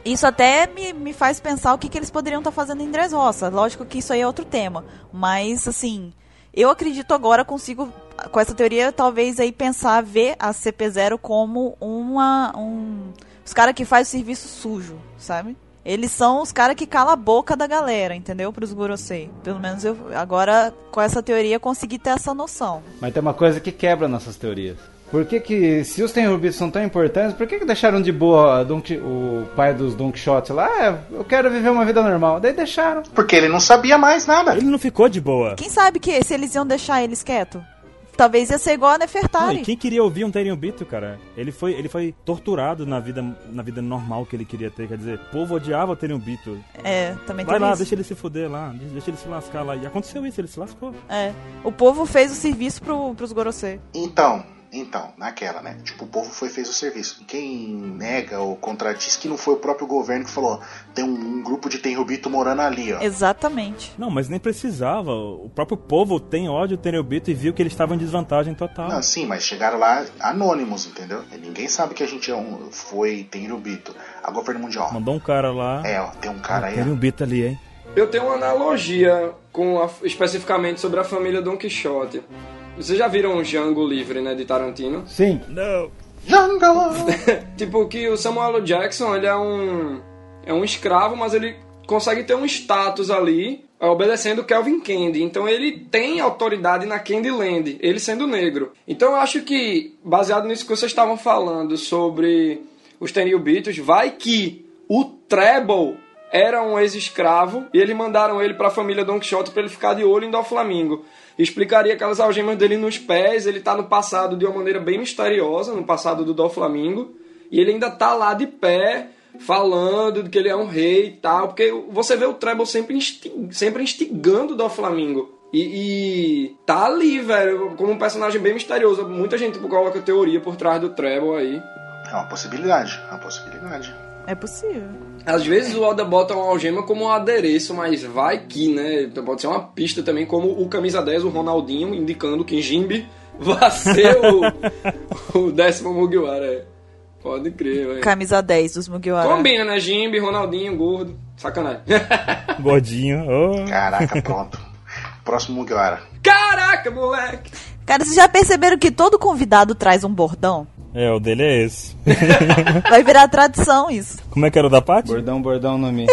Speaker 4: isso até me, me faz pensar o que, que eles poderiam estar fazendo em Dressrosa. Lógico que isso aí é outro tema. Mas, assim, eu acredito agora, consigo, com essa teoria, talvez aí pensar, ver a CP0 como uma... Um, os caras que faz o serviço sujo, sabe? Eles são os caras que calam a boca da galera, entendeu? Pros Gorosei. Pelo menos eu, agora, com essa teoria, eu consegui ter essa noção.
Speaker 5: Mas tem uma coisa que quebra nossas teorias. Por que que, se os Tenryubitos são tão importantes, por que que deixaram de boa a Don Qui- o pai dos Don Quixote lá? Ah, eu quero viver uma vida normal. Daí deixaram.
Speaker 2: Porque ele não sabia mais nada.
Speaker 1: Ele não ficou de boa.
Speaker 4: Quem sabe que se eles iam deixar eles quieto? Talvez ia ser igual a
Speaker 1: Não,
Speaker 4: Nefertari.
Speaker 1: e quem queria ouvir um Tenryubito, cara? Ele foi, ele foi torturado na vida, na vida normal que ele queria ter. Quer dizer, o povo odiava o Tenryubito.
Speaker 4: É, também
Speaker 1: Vai
Speaker 4: tem
Speaker 1: lá,
Speaker 4: isso.
Speaker 1: deixa ele se fuder lá, deixa ele se lascar lá. E aconteceu isso, ele se lascou.
Speaker 4: É. O povo fez o serviço pro, pros Gorosei.
Speaker 2: Então, então, naquela, né? Tipo, o povo foi fez o serviço. Quem nega ou contradiz que não foi o próprio governo que falou, "Ó, tem um, um grupo de Tenryubito morando ali, ó.
Speaker 4: Exatamente.
Speaker 1: Não, mas nem precisava. O próprio povo tem ódio do Tenryubito e viu que eles estavam em desvantagem total.
Speaker 2: Não, Ah, sim, mas chegaram lá anônimos, entendeu? Ninguém sabe que a gente é um, foi Tenryubito. A governo mundial. ó,
Speaker 1: Mandou um cara lá.
Speaker 2: É, ó, tem um cara aí, ó.
Speaker 1: Tenryubito ali, hein?
Speaker 3: Eu tenho uma analogia com a- especificamente sobre a família Don Quixote. Vocês já viram o Django Livre, né, de Tarantino?
Speaker 5: Sim.
Speaker 1: Não.
Speaker 2: Jungle!
Speaker 3: tipo que o Samuel L. Jackson ele é um é um escravo mas ele consegue ter um status ali é, obedecendo Kelvin Candy então ele tem autoridade na Candyland ele sendo negro então eu acho que baseado nisso que vocês estavam falando sobre os Tenryubitos vai que o Treble era um ex-escravo e eles mandaram ele pra família Don Quixote pra ele ficar de olho em Doflamingo. Explicaria aquelas algemas dele nos pés, ele tá no passado de uma maneira bem misteriosa, no passado do Doflamingo, e ele ainda tá lá de pé falando de que ele é um rei e tal, porque você vê o Treble sempre, insti- sempre instigando o Doflamingo. E, e tá ali, velho, como um personagem bem misterioso. Muita gente tipo, coloca teoria por trás do Treble aí.
Speaker 2: É uma possibilidade, é uma possibilidade.
Speaker 4: É possível.
Speaker 3: Às vezes o Oda bota uma algema como um adereço, mas vai que, né? Então Pode ser uma pista também, como o camisa 10, o Ronaldinho, indicando que Jimbe vai ser o, o décimo Mugiwara. é. Pode crer, velho.
Speaker 4: Camisa 10 dos Mugiwara.
Speaker 3: Combina, né? Jimbe, Ronaldinho, gordo. Sacanagem.
Speaker 1: Gordinho. Oh.
Speaker 2: Caraca, pronto. Próximo Mugiwara.
Speaker 3: Caraca, moleque!
Speaker 4: Cara, vocês já perceberam que todo convidado traz um bordão?
Speaker 1: É, o dele é esse.
Speaker 4: Vai virar tradição isso. É,
Speaker 1: Como é que era o da Paty?
Speaker 5: Bordão, bordão no Mi.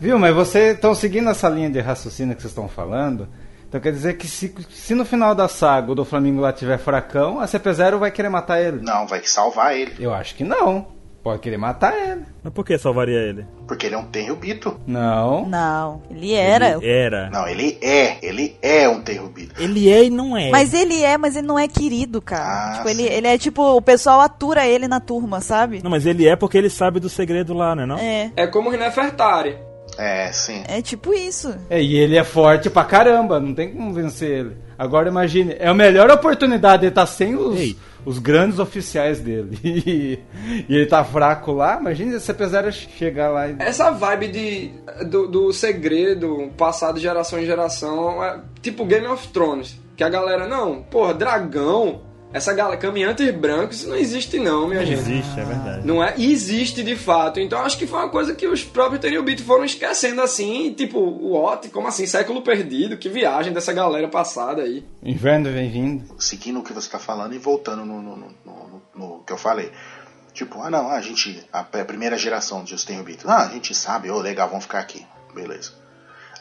Speaker 5: Viu, mas vocês estão seguindo essa linha de raciocínio que vocês estão falando. Então quer dizer que se, se no final da saga o do Flamengo lá tiver furacão, a CP0 vai querer matar ele.
Speaker 2: Não, vai salvar ele,
Speaker 5: Eu acho que não. Pode querer matar ele.
Speaker 1: Mas por que salvaria ele?
Speaker 2: porque ele é um Tenryubito.
Speaker 5: Não.
Speaker 4: Não, ele era.
Speaker 1: Ele era.
Speaker 2: Não, ele é, ele é um Tenryubito.
Speaker 1: Ele é e não é.
Speaker 4: Mas ele é, mas ele não é querido, cara.
Speaker 2: Ah,
Speaker 4: tipo, ele,
Speaker 2: sim.
Speaker 4: ele é tipo, o pessoal atura ele na turma, sabe?
Speaker 1: Não, mas ele é porque ele sabe do segredo lá, né? Não?
Speaker 4: É.
Speaker 3: É como o Nefertari.
Speaker 2: É, sim.
Speaker 4: É tipo isso.
Speaker 5: É, e ele é forte pra caramba, não tem como vencer ele. Agora imagine, é a melhor oportunidade de estar sem os,
Speaker 1: Ei,
Speaker 5: os grandes oficiais dele. E, ele tá fraco lá, imagina se apesar de chegar lá e.
Speaker 3: Essa vibe de, do, do segredo, passado de geração em geração, é tipo Game of Thrones. Que a galera, não, porra, dragão, essa galera, caminhantes brancos, isso não existe não, minha
Speaker 1: Não
Speaker 3: gente.
Speaker 1: existe, é verdade.
Speaker 3: Não é? E Existe de fato. Então acho que foi uma coisa que os próprios Tenil Beat foram esquecendo assim, tipo, what? Como assim? Século perdido? Que viagem dessa galera passada aí.
Speaker 5: Inverno vem vindo.
Speaker 2: seguindo o que você tá falando e voltando no, no, no- no- no que eu falei. Tipo, ah não, a gente, a p- primeira geração de Justin Beatles, ah, a gente sabe, ô legal, vamos ficar aqui, beleza.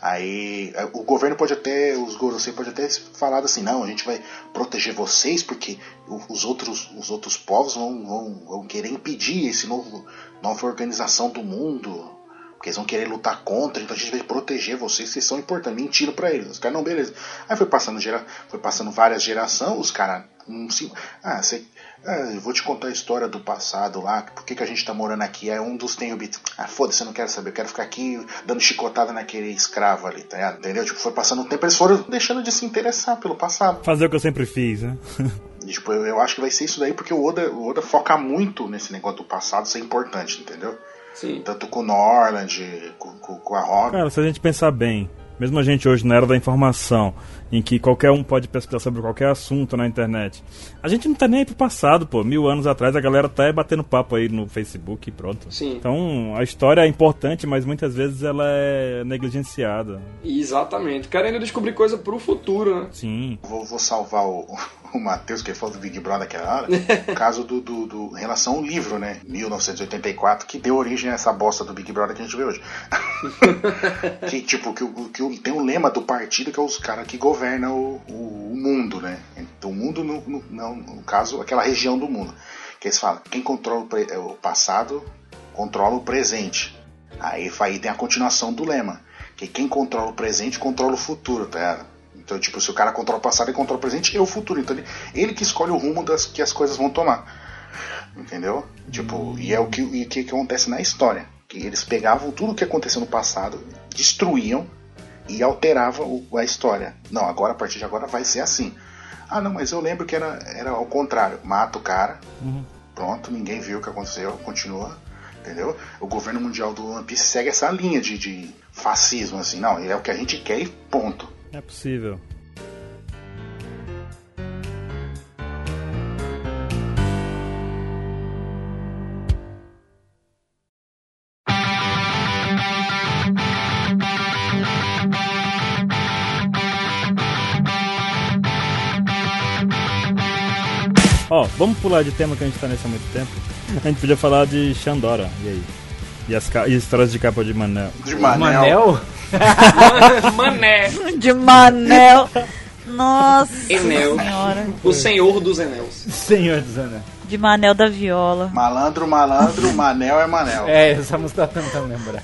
Speaker 2: Aí eh, o governo pode até, os Gorosei pode até falar assim, não, a gente vai proteger vocês porque o- os outros, os outros povos vão, vão, vão querer impedir esse novo, nova organização do mundo, porque eles vão querer lutar contra, então a gente vai proteger vocês, vocês são importantes. Mentiram pra eles. Os caras, não, beleza. Aí foi passando, gera... foi passando várias gerações, os caras. Não se... Ah, você. Ah, eu vou te contar a história do passado lá, por que, que a gente tá morando aqui? É um dos tem o beat. Ah, foda-se, eu não quero saber, eu quero ficar aqui dando chicotada naquele escravo ali, tá ligado? Entendeu? Tipo, foi passando o tempo, eles foram deixando de se interessar pelo passado.
Speaker 1: Fazer o que eu sempre fiz, né?
Speaker 2: E, tipo, eu, eu acho que vai ser isso daí, porque o Oda, o Oda foca muito nesse negócio do passado ser importante, entendeu?
Speaker 3: Sim.
Speaker 2: Tanto com o Norland, com, com, com a Robin.
Speaker 1: Cara, se a gente pensar bem, mesmo a gente hoje na era da informação, em que qualquer um pode pesquisar sobre qualquer assunto na internet, a gente não tá nem aí pro passado, pô. Mil anos atrás a galera tá aí batendo papo aí no Facebook e pronto.
Speaker 3: Sim.
Speaker 1: Então a história é importante, mas muitas vezes ela é negligenciada.
Speaker 3: Exatamente. Querendo descobrir coisa pro futuro, né?
Speaker 1: Sim.
Speaker 2: Vou, vou salvar o, o Matheus, que ele falou do Big Brother naquela hora. O caso do, do, do- em relação ao livro, né? 1984, que deu origem a essa bosta do Big Brother que a gente vê hoje. que, tipo, que, o- que o- tem um lema do partido que é os caras que governam o, o- o mundo, né? Então, o mundo, no, no- não, no caso, aquela região do mundo. Que eles falam, quem controla o, pre- é, o passado controla o presente. Aí, fa- aí tem a continuação do lema. Que quem controla o presente controla o futuro, tá ligado? Então, tipo, se o cara controla o passado, ele controla o presente e o futuro. Então, ele, ele que escolhe o rumo das, que as coisas vão tomar. Entendeu? Tipo, e é o que, e o que, que acontece na história. Que eles pegavam tudo o que aconteceu no passado, destruíam e alteravam o- a história. Não, agora, a partir de agora, vai ser assim. Ah, não, mas eu lembro que era, era ao contrário. Mata o cara,
Speaker 5: Uhum.
Speaker 2: pronto, ninguém viu o que aconteceu, continua, entendeu? O governo mundial do One Piece segue essa linha de, de fascismo, assim. Não, é o que a gente quer e ponto.
Speaker 1: É possível. Ó, vamos pular de tema que a gente tá nesse há muito tempo. A gente podia falar de Xandora, e aí? E as, ca- e as histórias de capa de Manel.
Speaker 2: De Manel.
Speaker 5: Manel?
Speaker 3: Mané,
Speaker 4: De Manel. Nossa
Speaker 3: Enel.
Speaker 4: senhora.
Speaker 3: o senhor dos Enels.
Speaker 5: Senhor dos Anéis.
Speaker 4: De Manel da Viola.
Speaker 2: Malandro, malandro, Manel é Manel.
Speaker 5: É, essa música tá tentando lembrar.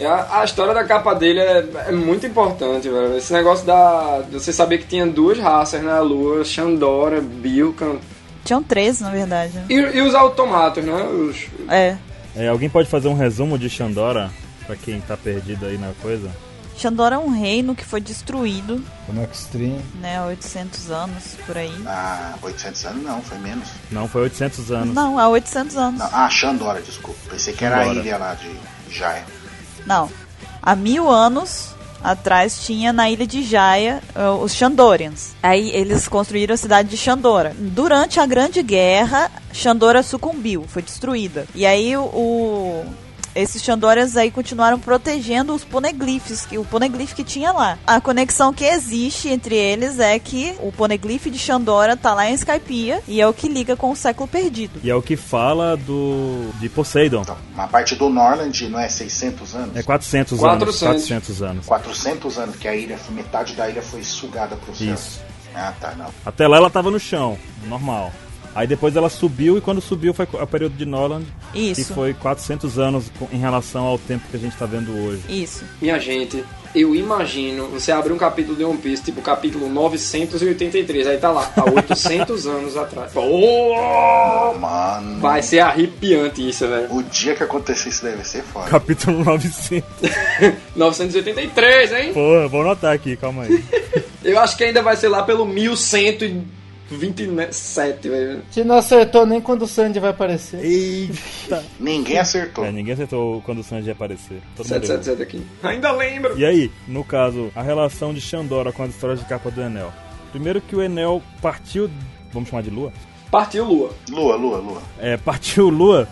Speaker 3: É, A, a história da capa dele é, é muito importante, velho. Esse negócio da. de Você sabia que tinha duas raças na Lua, Xandora, Bilkan.
Speaker 4: Tinham três, na verdade. né?
Speaker 3: E, e os automatos, né? Os,
Speaker 4: É.
Speaker 1: É, alguém pode fazer um resumo de Xandora pra quem tá perdido aí na coisa?
Speaker 4: Xandora é um reino que foi destruído,
Speaker 5: Como Extreme.
Speaker 4: né, há 800 anos, por aí.
Speaker 2: Ah, 800 anos não, foi menos.
Speaker 1: Não, foi 800 anos.
Speaker 4: Não, há 800 anos.
Speaker 2: Não, ah, Xandora, desculpa. Pensei que era a
Speaker 1: Xandora.
Speaker 2: ilha lá de Jaya.
Speaker 4: Não. Há mil anos atrás tinha na ilha de Jaya eh, os Xandorians. Aí eles construíram a cidade de Xandora. Durante a Grande Guerra, Xandora sucumbiu, foi destruída. E aí o- o. Esses Xandorians aí continuaram protegendo os poneglyphs, que o poneglyph que tinha lá. A conexão que existe entre eles é que o poneglyph de Xandora tá lá em Skypiea e é o que liga com o século perdido.
Speaker 1: E é o que fala do de Poseidon.
Speaker 2: Então, na parte do Norland, não é 600 anos?
Speaker 1: É 400, anos.
Speaker 3: 400.
Speaker 1: 400 anos.
Speaker 2: 400 anos que a ilha, metade da ilha foi sugada pro céu.
Speaker 1: Isso.
Speaker 2: Ah, tá, não.
Speaker 1: Até lá ela tava no chão, normal. Aí depois ela subiu e quando subiu foi o período de Noland, que
Speaker 4: Isso.
Speaker 1: foi 400 anos co- em relação ao tempo que a gente tá vendo hoje.
Speaker 4: Isso.
Speaker 3: Minha gente, eu imagino, você abre um capítulo de One Piece, tipo capítulo 983, aí tá lá, há 800 anos atrás. Oh!
Speaker 2: Mano,
Speaker 3: Vai ser arrepiante isso, velho.
Speaker 2: o dia que acontecer isso deve ser foda.
Speaker 1: Capítulo 900.
Speaker 3: 983, hein?
Speaker 1: Porra, vou anotar aqui, calma aí.
Speaker 3: Eu acho que ainda vai ser lá pelo 1100 e 27, velho.
Speaker 5: Você não acertou nem quando o Sandy vai aparecer.
Speaker 1: Eita!
Speaker 2: Ninguém acertou.
Speaker 1: É, ninguém acertou quando o Sanji ia aparecer. Todo mundo errou.
Speaker 3: 777 aqui. Ainda lembro.
Speaker 1: E aí, no caso, a relação de Xandora com as histórias de capa do Enel. Primeiro que o Enel partiu. Vamos chamar de Lua?
Speaker 3: Partiu Lua.
Speaker 2: Lua, lua, lua.
Speaker 1: É, partiu Lua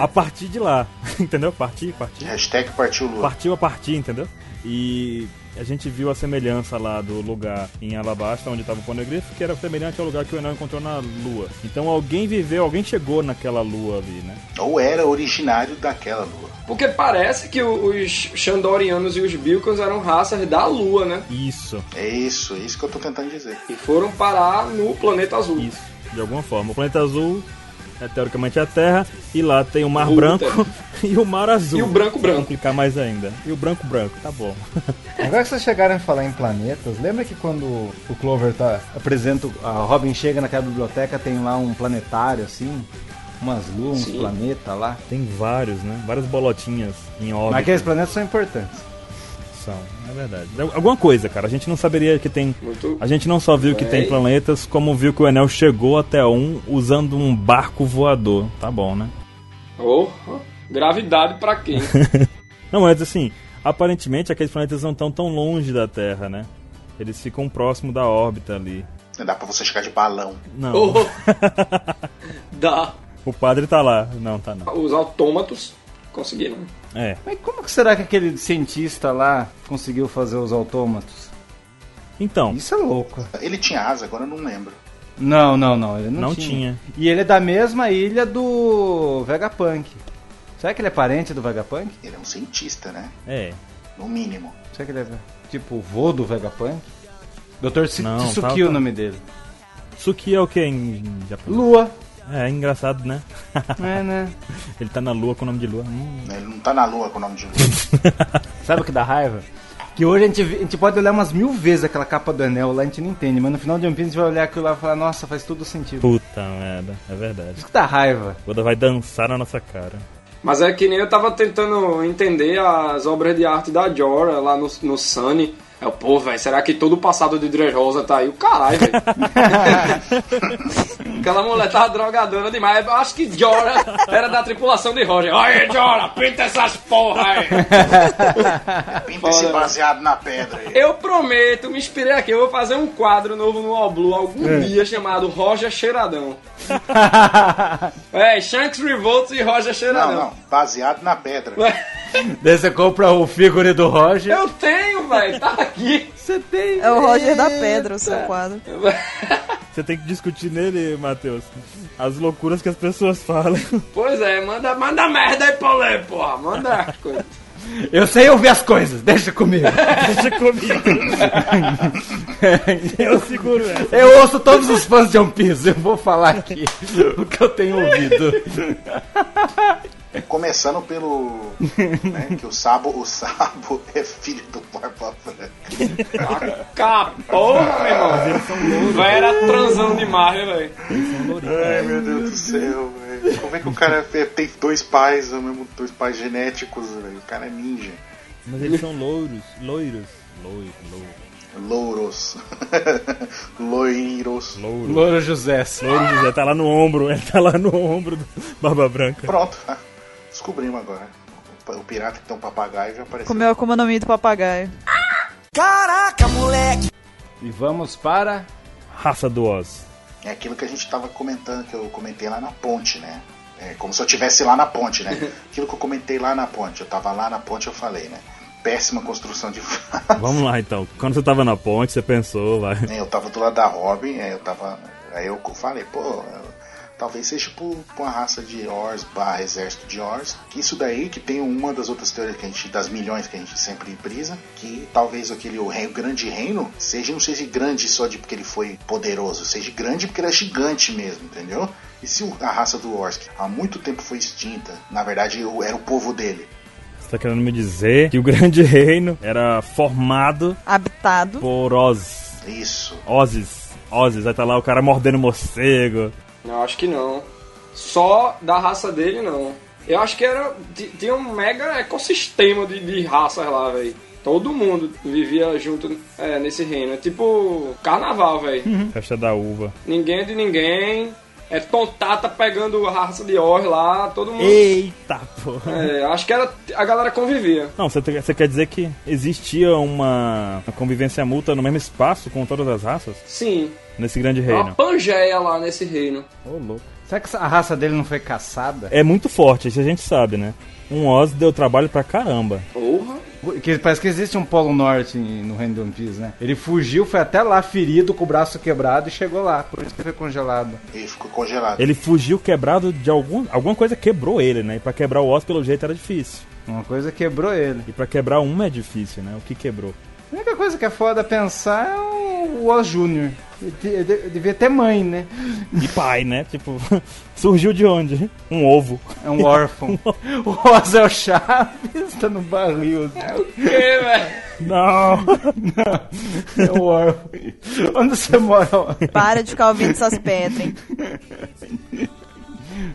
Speaker 1: a partir de lá. Entendeu? Partir, partir.
Speaker 2: Hashtag partiu lua.
Speaker 1: Partiu a partir, entendeu? E a gente viu a semelhança lá do lugar em Alabasta, onde estava o Poneglyph, que era semelhante ao lugar que o Enel encontrou na Lua. Então alguém viveu, alguém chegou naquela Lua ali, né?
Speaker 2: Ou era originário daquela lua.
Speaker 3: Porque parece que o- os Xandorianos e os Bilkons eram raças da Lua, né?
Speaker 1: Isso,
Speaker 2: É isso, é isso que eu tô tentando dizer.
Speaker 3: E foram parar no planeta azul.
Speaker 1: isso, de alguma forma. O planeta azul é teoricamente a Terra, e lá tem o mar
Speaker 3: Puta.
Speaker 1: branco e o mar azul.
Speaker 3: E o branco
Speaker 1: Pra
Speaker 3: branco.
Speaker 1: complicar mais ainda. E o branco branco, tá bom.
Speaker 5: Agora que vocês chegaram a falar em planetas, lembra que quando o Clover tá, apresenta, o- a Robin chega naquela biblioteca, tem lá um planetário assim, umas luas, uns
Speaker 3: Sim.
Speaker 5: planetas lá.
Speaker 1: Tem vários, né? Várias bolotinhas em órbita.
Speaker 5: Mas aqueles planetas são importantes.
Speaker 1: São, é verdade. Al- Alguma coisa, cara. A gente não saberia que tem.
Speaker 3: Muito.
Speaker 1: A gente não só viu que tem
Speaker 3: Véi.
Speaker 1: planetas, como viu que o Enel chegou até um usando um barco voador. Tá bom, né?
Speaker 3: Oh, oh. Gravidade pra quê?
Speaker 1: Não, mas assim, aparentemente aqueles planetas não estão tão longe da Terra, né? Eles ficam próximo da órbita ali.
Speaker 2: Dá pra você chegar de balão.
Speaker 1: Não.
Speaker 3: Oh. Dá.
Speaker 1: O padre tá lá. Não, tá não.
Speaker 3: Os autômatos conseguiram.
Speaker 1: É.
Speaker 5: Mas como que será que aquele cientista lá conseguiu fazer os autômatos?
Speaker 1: Então,
Speaker 5: Isso é louco.
Speaker 2: Ele tinha asa, agora eu não lembro.
Speaker 5: Não, não, não, ele não,
Speaker 1: Não
Speaker 5: tinha. E ele é da mesma ilha do Vegapunk. Será que ele é parente do Vegapunk?
Speaker 2: Ele é um cientista, né?
Speaker 1: é.
Speaker 2: No mínimo.
Speaker 5: Será que ele é tipo o vô do Vegapunk? Dr. Tsu-
Speaker 1: Não,
Speaker 5: Tsuki é
Speaker 1: tá, tá.
Speaker 5: o nome dele.
Speaker 1: Tsuki é o que em japonês?
Speaker 5: Lua.
Speaker 1: É, é engraçado, né?
Speaker 5: É, né?
Speaker 1: Ele tá na lua com o nome de lua. Hum.
Speaker 2: Ele não tá na lua com o nome de lua.
Speaker 5: Sabe o que dá raiva? Que hoje a gente, vê- a gente pode olhar umas mil vezes aquela capa do anel lá, a gente não entende, mas no final de One Piece a gente vai olhar aquilo lá e falar, nossa, faz todo sentido.
Speaker 1: Puta merda, é verdade.
Speaker 5: Isso que dá raiva.
Speaker 1: O Oda vai dançar na nossa cara.
Speaker 3: Mas é que nem eu tava tentando entender as obras de arte da Jorah lá no, no Sunny. Eu, pô, velho, será que todo o passado de Dressrosa tá aí? O caralho, velho. Aquela mulher tava drogadona demais. Eu acho que Jorah era da tripulação de Roger. Aí, Jorah, pinta essas porra aí.
Speaker 2: Pinta esse
Speaker 3: Fora.
Speaker 2: baseado na pedra aí.
Speaker 3: Eu prometo, me inspirei aqui. Eu vou fazer um quadro novo no All Blue algum dia chamado Roger Cheiradão. é, Shanks Revolts e Roger
Speaker 2: Não,
Speaker 3: Cheiradão.
Speaker 2: não. Baseado na pedra.
Speaker 5: Daí você compra o figure do Roger.
Speaker 3: Eu tenho, velho, tá aqui.
Speaker 5: Você tem.
Speaker 4: É o Roger da Pedra, o seu quadro.
Speaker 1: Você tem que discutir nele, Matheus. As loucuras que as pessoas falam.
Speaker 3: Pois é, manda, manda merda aí pra eu ler, porra. Manda as coisas.
Speaker 5: Eu sei ouvir as coisas, deixa comigo.
Speaker 1: Deixa comigo. Eu seguro essa.
Speaker 5: Eu ouço todos os fãs de One Piece, eu vou falar aqui o que eu tenho ouvido.
Speaker 2: Começando pelo. né, que o Sabo, o Sabo é filho do Barba Branca.
Speaker 3: Cá, porra, meu irmão. Vai era transão demais, né, velho.
Speaker 2: Ai, meu Deus do céu, velho. Como é que o cara é- tem dois pais, ao mesmo dois pais genéticos, velho? O cara é ninja.
Speaker 1: Mas eles são louros. Loiros. Loiro, loiro.
Speaker 2: Louros. Loiros.
Speaker 1: Louro.
Speaker 5: Louro José.
Speaker 1: Louro José tá lá no ombro. Ele tá lá no ombro do Barba Branca.
Speaker 2: Pronto. ah, Descobrimos agora. O pirata que tem um papagaio já apareceu.
Speaker 4: Comeu a Akuma no Mi do papagaio.
Speaker 9: Caraca, moleque!
Speaker 5: E vamos para.
Speaker 1: Raça do Oz.
Speaker 2: É aquilo que a gente tava comentando, que eu comentei lá na ponte, né? É como se eu tivesse lá na ponte, né? Aquilo que eu comentei lá na ponte, eu tava lá na ponte, eu falei, né? Péssima construção de frase.
Speaker 1: Vamos lá então. Quando você tava na ponte, você pensou lá.
Speaker 2: né? Eu tava do lado da Robin, aí eu tava. Aí eu falei, pô, eu- talvez seja tipo uma raça de Ors barra exército de Ors. que Isso daí que tem uma das outras teorias que a gente, das milhões que a gente sempre brisa, que talvez aquele o rei- o grande reino seja não seja grande só de porque ele foi poderoso, seja grande porque ele é gigante mesmo, entendeu? E se o- a raça do Orsk há muito tempo foi extinta, na verdade o- era o povo dele.
Speaker 1: Você tá querendo me dizer que o Grande Reino era formado
Speaker 4: Habitado.
Speaker 1: por Oz.
Speaker 2: Isso.
Speaker 1: Ozes. Ozes. Vai tá lá o cara mordendo morcego.
Speaker 3: Não, acho que não. Só da raça dele, não. Eu acho que era. t- Tinha um mega ecossistema de, de raças lá, velho. Todo mundo vivia junto é, nesse reino. É tipo carnaval, velho.
Speaker 5: Uhum.
Speaker 8: Festa da uva.
Speaker 3: Ninguém é de ninguém. É tontata pegando a raça de Or lá, todo mundo.
Speaker 8: Eita, porra.
Speaker 3: É, acho que era, a galera convivia.
Speaker 1: Não, você, você quer dizer que existia uma, uma convivência multa no mesmo espaço com todas as raças?
Speaker 3: Sim.
Speaker 1: Nesse grande
Speaker 3: É uma
Speaker 1: reino?
Speaker 3: pangeia lá nesse reino.
Speaker 1: Ô, louco.
Speaker 5: Será que a raça dele não foi caçada?
Speaker 1: É muito forte, isso a gente sabe, né? Um Oz deu trabalho pra caramba.
Speaker 3: Porra.
Speaker 5: Que parece que existe um polo norte em- no reino do One Piece, né? Ele fugiu, foi até lá ferido, com o braço quebrado e chegou lá. Por isso que foi congelado.
Speaker 2: Ele ficou congelado.
Speaker 1: Ele fugiu quebrado de algum. Alguma coisa quebrou ele, né? E pra quebrar o Oz, pelo jeito, era difícil.
Speaker 5: Uma coisa quebrou ele.
Speaker 1: E pra quebrar uma é difícil, né? O que quebrou?
Speaker 5: A única coisa que é foda pensar é o Oz Júnior. Ele te- ele de- devia ter mãe, né?
Speaker 1: E pai, né? Tipo, surgiu de onde? Um ovo.
Speaker 5: É um órfão. o Oz é o Chaves, tá no barril.
Speaker 3: Que, velho?
Speaker 1: Não!
Speaker 5: É um órfão. Onde você mora? Oz?
Speaker 4: Para de ficar ouvindo essas pedras, hein?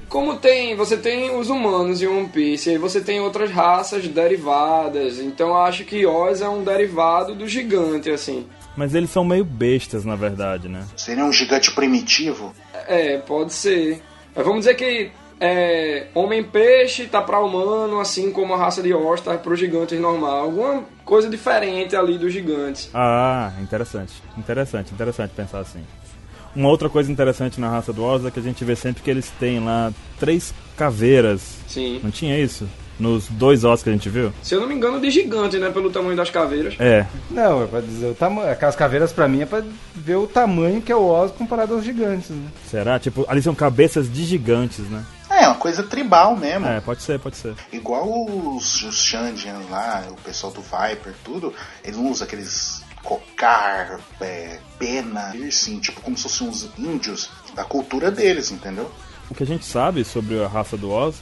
Speaker 3: Como tem. Você tem os humanos em One Piece, aí você tem outras raças derivadas. Então eu acho que Oz é um derivado do gigante, assim.
Speaker 1: Mas eles são meio bestas, na verdade, né?
Speaker 2: Seria um gigante primitivo?
Speaker 3: É, pode ser. Mas vamos dizer que é, homem-peixe tá pra humano, assim como a raça de Oz tá pros gigantes normal. Alguma coisa diferente ali dos gigantes.
Speaker 1: Ah, interessante. Interessante, interessante pensar assim. Uma outra coisa interessante na raça do Oz é que a gente vê sempre que eles têm lá três caveiras.
Speaker 3: Sim.
Speaker 1: Não tinha isso? Nos dois Oz que a gente viu?
Speaker 3: Se eu não me engano, de gigante, né? Pelo tamanho das caveiras.
Speaker 1: É,
Speaker 5: Não, é pra dizer o tamanho. Aquelas caveiras pra mim é pra ver o tamanho que é o Oz comparado aos gigantes, né?
Speaker 1: será? Tipo, ali são cabeças de gigantes, né?
Speaker 2: É, uma coisa tribal mesmo.
Speaker 1: É, pode ser, pode ser.
Speaker 2: Igual os, os Shandian lá, o pessoal do Viper, tudo, eles não usam aqueles cocar, é, pena, piercing, tipo como se fossem uns índios da cultura deles, entendeu?
Speaker 1: O que a gente sabe sobre a raça do Oz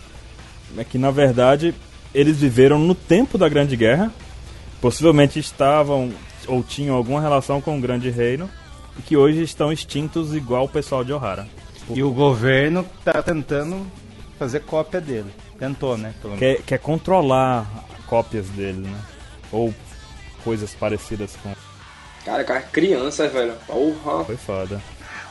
Speaker 1: é que, na verdade, eles viveram no tempo da Grande Guerra, possivelmente estavam ou tinham alguma relação com o Grande Reino, e que hoje estão extintos igual o pessoal de Ohara.
Speaker 5: E o governo tá tentando fazer cópia dele. Tentou, né? Pelo menos.
Speaker 1: Quer, quer controlar cópias dele, né? Ou coisas parecidas com.
Speaker 3: Cara, cara, crianças, velho. Porra.
Speaker 1: Foi foda.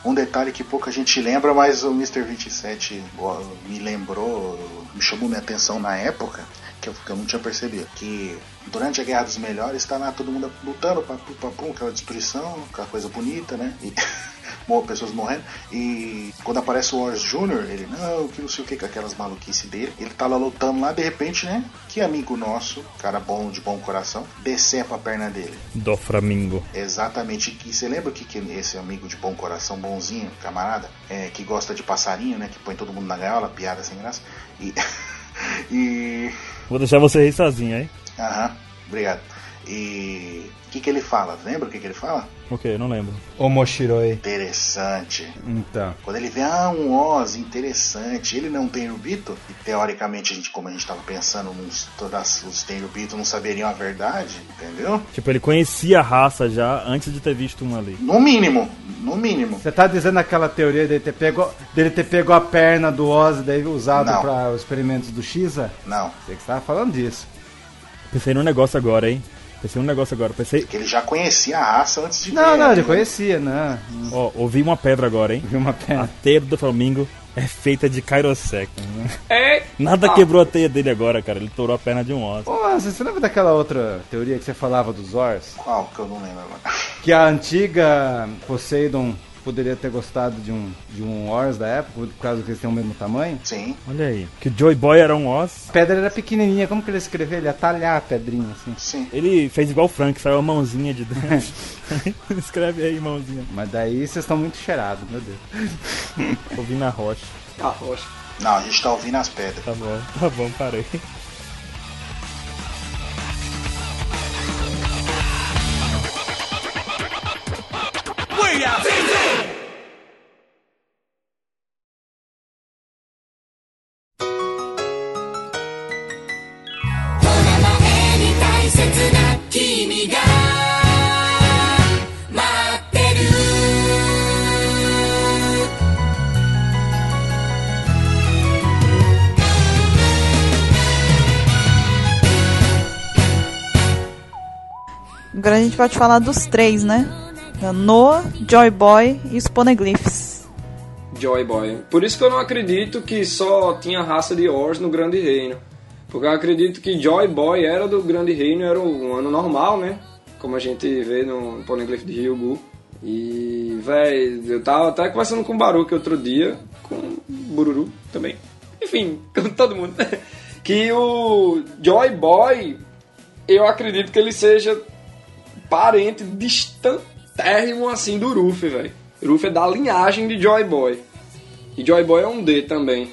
Speaker 2: Um detalhe que pouca gente lembra, mas o Mr. 27 ó, me lembrou, me chamou minha atenção na época, que eu, que eu não tinha percebido, que durante a Guerra dos Melhores tá lá todo mundo lutando, papu, papu, aquela destruição, aquela coisa bonita, né? E mo- pessoas morrendo. E quando aparece o Wars Jr., ele, não, que não sei o que, com aquelas maluquices dele, ele tá lá lutando lá, de repente, né? Que amigo nosso, cara bom, de bom coração, decepa a perna dele.
Speaker 1: Do Flamingo.
Speaker 2: Exatamente. E você lembra o que, que esse amigo de bom coração, bonzinho, camarada, é, que gosta de passarinho, né? Que põe todo mundo na gaiola, piada sem graça. E. e.
Speaker 1: Vou deixar você rir sozinho, hein?
Speaker 2: Aham, obrigado. E. O que, que ele fala? Lembra o que, que ele fala?
Speaker 1: Ok, não lembro.
Speaker 5: O Moshiroi.
Speaker 2: Interessante.
Speaker 5: Então.
Speaker 2: Quando ele vê, ah, um Oz, interessante, ele não tem rubito, e teoricamente, a gente, como a gente tava pensando, uns, todas, os tem rubito não saberiam a verdade, entendeu?
Speaker 1: Tipo, ele conhecia a raça já antes de ter visto uma ali.
Speaker 2: No mínimo, no mínimo.
Speaker 5: Você tá dizendo aquela teoria dele ter pego, dele ter pego a perna do Oz e daí usado
Speaker 2: Não.
Speaker 5: para os experimentos do Xisa?
Speaker 2: Não.
Speaker 5: Você que estava falando disso.
Speaker 1: Pensei num negócio agora, hein? Pensei num negócio agora. Pensei.
Speaker 2: Que ele já conhecia a raça antes de
Speaker 5: Não,
Speaker 2: ver,
Speaker 5: não, ele
Speaker 2: entendeu?
Speaker 5: conhecia, não.
Speaker 1: Ó, ouvi uma pedra agora, hein?
Speaker 5: Viu uma
Speaker 1: A
Speaker 5: perna.
Speaker 1: teia do Flamingo é feita de Kairosek.
Speaker 3: É.
Speaker 1: Nada
Speaker 3: Ah.
Speaker 1: quebrou a teia dele agora, cara. Ele torou a perna de um Oz.
Speaker 5: Ô, Oz, você lembra daquela outra teoria que você falava dos Ors?
Speaker 2: Qual que eu não lembro agora?
Speaker 5: Que a antiga Poseidon poderia ter gostado de um, de um Ors da época, por causa que eles têm o mesmo tamanho?
Speaker 2: Sim.
Speaker 1: Olha aí. Que o Joy Boy era um Oz.
Speaker 5: A pedra era pequenininha, como que ele escreveu? Ele ia talhar a pedrinha, assim.
Speaker 2: Sim.
Speaker 1: Ele fez igual o Frank, saiu a mãozinha de dentro. Escreve aí, mãozinha.
Speaker 5: Mas daí vocês estão muito cheirados, meu Deus.
Speaker 1: Ouvi na rocha.
Speaker 3: Ah, rocha.
Speaker 2: Não, a gente tá ouvindo as pedras.
Speaker 1: Tá bom, tá bom, parei.
Speaker 7: 「
Speaker 4: Agora a gente pode falar dos três, né? Da Noah, Joy Boy e os Poneglyphs.
Speaker 3: Joy Boy. Por isso que eu não acredito que só tinha raça de Ors no Grande Reino. Porque eu acredito que Joy Boy era do Grande Reino, era um ano normal, né? Como a gente vê no Poneglyph de Ryugu. E, véi, eu tava até conversando com o Baruque outro dia, com o Bururu também. Enfim, com todo mundo. Que o Joy Boy, eu acredito que ele seja parente distantérrimo, assim, do Ruffy, velho. Ruffy é da linhagem de Joy Boy. E Joy Boy é um D também.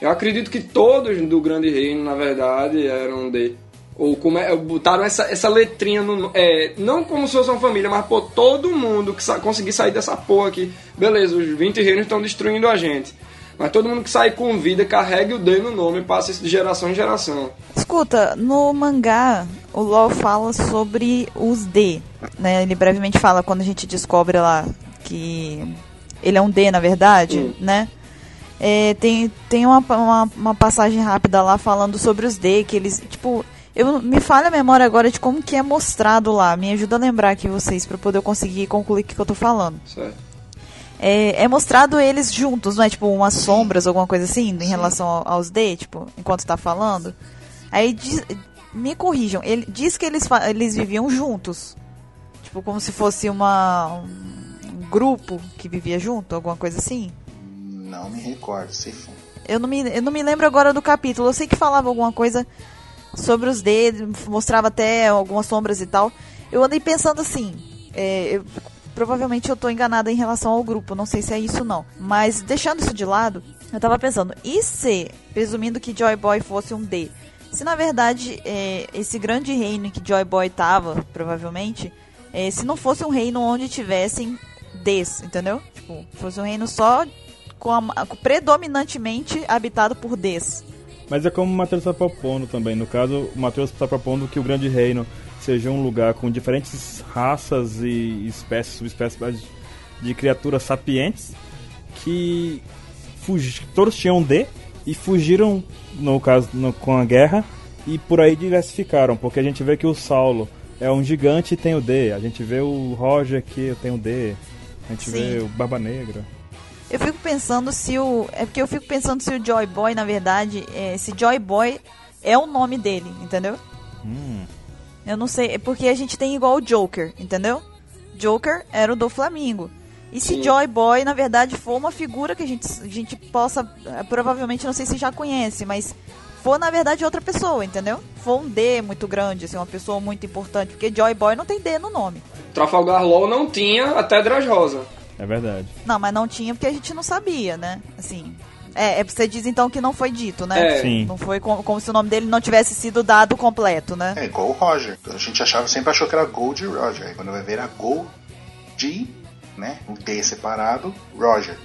Speaker 3: Eu acredito que todos do Grande Reino, na verdade, eram um D. Ou como é, botaram essa, essa letrinha no. É, não como se fosse uma família, mas pô, todo mundo que sa conseguir sair dessa porra aqui. Beleza, os 20 reinos estão destruindo a gente. Mas todo mundo que sai com vida carrega o D no nome e passa isso de geração em geração.
Speaker 4: Escuta, no mangá, o LOL fala sobre os D. Né? Ele brevemente fala quando a gente descobre lá que ele é um D, na verdade,
Speaker 3: Hum.
Speaker 4: né? É, tem tem uma, uma, uma passagem rápida lá falando sobre os D, que eles, tipo... Eu, me falha a memória agora de como que é mostrado lá. Me ajuda a lembrar aqui vocês, pra eu poder conseguir concluir o que, que eu tô falando.
Speaker 3: Certo.
Speaker 4: É, é mostrado eles juntos, não é? Tipo, umas sombras, alguma coisa assim, em relação ao- aos D, tipo, enquanto tá falando. Aí diz- me corrijam, ele diz que eles, fa- eles viviam juntos. Tipo, como se fosse uma, um grupo que vivia junto, alguma coisa assim.
Speaker 2: Não me recordo, se for.
Speaker 4: Eu não, me, eu não me lembro agora do capítulo. Eu sei que falava alguma coisa sobre os dedos, mostrava até algumas sombras e tal. Eu andei pensando assim. é, eu- provavelmente eu tô enganada em relação ao grupo, não sei se é isso não. Mas deixando isso de lado, eu tava pensando, e se, presumindo que Joy Boy fosse um D? Se na verdade é, esse grande reino em que Joy Boy tava, provavelmente, é, se não fosse um reino onde tivessem Ds, entendeu? Tipo, fosse um reino só com a ma- com- predominantemente habitado por Ds.
Speaker 1: Mas é como o Matheus está propondo também. No caso, o Matheus está propondo que o Grande Reino seja um lugar com diferentes raças e espécies, subespécies de criaturas sapientes que fugi- todos tinham D e fugiram, no caso, no- com a guerra e por aí diversificaram. Porque a gente vê que o Saulo é um gigante e tem o D. A gente vê o Roger que tem o D. A gente
Speaker 4: Sim.
Speaker 1: vê o Barba Negra.
Speaker 4: Eu fico pensando se o. É porque eu fico pensando se o Joy Boy, na verdade, é, se Joy Boy é o nome dele, entendeu? Eu não sei, é porque a gente tem igual o Joker, entendeu? Joker era o do Flamengo. E se
Speaker 3: Sim.
Speaker 4: Joy Boy, na verdade, for uma figura que a gente, a gente possa. eh, Provavelmente, não sei se já conhece, mas for, na verdade, outra pessoa, entendeu? For um D muito grande, assim, uma pessoa muito importante. Porque Joy Boy não tem D no nome.
Speaker 3: Trafalgar Law não tinha até Dras Rosa.
Speaker 1: É verdade.
Speaker 4: Não, mas não tinha porque a gente não sabia, né? Assim. É, é você diz então que não foi dito, né?
Speaker 3: É.
Speaker 1: Sim.
Speaker 4: Não foi com- como se o nome dele não tivesse sido dado completo, né?
Speaker 2: É igual o Roger. A gente achava, sempre achou que era Gold Roger. Aí quando vai ver era Gold de, né? Um D separado, Roger.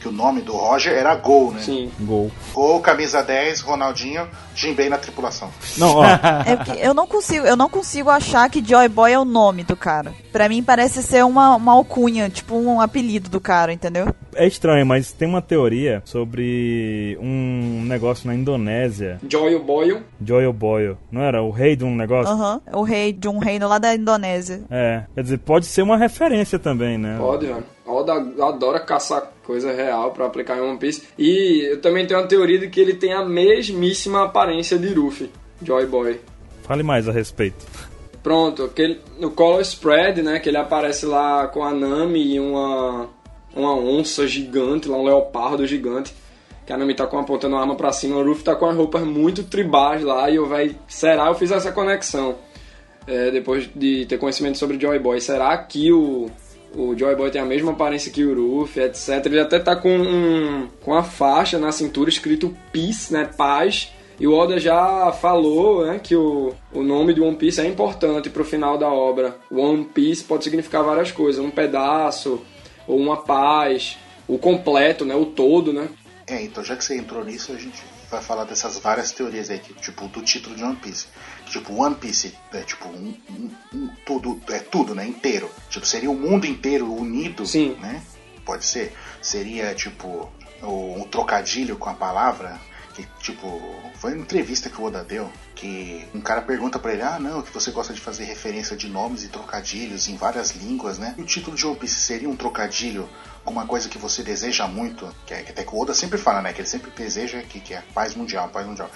Speaker 2: Que o nome do Roger era Gol, né?
Speaker 3: Sim.
Speaker 1: Gol.
Speaker 2: Gol, camisa 10, Ronaldinho, Jimbei na tripulação.
Speaker 1: Não, ó.
Speaker 4: É porque eu não consigo, eu não consigo achar que Joy Boy é o nome do cara. Pra mim parece ser uma, uma alcunha, tipo um apelido do cara, entendeu?
Speaker 1: É estranho, mas tem uma teoria sobre um negócio na Indonésia,
Speaker 3: Joy Boyle.
Speaker 1: Joyo Boyo. Não era o rei de um negócio?
Speaker 4: Aham. O rei de um reino lá da Indonésia.
Speaker 1: É, quer dizer, pode ser uma referência também, né?
Speaker 3: Pode, velho. Oda adora caçar coisa real pra aplicar em One Piece. E eu também tenho uma teoria de que ele tem a mesmíssima aparência de Ruffy, Joy Boy.
Speaker 1: Fale mais a respeito.
Speaker 3: Pronto, aquele, no Color Spread, né, que ele aparece lá com a Nami e uma, uma onça gigante, lá um leopardo gigante, que a Nami tá com apontando a arma pra cima, o Ruffy tá com as roupas muito tribais lá, e eu vai, será eu fiz essa conexão? É, depois de ter conhecimento sobre Joy Boy, será que o, o Joy Boy tem a mesma aparência que o Ruffy, etc. Ele até tá com um, com a faixa na cintura escrito Peace, né, paz, e o Oda já falou né, que o, o nome de One Piece é importante pro final da obra. One Piece pode significar várias coisas, um pedaço, ou uma paz, o completo, né, o todo, né?
Speaker 2: É, então já que você entrou nisso, a gente vai falar dessas várias teorias aí, que, tipo, do título de One Piece. Tipo, One Piece é tipo um, um- um- tudo, é tudo, né? Inteiro. Tipo, seria o mundo inteiro unido,
Speaker 3: Sim.
Speaker 2: né? Pode ser. Seria tipo o- um trocadilho com a palavra que, tipo, foi uma entrevista que o Oda deu, que um cara pergunta pra ele, ah, não, que você gosta de fazer referência de nomes e trocadilhos em várias línguas, né? E o título de One Piece seria um trocadilho com uma coisa que você deseja muito, que, é, que até que o Oda sempre fala, né? Que ele sempre deseja que, que é paz mundial, paz mundial.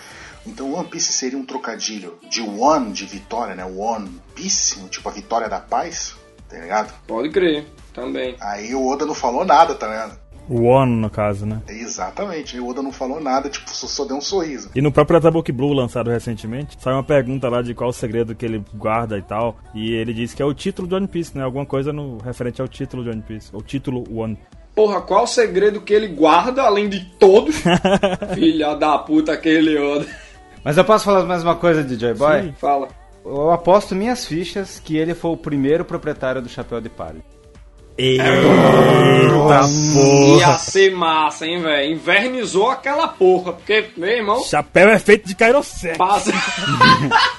Speaker 2: Então One Piece seria um trocadilho de One, de vitória, né? One Piece, tipo a vitória da paz, tá ligado?
Speaker 3: Pode crer, também.
Speaker 2: Aí o Oda não falou nada, tá ligado?
Speaker 1: O One, no caso, né?
Speaker 2: Exatamente, o Oda não falou nada, tipo, só, só deu um sorriso.
Speaker 1: E no próprio Atabook Blue, lançado recentemente, saiu uma pergunta lá de qual o segredo que ele guarda e tal. E ele disse que é o título de One Piece, né? Alguma coisa no referente ao título de One Piece. O título One.
Speaker 3: Porra, qual o segredo que ele guarda, além de todos? Filha da puta, aquele Oda.
Speaker 5: Mas eu posso falar mais uma coisa de Joy Boy?
Speaker 3: Fala.
Speaker 5: Eu aposto minhas fichas que ele foi o primeiro proprietário do chapéu de palha. Então,
Speaker 1: Eita
Speaker 3: Ia
Speaker 1: porra!
Speaker 3: ser massa, hein, velho? Invernizou aquela porra, porque, meu irmão,
Speaker 1: Chapéu é feito de Kairosek.
Speaker 3: passa.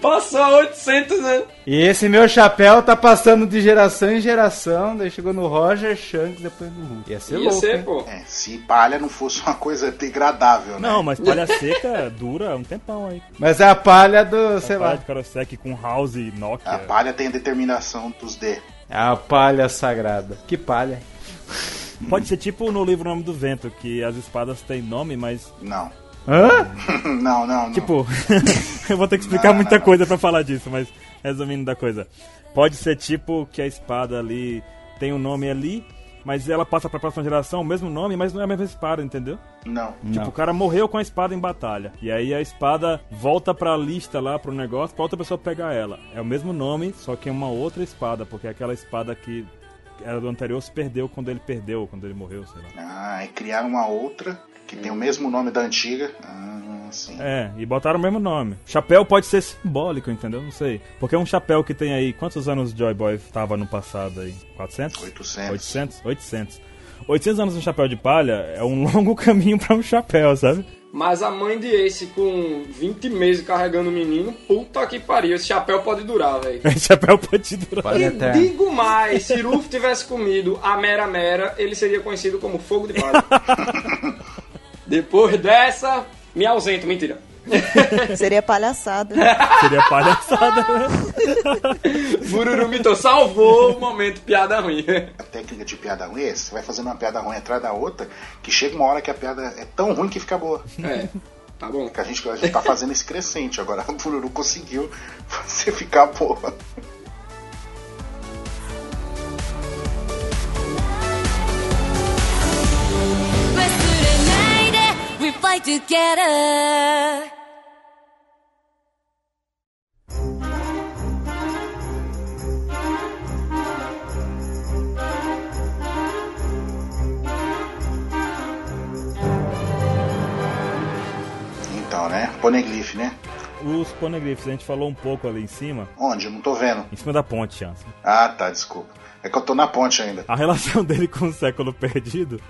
Speaker 3: Passou né? a 800 anos.
Speaker 5: E esse meu chapéu tá passando de geração em geração, daí chegou no Roger Shanks, depois no Hulk. Ia ser
Speaker 3: Ia
Speaker 5: louco,
Speaker 3: ser,
Speaker 5: hein?
Speaker 3: pô.
Speaker 2: É, se palha não fosse uma coisa degradável, né?
Speaker 1: Não, mas palha seca dura um tempão aí.
Speaker 5: Mas é a palha do, sei
Speaker 1: Sei palha
Speaker 5: lá,
Speaker 1: de Kairosek com House e Nokia.
Speaker 2: A palha tem a determinação dos D.
Speaker 5: é a palha sagrada. Que palha.
Speaker 1: Pode ser tipo no livro Nome do Vento, que as espadas têm nome, mas.
Speaker 2: Não.
Speaker 5: Hã?
Speaker 2: não, não, não.
Speaker 1: Tipo, eu vou ter que explicar
Speaker 2: Não,
Speaker 1: muita
Speaker 2: não.
Speaker 1: coisa pra falar disso, mas resumindo da coisa. Pode ser tipo que a espada ali tem um nome ali, mas ela passa pra próxima geração, o mesmo nome, mas não é a mesma espada, entendeu?
Speaker 2: Não.
Speaker 1: Tipo, o cara morreu com a espada em batalha. E aí a espada volta pra lista lá, pro negócio, pra outra pessoa pegar ela. É o mesmo nome, só que é uma outra espada, porque é aquela espada que era do anterior se perdeu quando ele perdeu, quando ele morreu, sei lá.
Speaker 2: Ah, é criar uma outra que tem o mesmo nome da antiga. Ah, sim.
Speaker 1: É, e botaram o mesmo nome. Chapéu pode ser simbólico, entendeu? Não sei. Porque um chapéu que tem aí. Quantos anos Joy Boy tava no passado aí? 400?
Speaker 2: 800.
Speaker 1: 800? 800. 800 anos no chapéu de palha é um longo caminho pra um chapéu, sabe?
Speaker 3: Mas a mãe de Ace com 20 meses carregando o menino, puta que pariu, esse chapéu pode durar, velho.
Speaker 1: Esse chapéu pode durar.
Speaker 5: Palha
Speaker 3: E
Speaker 5: eterna.
Speaker 3: digo mais, se Ruff tivesse comido a Mera Mera, ele seria conhecido como Fogo de Palha. Depois dessa, me ausento, mentira.
Speaker 4: Seria palhaçada.
Speaker 1: Seria palhaçada, né?
Speaker 3: Bururumito salvou o momento piada ruim.
Speaker 2: A técnica de piada ruim é essa. Você vai fazendo uma piada ruim atrás da outra, que chega uma hora que a piada é tão ruim que fica boa.
Speaker 3: É, tá bom.
Speaker 2: Que a gente, a gente tá fazendo esse crescente. Agora o Bururu conseguiu você ficar boa.
Speaker 7: We fight together.
Speaker 2: Então, né? Poneglyph, né?
Speaker 1: Os poneglyphs, a gente falou um pouco ali em cima.
Speaker 2: Onde? Eu Não tô vendo.
Speaker 1: Em cima da ponte, Chance.
Speaker 2: Ah, tá, desculpa. É que eu tô na ponte ainda.
Speaker 1: A relação dele com o século perdido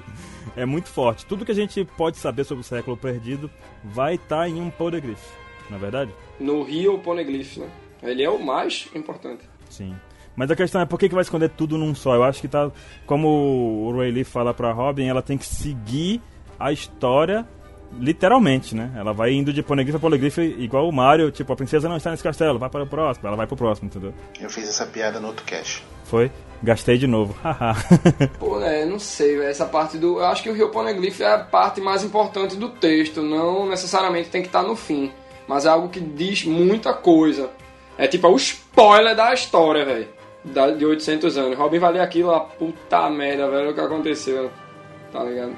Speaker 1: é muito forte. Tudo que a gente pode saber sobre o século perdido vai estar em um poneglyph, não é verdade?
Speaker 3: No Rio, o Poneglyph, né? Ele é o mais importante.
Speaker 1: Sim. Mas a questão é por que, que vai esconder tudo num só? Eu acho que tá. Como o Ray Lee fala pra Robin, ela tem que seguir a história literalmente, né? Ela vai indo de poneglyph a poneglyph igual o Mario, tipo, a princesa não está nesse castelo, vai para o próximo, ela vai pro próximo, entendeu?
Speaker 2: Eu fiz essa piada no outro cast.
Speaker 1: Foi, gastei de novo, haha.
Speaker 3: Pô, é, não sei, velho. essa parte do... Eu acho que o Rio Poneglyph é a parte mais importante do texto, não necessariamente tem que estar no fim, mas é algo que diz muita coisa. É tipo é o spoiler da história, velho, da- de 800 anos. Robin vai ler aquilo, a puta merda, velho, o que aconteceu, tá ligado?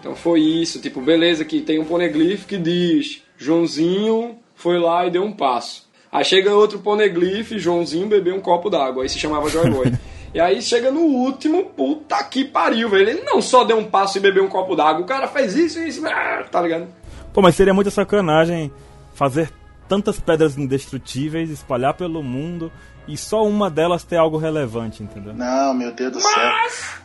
Speaker 3: Então foi isso, tipo, beleza, que tem um Poneglyph que diz, Joãozinho foi lá e deu um passo. Aí chega outro Poneglyph, Joãozinho bebeu um copo d'água, aí se chamava Joy Boy. E aí chega no último, puta que pariu, velho. Ele não só deu um passo e bebeu um copo d'água, o cara fez isso e isso, ah, tá ligado?
Speaker 1: Pô, mas seria muita sacanagem fazer tantas pedras indestrutíveis, espalhar pelo mundo e só uma delas ter algo relevante, entendeu?
Speaker 2: Não, meu Deus do céu.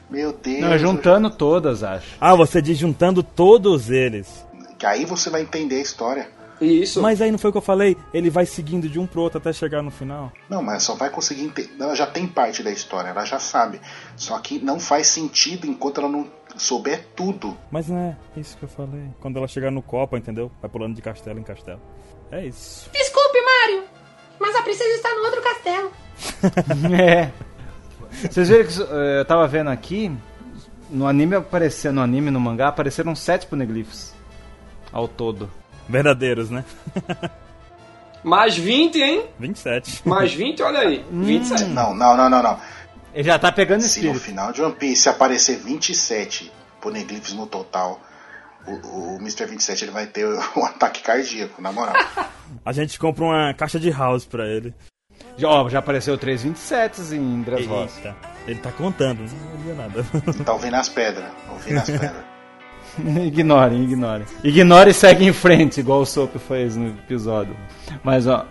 Speaker 2: Meu Deus.
Speaker 5: Não, juntando todas, acho.
Speaker 1: Ah, você diz juntando todos eles.
Speaker 2: Que aí você vai entender a história.
Speaker 3: Isso.
Speaker 1: Mas aí não foi o que eu falei? Ele vai seguindo de um pro outro até chegar no final.
Speaker 2: Não, mas só vai conseguir entender. Ela já tem parte da história, ela já sabe. Só que não faz sentido enquanto ela não souber tudo.
Speaker 1: Mas não é isso que eu falei. Quando ela chegar no Copa, entendeu? Vai pulando de castelo em castelo. É isso.
Speaker 10: Desculpe, Mario, mas a princesa está no outro castelo.
Speaker 5: É. Vocês viram que isso- eh, eu tava vendo aqui, no anime apareceu, no anime, no mangá, apareceram sete poneglyphs ao todo.
Speaker 1: Verdadeiros, né?
Speaker 3: Mais 20, hein?
Speaker 1: 27.
Speaker 3: Mais 20, olha aí. 27.
Speaker 2: Não, não, não, não, não.
Speaker 5: Ele já tá pegando
Speaker 2: Se no
Speaker 5: espírito.
Speaker 2: final de One Piece aparecer 27 poneglyphs no total, o, o, o Mr. 27 ele vai ter um ataque cardíaco, na moral.
Speaker 1: A gente compra uma caixa de house pra ele.
Speaker 5: Já- Ó, já apareceu 327 em Dressrosa.
Speaker 1: Eita. Ele tá contando, não sabia nada.
Speaker 2: tá ouvindo as pedras, ouvindo as pedras.
Speaker 5: ignorem, ignorem. Ignore e segue em frente, igual o Soap fez no episódio. Mas ó,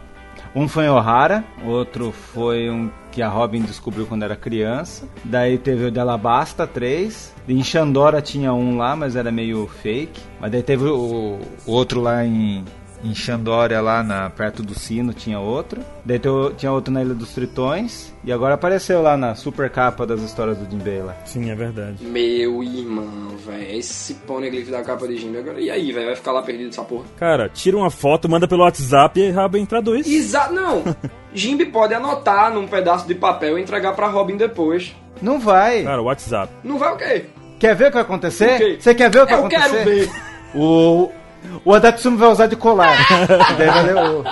Speaker 5: um foi O'Hara, outro foi um que a Robin descobriu quando era criança. Daí teve o de Alabasta, três. Em Xandora tinha um lá, mas era meio fake. Mas daí teve o, o outro lá em, em Xandória, lá na, perto do sino, tinha outro. Daí teu- tinha outro na Ilha dos Tritões. E agora apareceu lá na super capa das histórias do Jinbei lá.
Speaker 1: Sim, é verdade.
Speaker 3: Meu irmão, velho. Esse poneglyph da capa de Jimmy agora. E aí, velho? Vai ficar lá perdido essa porra.
Speaker 1: Cara, tira uma foto, manda pelo WhatsApp e Rabin traduz.
Speaker 3: Exato, não. Jimmy pode anotar num pedaço de papel e entregar pra Robin depois.
Speaker 5: Não vai!
Speaker 1: Cara, WhatsApp.
Speaker 3: Não vai o quê?
Speaker 5: Quer ver o que vai
Speaker 3: O quê?
Speaker 5: acontecer? Você quer ver o que vai
Speaker 3: Eu
Speaker 5: acontecer?
Speaker 3: quero ver.
Speaker 5: O, o Adatsumi vai usar de colar. E daí vai ler o-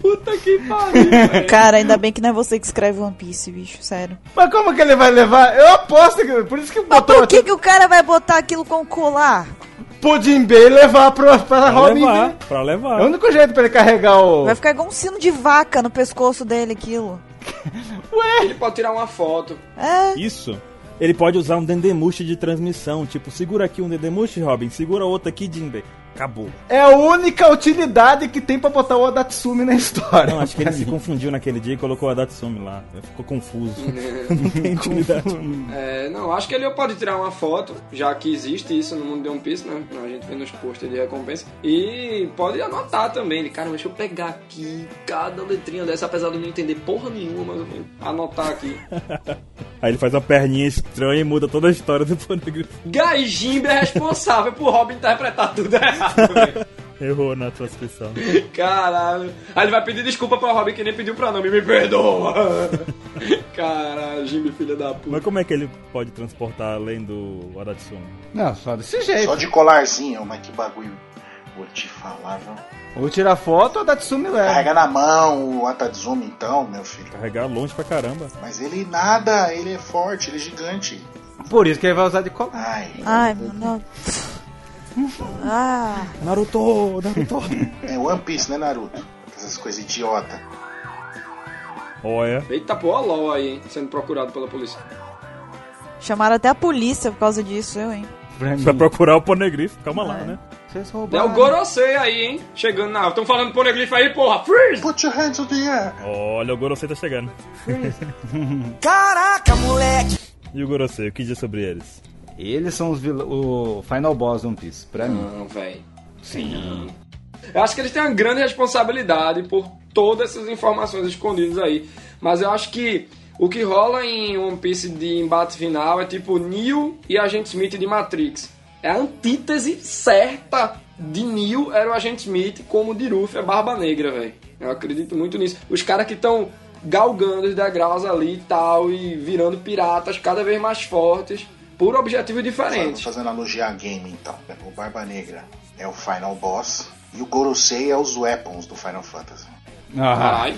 Speaker 3: Puta que pariu, velho.
Speaker 4: Cara, ainda bem que não é você que escreve One Piece, bicho, sério.
Speaker 5: Mas como que ele vai levar? Eu aposto que. Por isso que
Speaker 4: Mas
Speaker 5: botou
Speaker 4: por que, que o cara vai botar aquilo com colar?
Speaker 5: Pudim Bay levar pra, pra
Speaker 1: Pra
Speaker 5: Robin.
Speaker 1: levar,
Speaker 5: né?
Speaker 1: pra
Speaker 5: É
Speaker 1: levar.
Speaker 5: o único jeito pra ele carregar o.
Speaker 4: Vai ficar igual um sino de vaca no pescoço dele, aquilo.
Speaker 3: Ele pode tirar uma foto.
Speaker 4: É.
Speaker 1: Isso. Ele pode usar um dendemushi de transmissão. Tipo, segura aqui um dendemushi, Robin. Segura outro aqui, Jinbei. Acabou.
Speaker 5: É a única utilidade que tem pra botar o Adatsumi na história.
Speaker 1: Não, acho que
Speaker 5: pra
Speaker 1: ele se
Speaker 5: mim.
Speaker 1: confundiu naquele dia e colocou a Datsumi lá. Ficou confuso. Não tem utilidade.
Speaker 3: É, não, acho que ele pode tirar uma foto, já que existe isso no mundo de One Piece, né? A gente vê nos posters de recompensa. E pode anotar também. Ele, cara, deixa eu pegar aqui cada letrinha dessa, apesar de eu não entender porra nenhuma, mas eu vou anotar aqui.
Speaker 1: Aí ele faz uma perninha estranha e muda toda a história do Poneglyph.
Speaker 3: Guy Jimbe é responsável por Robin interpretar tudo errado, velho.
Speaker 1: Errou na transcrição.
Speaker 3: Caralho. Aí ele vai pedir desculpa pra Robin que nem pediu pra nome. Me perdoa. Caralho, Jimbe, filha da puta.
Speaker 1: Mas como é que ele pode transportar além do Adatsumi?
Speaker 5: Não, só desse jeito.
Speaker 2: Só de colarzinho, mas que bagulho. Vou te falar, viu?
Speaker 5: Ou tirar foto, o Adatsumi leva.
Speaker 2: Carregar na mão o Atadzumi, então, meu filho.
Speaker 1: Carregar longe pra caramba.
Speaker 2: Mas ele nada, ele é forte, ele é gigante.
Speaker 5: Por isso que ele vai usar de colar.
Speaker 2: Ai,
Speaker 4: Ai, meu Deus. Ah,
Speaker 1: Naruto, Naruto.
Speaker 2: é One Piece, né, Naruto? Essas coisas idiota.
Speaker 1: Olha.
Speaker 3: Eita, pô, a LOL aí, hein? Sendo procurado pela polícia.
Speaker 4: chamaram até a polícia por causa disso, eu, hein?
Speaker 5: Pra mim.
Speaker 1: Pra procurar o Poneglyph. Calma lá, né?
Speaker 3: É
Speaker 5: Vocês
Speaker 3: o
Speaker 5: roubaram.
Speaker 3: Gorosei aí, hein? Chegando na. Estão falando poneglyph aí, porra! Freeze!
Speaker 2: Put your hands on the air.
Speaker 1: Olha, o Gorosei tá chegando.
Speaker 9: Caraca, moleque!
Speaker 1: E o Gorosei, o que diz sobre eles?
Speaker 5: Eles são os vilões. O final boss do One Piece, pra mim.
Speaker 3: Não, velho. Sim. Eu acho que eles têm uma grande responsabilidade por todas essas informações escondidas aí. Mas eu acho que o que rola em One Piece de embate final é tipo Neo e Agente Smith de Matrix. É a antítese certa de Neo era o Agente Smith, como de Ruff é Barba Negra, velho. Eu acredito muito nisso. Os caras que estão galgando os degraus ali e tal, e virando piratas cada vez mais fortes, por objetivos
Speaker 2: Vou
Speaker 3: diferentes.
Speaker 2: fazer analogia a game, então. O Barba Negra é o Final Boss e o Gorosei é os Weapons do Final Fantasy.
Speaker 5: Ah.
Speaker 3: Caralho.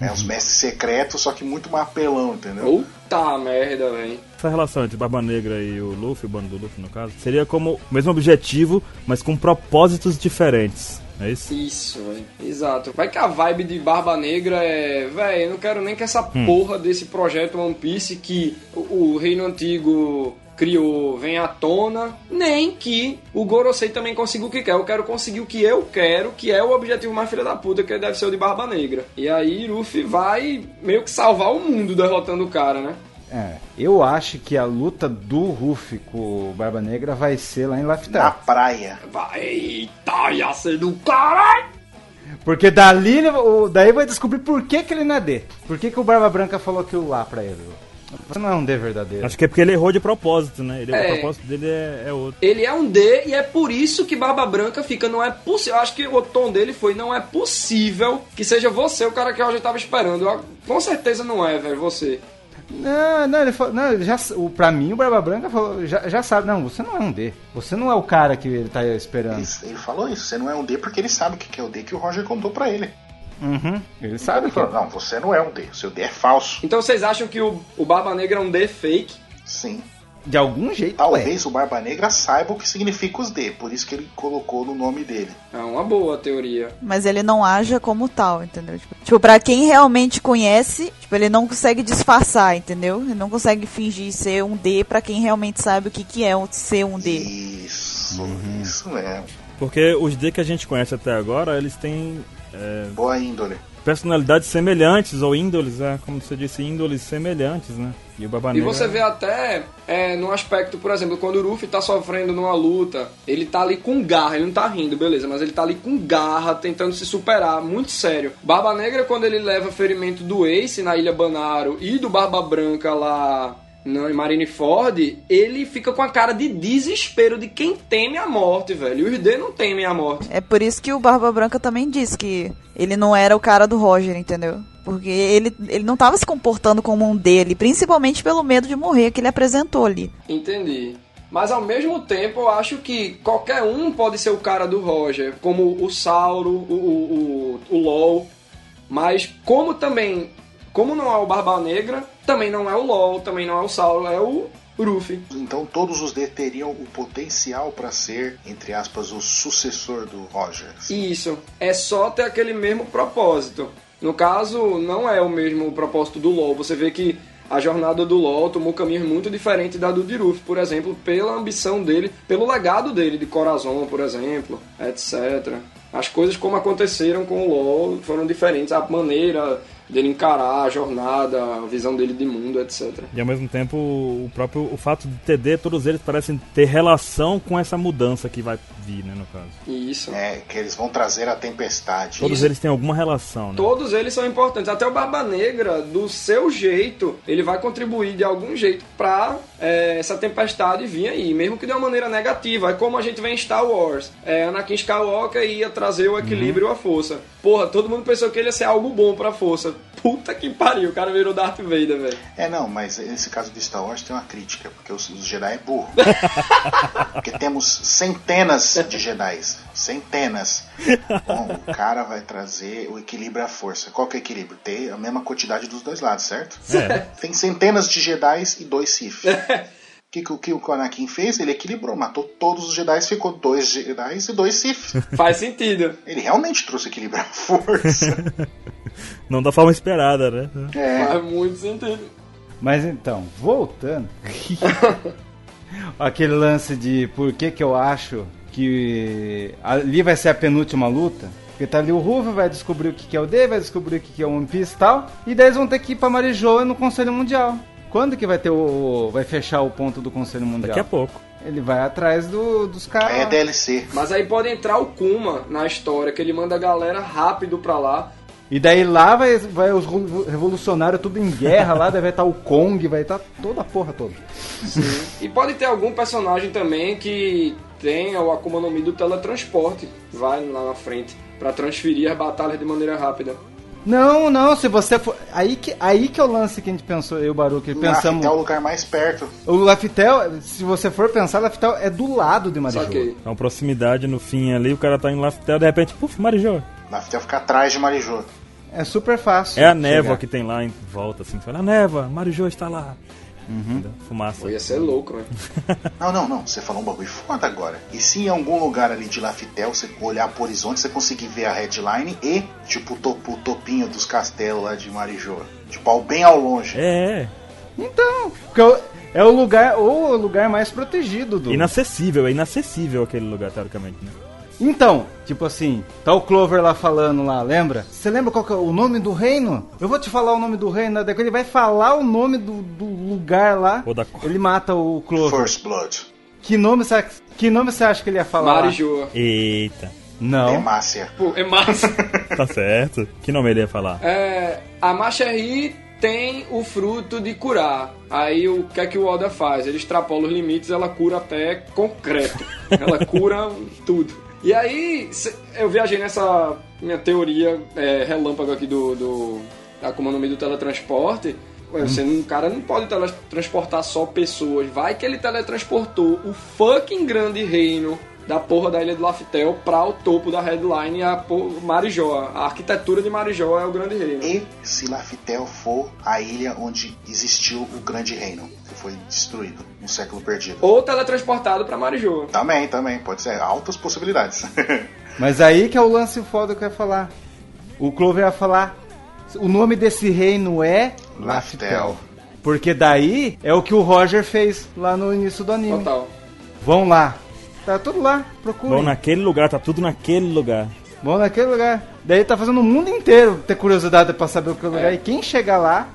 Speaker 2: É os mestres secretos, só que muito mais apelão, entendeu?
Speaker 3: Puta merda, velho.
Speaker 1: Essa relação entre Barba Negra e o Luffy, o bando do Luffy no caso, seria como o mesmo objetivo, mas com propósitos diferentes. É isso?
Speaker 3: Isso, velho. Exato. Vai que a vibe de Barba Negra é. Véi, eu não quero nem que essa porra desse projeto One Piece que o, o Reino Antigo criou venha à tona, nem que o Gorosei também consiga o que quer. Eu quero conseguir o que eu quero, que é o objetivo mais filha da puta, que deve ser o de Barba Negra. E aí Luffy vai meio que salvar o mundo derrotando o cara, né?
Speaker 5: É, eu acho que a luta do Ruff com o Barba Negra vai ser lá em Laftar.
Speaker 2: Na praia.
Speaker 3: Vai, eita, ia ser do caralho!
Speaker 5: Porque dali, ele- o- daí vai descobrir por que, que ele não é D. Por que, que o Barba Branca falou que o lá pra ele. Você não é um D verdadeiro.
Speaker 1: Acho que é porque ele errou de propósito, né? Ele,
Speaker 3: É.
Speaker 1: O propósito dele é, é outro.
Speaker 3: Ele é um D e é por isso que Barba Branca fica. Não é possível. Acho que o tom dele foi: não é possível que seja você o cara que eu já tava esperando. Eu- com certeza não é, velho, você.
Speaker 5: Não, não, ele falou. Não, ele já, o, pra mim, o Barba Branca falou, já, já sabe. Não, você não é um D. Você não é o cara que ele tá esperando.
Speaker 2: Ele, ele falou isso, você não é um D porque ele sabe o que que é o D que o Roger contou pra ele.
Speaker 5: Uhum.
Speaker 2: Sabe?
Speaker 5: Ele sabe
Speaker 2: Ele
Speaker 5: que é.
Speaker 2: falou, não, você não é um D, seu D é falso.
Speaker 3: Então vocês acham que o, o Barba Negra é um D fake?
Speaker 2: Sim.
Speaker 5: De algum jeito. é.
Speaker 2: Talvez o Barba Negra saiba o que significa os D, por isso que ele colocou no nome dele.
Speaker 3: É uma boa teoria.
Speaker 4: Mas ele não aja como tal, entendeu? Tipo, tipo, pra quem realmente conhece, tipo, ele não consegue disfarçar, entendeu? Ele não consegue fingir ser um D pra quem realmente sabe o que, que é um- ser um D.
Speaker 2: Isso, isso mesmo.
Speaker 1: Porque os D que a gente conhece até agora, eles têm é,
Speaker 2: Boa índole.
Speaker 1: personalidades semelhantes, ou índoles, é, como você disse, índoles semelhantes, né? E o Barba
Speaker 3: E
Speaker 1: Negra...
Speaker 3: você vê até é, no aspecto, por exemplo, quando o Ruffy tá sofrendo numa luta, ele tá ali com garra, ele não tá rindo, beleza, mas ele tá ali com garra, tentando se superar, muito sério. Barba Negra, quando ele leva ferimento do Ace na Ilha Banaro e do Barba Branca lá na- em Marineford, ele fica com a cara de desespero de quem teme a morte, velho. E os D não temem a morte.
Speaker 4: É por isso que o Barba Branca também disse que ele não era o cara do Roger, entendeu? Porque ele, ele não tava se comportando como um D ali, principalmente pelo medo de morrer que ele apresentou ali.
Speaker 3: Entendi. Mas ao mesmo tempo, eu acho que qualquer um pode ser o cara do Roger, como o Sauro, o, o, o, o LOL. Mas como também, como não é o Barba Negra, também não é o LOL, também não é o Sauro, é o Ruffy.
Speaker 2: Então todos os D teriam o potencial pra ser, entre aspas, o sucessor do Roger.
Speaker 3: Isso, é só ter aquele mesmo propósito. No caso, não é o mesmo propósito do LoL. Você vê que a jornada do LoL tomou caminhos muito diferentes da do Diruf, por exemplo, pela ambição dele, pelo legado dele de Corazon, por exemplo, etc. As coisas como aconteceram com o LoL foram diferentes, a maneira dele encarar a jornada, a visão dele de mundo, etc.
Speaker 1: E ao mesmo tempo, o próprio o fato de TD, todos eles parecem ter relação com essa mudança que vai vir, né, no caso.
Speaker 3: Isso.
Speaker 2: É, que eles vão trazer a tempestade.
Speaker 1: Todos
Speaker 3: Isso.
Speaker 1: eles têm alguma relação, né?
Speaker 3: Todos eles são importantes. Até o Barba Negra, do seu jeito, ele vai contribuir de algum jeito pra é, essa tempestade vir aí, mesmo que de uma maneira negativa. É como a gente vê em Star Wars. É, Anakin Skywalker ia trazer o equilíbrio à força. Porra, todo mundo pensou que ele ia ser algo bom pra força. Puta que pariu, o cara virou Darth Vader, velho.
Speaker 2: É, não, mas nesse caso de Star Wars tem uma crítica, porque os, os Jedi é burro. porque temos centenas de Jedi. Centenas. Bom, o cara vai trazer o equilíbrio à força. Qual que é o equilíbrio? Ter a mesma quantidade dos dois lados, certo?
Speaker 1: É.
Speaker 2: Tem centenas de Jedi e dois Sith. O que, que, o- que o Anakin fez? Ele equilibrou, matou todos os Jedi, ficou dois Jedi e dois Sith.
Speaker 3: Faz sentido.
Speaker 2: Ele realmente trouxe equilíbrio à força.
Speaker 1: Não da forma esperada, né?
Speaker 2: É,
Speaker 3: Faz muito sentido.
Speaker 5: Mas então, voltando. aquele lance de por que, que eu acho que ali vai ser a penúltima luta. Porque tá ali o Ruff, vai descobrir o que, que é o D, vai descobrir o que, que é o One Piece e tal. E daí eles vão ter que ir pra Marijoa no Conselho Mundial. Quando que vai ter o. vai fechar o ponto do Conselho Mundial?
Speaker 1: Daqui a pouco.
Speaker 5: Ele vai atrás do- dos caras.
Speaker 2: é DLC.
Speaker 3: Mas aí pode entrar o Kuma na história, que ele manda a galera rápido pra lá.
Speaker 5: E daí lá vai, vai os ru- revolucionários tudo em guerra lá, daí vai estar o Kong, vai estar toda a porra toda.
Speaker 3: E pode ter algum personagem também que tenha o Akuma no Mi do teletransporte, vai lá na frente, pra transferir as batalhas de maneira rápida.
Speaker 5: Não, não, se você for. Aí que, aí que é o lance que a gente pensou, eu e o Baruque, pensamos.
Speaker 2: Pensamos... é o lugar mais perto.
Speaker 5: O Laftel, se você for pensar, Laftel é do lado de
Speaker 3: Só
Speaker 5: Marijô.
Speaker 3: que
Speaker 1: Então, proximidade no fim ali, o cara tá em Laftel, de repente, puf, Marijô.
Speaker 2: Naftel fica atrás de Marijô.
Speaker 5: É super fácil.
Speaker 1: É a névoa
Speaker 5: chegar.
Speaker 1: que tem lá em volta, assim. Você fala, a névoa, Marijô está lá. Entendeu? Fumaça.
Speaker 3: pô, ia ser louco, né?
Speaker 2: Não, não, não. Você falou um bagulho foda agora. E se em algum lugar ali de Laftel você olhar pro horizonte, você conseguir ver a headline e, tipo, o, topo, o topinho dos castelos lá de Marijô. Tipo, ao bem ao longe.
Speaker 1: É, é.
Speaker 5: Então, porque eu- é o lugar, ou o lugar mais protegido do.
Speaker 1: Inacessível, é inacessível aquele lugar, teoricamente, né?
Speaker 5: Então, tipo assim, tá o Clover lá falando lá, lembra? Você lembra qual que é o nome do reino? Eu vou te falar o nome do reino, né? Daí ele vai falar o nome do, do lugar lá.
Speaker 8: Ou da cor.
Speaker 5: Ele mata o Clover.
Speaker 2: First Blood.
Speaker 5: Que nome você que nome você acha que ele ia falar? lá?
Speaker 3: Marijoa.
Speaker 8: Eita,
Speaker 5: Não.
Speaker 2: Hemácia.
Speaker 3: Pô, é massa.
Speaker 8: tá certo. Que nome ele ia falar?
Speaker 3: É, a Macherry tem o fruto de curar. Aí o que é que o Oda faz? Ele extrapola os limites, ela cura até concreto. Ela cura tudo. E aí se- eu viajei nessa minha teoria é, relâmpago aqui do, do Akuma no Mi do teletransporte. Ué, Você, não- o cara não pode teletransportar só pessoas. Vai que ele teletransportou o fucking grande reino da porra da ilha do Laftel pra o topo da headline a por- Marijó. A arquitetura de Marijó é o grande reino.
Speaker 2: E se Laftel for a ilha onde existiu o grande reino, que foi destruído no século perdido.
Speaker 3: Ou teletransportado pra Marijô.
Speaker 2: Também, também, pode ser. Altas possibilidades.
Speaker 5: Mas aí que é o lance foda que eu ia falar. O Clover ia falar. O nome desse reino é
Speaker 2: Laftel.
Speaker 5: Porque daí é o que o Roger fez lá no início do anime.
Speaker 3: Total.
Speaker 5: Vão lá. Tá tudo lá, procura.
Speaker 1: Bom, naquele lugar, tá tudo naquele lugar.
Speaker 5: Bom naquele lugar. Daí tá fazendo o mundo inteiro ter curiosidade pra saber o que é o lugar.
Speaker 3: É.
Speaker 5: E quem chegar lá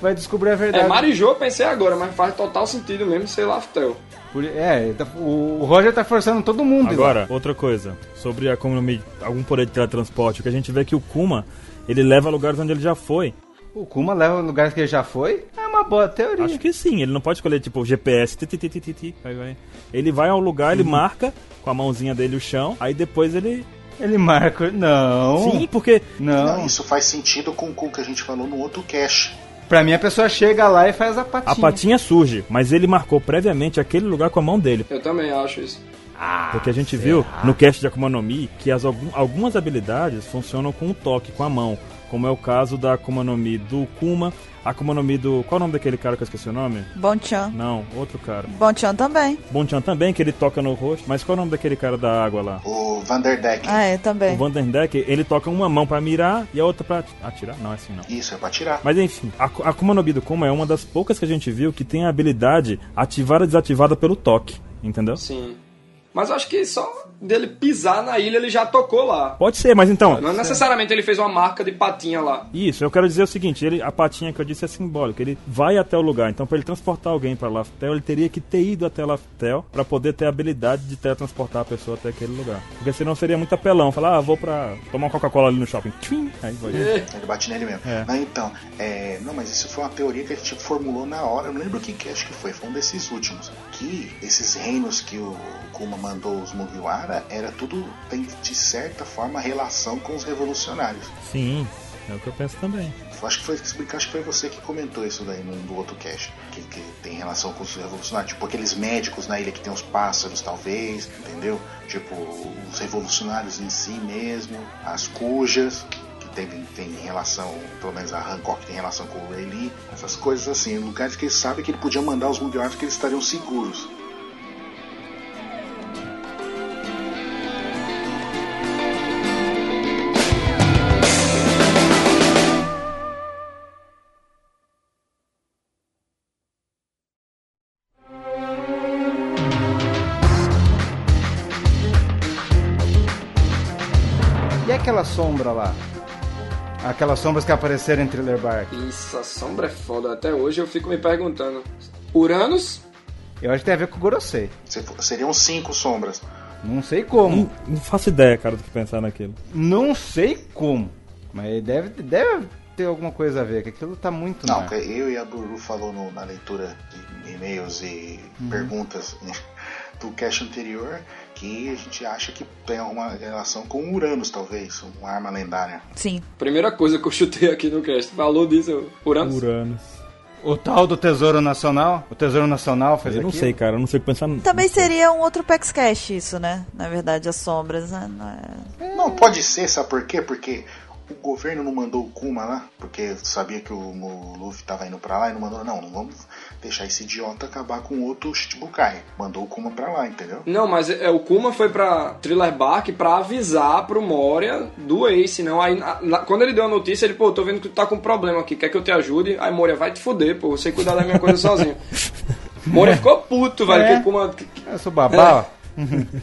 Speaker 5: vai descobrir a
Speaker 3: É,
Speaker 5: verdade.
Speaker 3: Marijô eu pensei agora, mas faz total sentido mesmo ser Laftel.
Speaker 5: Por- é, ele tá- o o Roger tá forçando todo mundo.
Speaker 1: Agora, outra coisa, sobre a Akuma no Mi, algum poder de teletransporte, o que a gente vê é que o Kuma, ele leva a lugares onde ele já foi.
Speaker 5: O Kuma leva o lugar que ele já foi? É uma boa teoria.
Speaker 1: Acho que sim, ele não pode escolher tipo GPS. ti, ti, ti, ti, ti, ti, vai, vai. Ele vai ao lugar, ele marca com a mãozinha dele o chão, aí depois ele.
Speaker 5: Ele marca. Não.
Speaker 1: Sim, porque.
Speaker 5: Não.
Speaker 2: Não, isso faz sentido com o que a gente falou no outro cache.
Speaker 5: Pra mim a pessoa chega lá e faz a patinha.
Speaker 1: A patinha surge, mas ele marcou previamente aquele lugar com a mão dele.
Speaker 3: Eu também acho isso.
Speaker 1: Porque a gente viu no cast de Akuma no Mi que as, algum- algumas habilidades funcionam com o toque, com a mão. Como é o caso da Akuma no Mi do Kuma, a Akuma no Mi do. Qual o nome daquele cara que eu esqueci o nome?
Speaker 4: Bonchan.
Speaker 1: Não, outro cara.
Speaker 4: Bonchan também.
Speaker 1: Bonchan também, que ele toca no rosto. Mas qual é o nome daquele cara da água lá?
Speaker 2: O Vanderdeck.
Speaker 4: Ah, é, também.
Speaker 1: O Vanderdeck, ele toca uma mão pra mirar e a outra pra atirar? Não, é assim não.
Speaker 2: Isso, é pra tirar.
Speaker 1: Mas enfim, a Ku- a Akuma no Mi do Kuma é uma das poucas que a gente viu que tem a habilidade ativada e desativada pelo toque, entendeu?
Speaker 3: Sim. Mas eu acho que só dele pisar na ilha ele já tocou lá.
Speaker 1: Pode ser, mas então,
Speaker 3: Não é necessariamente ele fez uma marca de patinha lá.
Speaker 1: Isso, eu quero dizer o seguinte, ele, a patinha que eu disse é simbólica, ele vai até o lugar, então pra ele transportar alguém pra Laftel, ele teria que ter ido até Laftel pra poder ter a habilidade de teletransportar a pessoa até aquele lugar. Porque senão seria muito apelão, falar, ah, vou pra tomar uma Coca-Cola ali no shopping. Tchim, aí vai.
Speaker 2: Ele bate nele mesmo. Não, então, é, não, mas isso foi uma teoria que a gente formulou na hora. Eu não lembro que cast que foi, foi um desses últimos. Que esses reinos que o Kuma mandou os Mugiwara era tudo, tem de certa forma, relação com os revolucionários.
Speaker 1: Sim, é o que eu penso também.
Speaker 2: Eu Acho que foi explicar, acho que foi você que comentou isso daí num do outro cast. Que, que tem relação com os revolucionários. Tipo aqueles médicos na ilha que tem os pássaros, talvez, entendeu? Tipo, os revolucionários em si mesmo, as cujas, que tem, tem relação, pelo menos a Hancock tem relação com o Rayleigh, essas coisas assim, lugares que ele sabe que ele podia mandar os mundiais que eles estariam seguros.
Speaker 5: E aquela sombra lá? Aquelas sombras que apareceram em Thriller Bark.
Speaker 3: Isso, a sombra é foda. Até hoje eu fico me perguntando. Uranus?
Speaker 5: Eu acho que tem a ver com o Gorosei.
Speaker 2: Se for- Seriam cinco sombras.
Speaker 5: Não sei como.
Speaker 1: Não, não faço ideia, cara, do que pensar naquilo.
Speaker 5: Não sei como. Mas deve, deve ter alguma coisa a ver, que aquilo tá muito
Speaker 2: Não,
Speaker 5: na-
Speaker 2: que eu e a Buru falou no- na leitura de e-mails e perguntas né, do cast anterior que a gente acha que tem alguma relação com Uranus, talvez, uma arma lendária.
Speaker 4: Sim.
Speaker 3: Primeira coisa que eu chutei aqui no cast. Falou disso. eu- Uranus?
Speaker 1: Uranus.
Speaker 5: O tal do Tesouro Nacional? O Tesouro Nacional fez
Speaker 1: Eu não
Speaker 5: aquilo?
Speaker 1: sei, cara, eu não sei o que pensar.
Speaker 4: Também seria um outro Pax Cash isso, né? Na verdade, as sombras, né? Não é-
Speaker 2: Não pode ser, sabe por quê? Porque o governo não mandou o Kuma lá, porque sabia que o Mo- Luffy tava indo pra lá e não mandou, não, não vamos deixar esse idiota acabar com outro Shichibukai. Mandou o Kuma pra lá, entendeu?
Speaker 3: Não, mas é, o Kuma foi pra Thriller Bark pra avisar pro Moria do Ace, não. Aí, na- na- quando ele deu a notícia, ele, pô, tô vendo que tu tá com um problema aqui, quer que eu te ajude? Aí Moria, vai te fuder, pô, eu sei cuidar da minha coisa sozinho. Moria ficou puto, velho,
Speaker 5: É.
Speaker 3: que o Kuma...
Speaker 1: É.
Speaker 5: Eu sou babá, ó.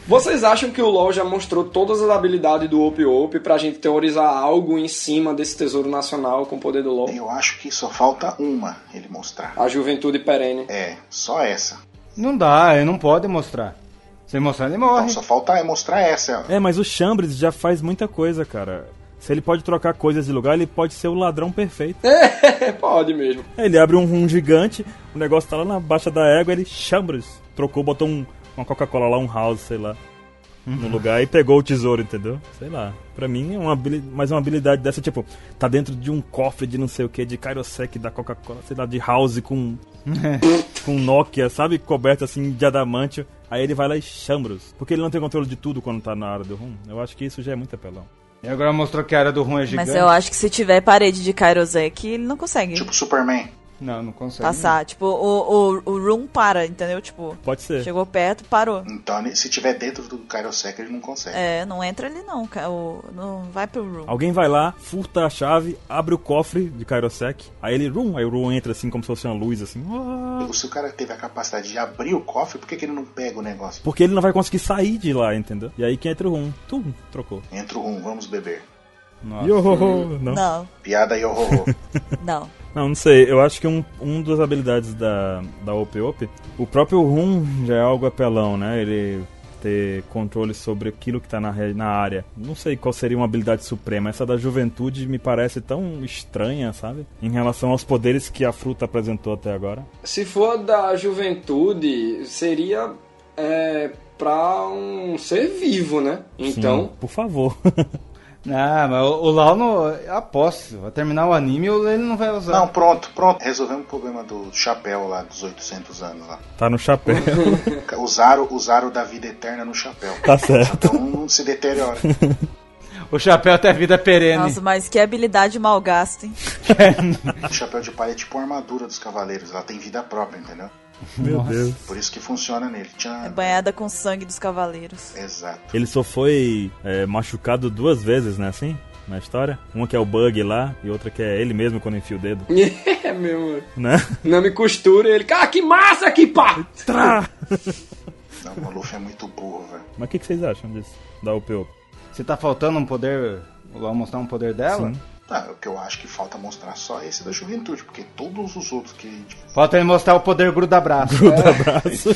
Speaker 3: Vocês acham que o LoL já mostrou todas as habilidades do Op Op pra gente teorizar algo em cima desse tesouro nacional com o poder do LoL?
Speaker 2: Eu acho que só falta uma ele mostrar.
Speaker 3: A juventude perene.
Speaker 2: É, só essa.
Speaker 5: Não dá, ele não pode mostrar. Se ele mostrar, ele morre.
Speaker 2: Então só falta é mostrar essa.
Speaker 1: É, mas o Chambres já faz muita coisa, cara. Se ele pode trocar coisas de lugar, ele pode ser o ladrão perfeito.
Speaker 3: É, pode mesmo.
Speaker 1: Ele abre um, um gigante, o negócio tá lá na baixa da égua, ele Chambres. Trocou, botou um, uma Coca-Cola lá, um house, sei lá. No lugar e pegou o tesouro, entendeu? Sei lá. Pra mim é uma habili- mais uma habilidade dessa, tipo, tá dentro de um cofre de não sei o que, de Kairosek, da Coca-Cola, sei lá, de house com. com Nokia, sabe? Coberto assim de adamante. Aí ele vai lá e chambros. Porque ele não tem controle de tudo quando tá na área do rum. Eu acho que isso já é muito apelão.
Speaker 5: E agora mostrou que a área do ruim é gigante.
Speaker 4: Mas eu acho que se tiver parede de Kairosek, ele não consegue
Speaker 2: Tipo Superman.
Speaker 5: Não, não consegue. né?
Speaker 4: passar. Tipo, o, o, o room para, entendeu? Tipo,
Speaker 1: Pode ser.
Speaker 4: chegou perto, parou.
Speaker 2: Então, se tiver dentro do Kairosek, ele não consegue.
Speaker 4: É, não entra ali não, ca- o- não vai pro room.
Speaker 1: Alguém vai lá, furta a chave, abre o cofre de Kairosek, aí ele, rum, aí o rum entra assim como se fosse uma luz, assim. "Ah".
Speaker 2: Se o cara teve a capacidade de abrir o cofre, por que, que ele não pega o negócio?
Speaker 1: Porque ele não vai conseguir sair de lá, entendeu? E aí que entra o rum. Tum, trocou.
Speaker 2: Entra o rum, vamos beber.
Speaker 5: Nossa.
Speaker 1: Yohoho, não.
Speaker 4: Não,
Speaker 2: Piada e horror.
Speaker 4: não.
Speaker 1: Não, não sei. Eu acho que um, um das habilidades da, da OP OP, o próprio Rum já é algo apelão, né? Ele ter controle sobre aquilo que tá na, re- na área. Não sei qual seria uma habilidade suprema. Essa da juventude me parece tão estranha, sabe? Em relação aos poderes que a fruta apresentou até agora.
Speaker 3: Se for da juventude, seria é, pra um ser vivo, né? Então,
Speaker 1: Sim, por favor.
Speaker 5: Ah, mas o, o Lau não. eu Aposto. Vai terminar o anime e ele não vai usar.
Speaker 2: não, pronto, pronto. Resolvemos o problema do chapéu lá dos 800 anos lá.
Speaker 1: tá no chapéu.
Speaker 2: Usaram, usaram da vida eterna no chapéu.
Speaker 1: tá certo.
Speaker 2: Então não se deteriora.
Speaker 5: O chapéu até vida é perene.
Speaker 4: Nossa, mas que habilidade mal gasta, hein?
Speaker 2: O chapéu de palha é tipo a armadura dos cavaleiros. Ela tem vida própria, entendeu?
Speaker 1: Meu Deus.
Speaker 2: Por isso que funciona nele. Tchan.
Speaker 4: É banhada com sangue dos cavaleiros.
Speaker 2: Exato.
Speaker 1: Ele só foi é, machucado duas vezes, né? Assim? Na história. Uma que é o Bug lá e outra que é ele mesmo quando enfia o dedo,
Speaker 3: é mesmo.
Speaker 1: né?
Speaker 3: Não me costura ele. Cara, que massa aqui, pá!
Speaker 1: Trá!
Speaker 2: Não, o Maluf é muito burro, velho.
Speaker 1: Mas o que, que vocês acham disso? Da UPO?
Speaker 5: Se tá faltando um poder. O Lau mostrar um poder dela?
Speaker 1: Sim.
Speaker 2: Ah, o que eu acho que falta mostrar só é esse da juventude, porque todos os outros que. tipo,
Speaker 5: Falta ele mostrar o poder gruda-braço. Gruda
Speaker 1: Abraço.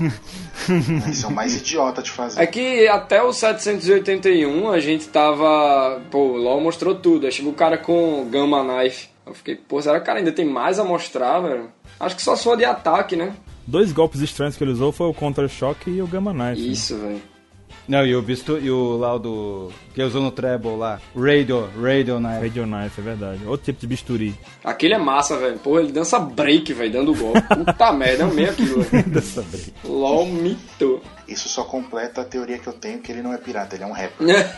Speaker 2: né, são mais idiota de fazer.
Speaker 3: É que até o 781 a gente tava. Pô, o LOL mostrou tudo. Aí chegou o cara com Gamma Knife. Eu fiquei, pô, será que o cara ainda tem mais a mostrar, velho? Acho que só se for de ataque, né?
Speaker 1: Dois golpes estranhos que ele usou foi o Contra-Choque e o Gamma Knife. né?
Speaker 3: Isso, velho.
Speaker 5: Não, e o visto e o Lau do. Que usou no Treble lá. Radio, Radio na época.
Speaker 1: Radio Knife, é verdade. Outro tipo de bisturi.
Speaker 3: Aquele é massa, velho. Porra, ele dança break, velho, dando golpe. Puta merda, eu amei aquilo, velho.
Speaker 1: Dessa briga.
Speaker 3: LOL mito.
Speaker 2: Isso só completa a teoria que eu tenho que ele não é pirata, ele é um rapper.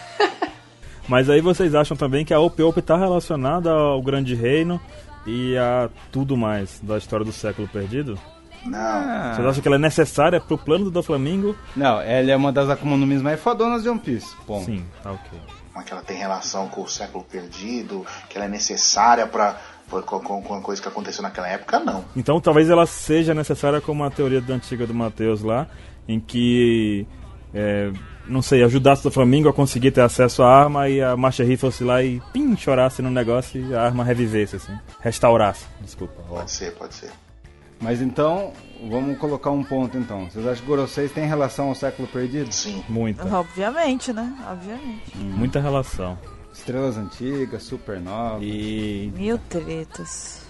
Speaker 1: Mas aí vocês acham também que a OP OP tá relacionada ao Grande Reino e a tudo mais da história do século perdido?
Speaker 2: Não.
Speaker 1: Vocês acham que ela é necessária pro plano do Flamengo?
Speaker 5: Não, ela é uma das Akuma no Mi mais fodonas de One Piece. Bom.
Speaker 1: Sim, tá ok.
Speaker 2: Mas que ela tem relação com o século perdido, que ela é necessária pra. pra- Com, com, com a coisa que aconteceu naquela época, não.
Speaker 1: Então talvez ela seja necessária como a teoria da antiga do Matheus lá, em que, é, não sei, ajudasse o Flamengo a conseguir ter acesso à arma e a Marcha Ree fosse lá e pim, chorasse no negócio e a arma revivesse, assim. Restaurasse, desculpa. ó.
Speaker 2: Pode ser, pode ser.
Speaker 5: Mas então, vamos colocar um ponto então. Vocês acham que Goroseis tem relação ao século perdido?
Speaker 2: Sim.
Speaker 1: Muita,
Speaker 4: Obviamente, né? Obviamente.
Speaker 1: muita relação.
Speaker 5: Estrelas antigas, supernova.
Speaker 1: E.
Speaker 4: Mil tretas.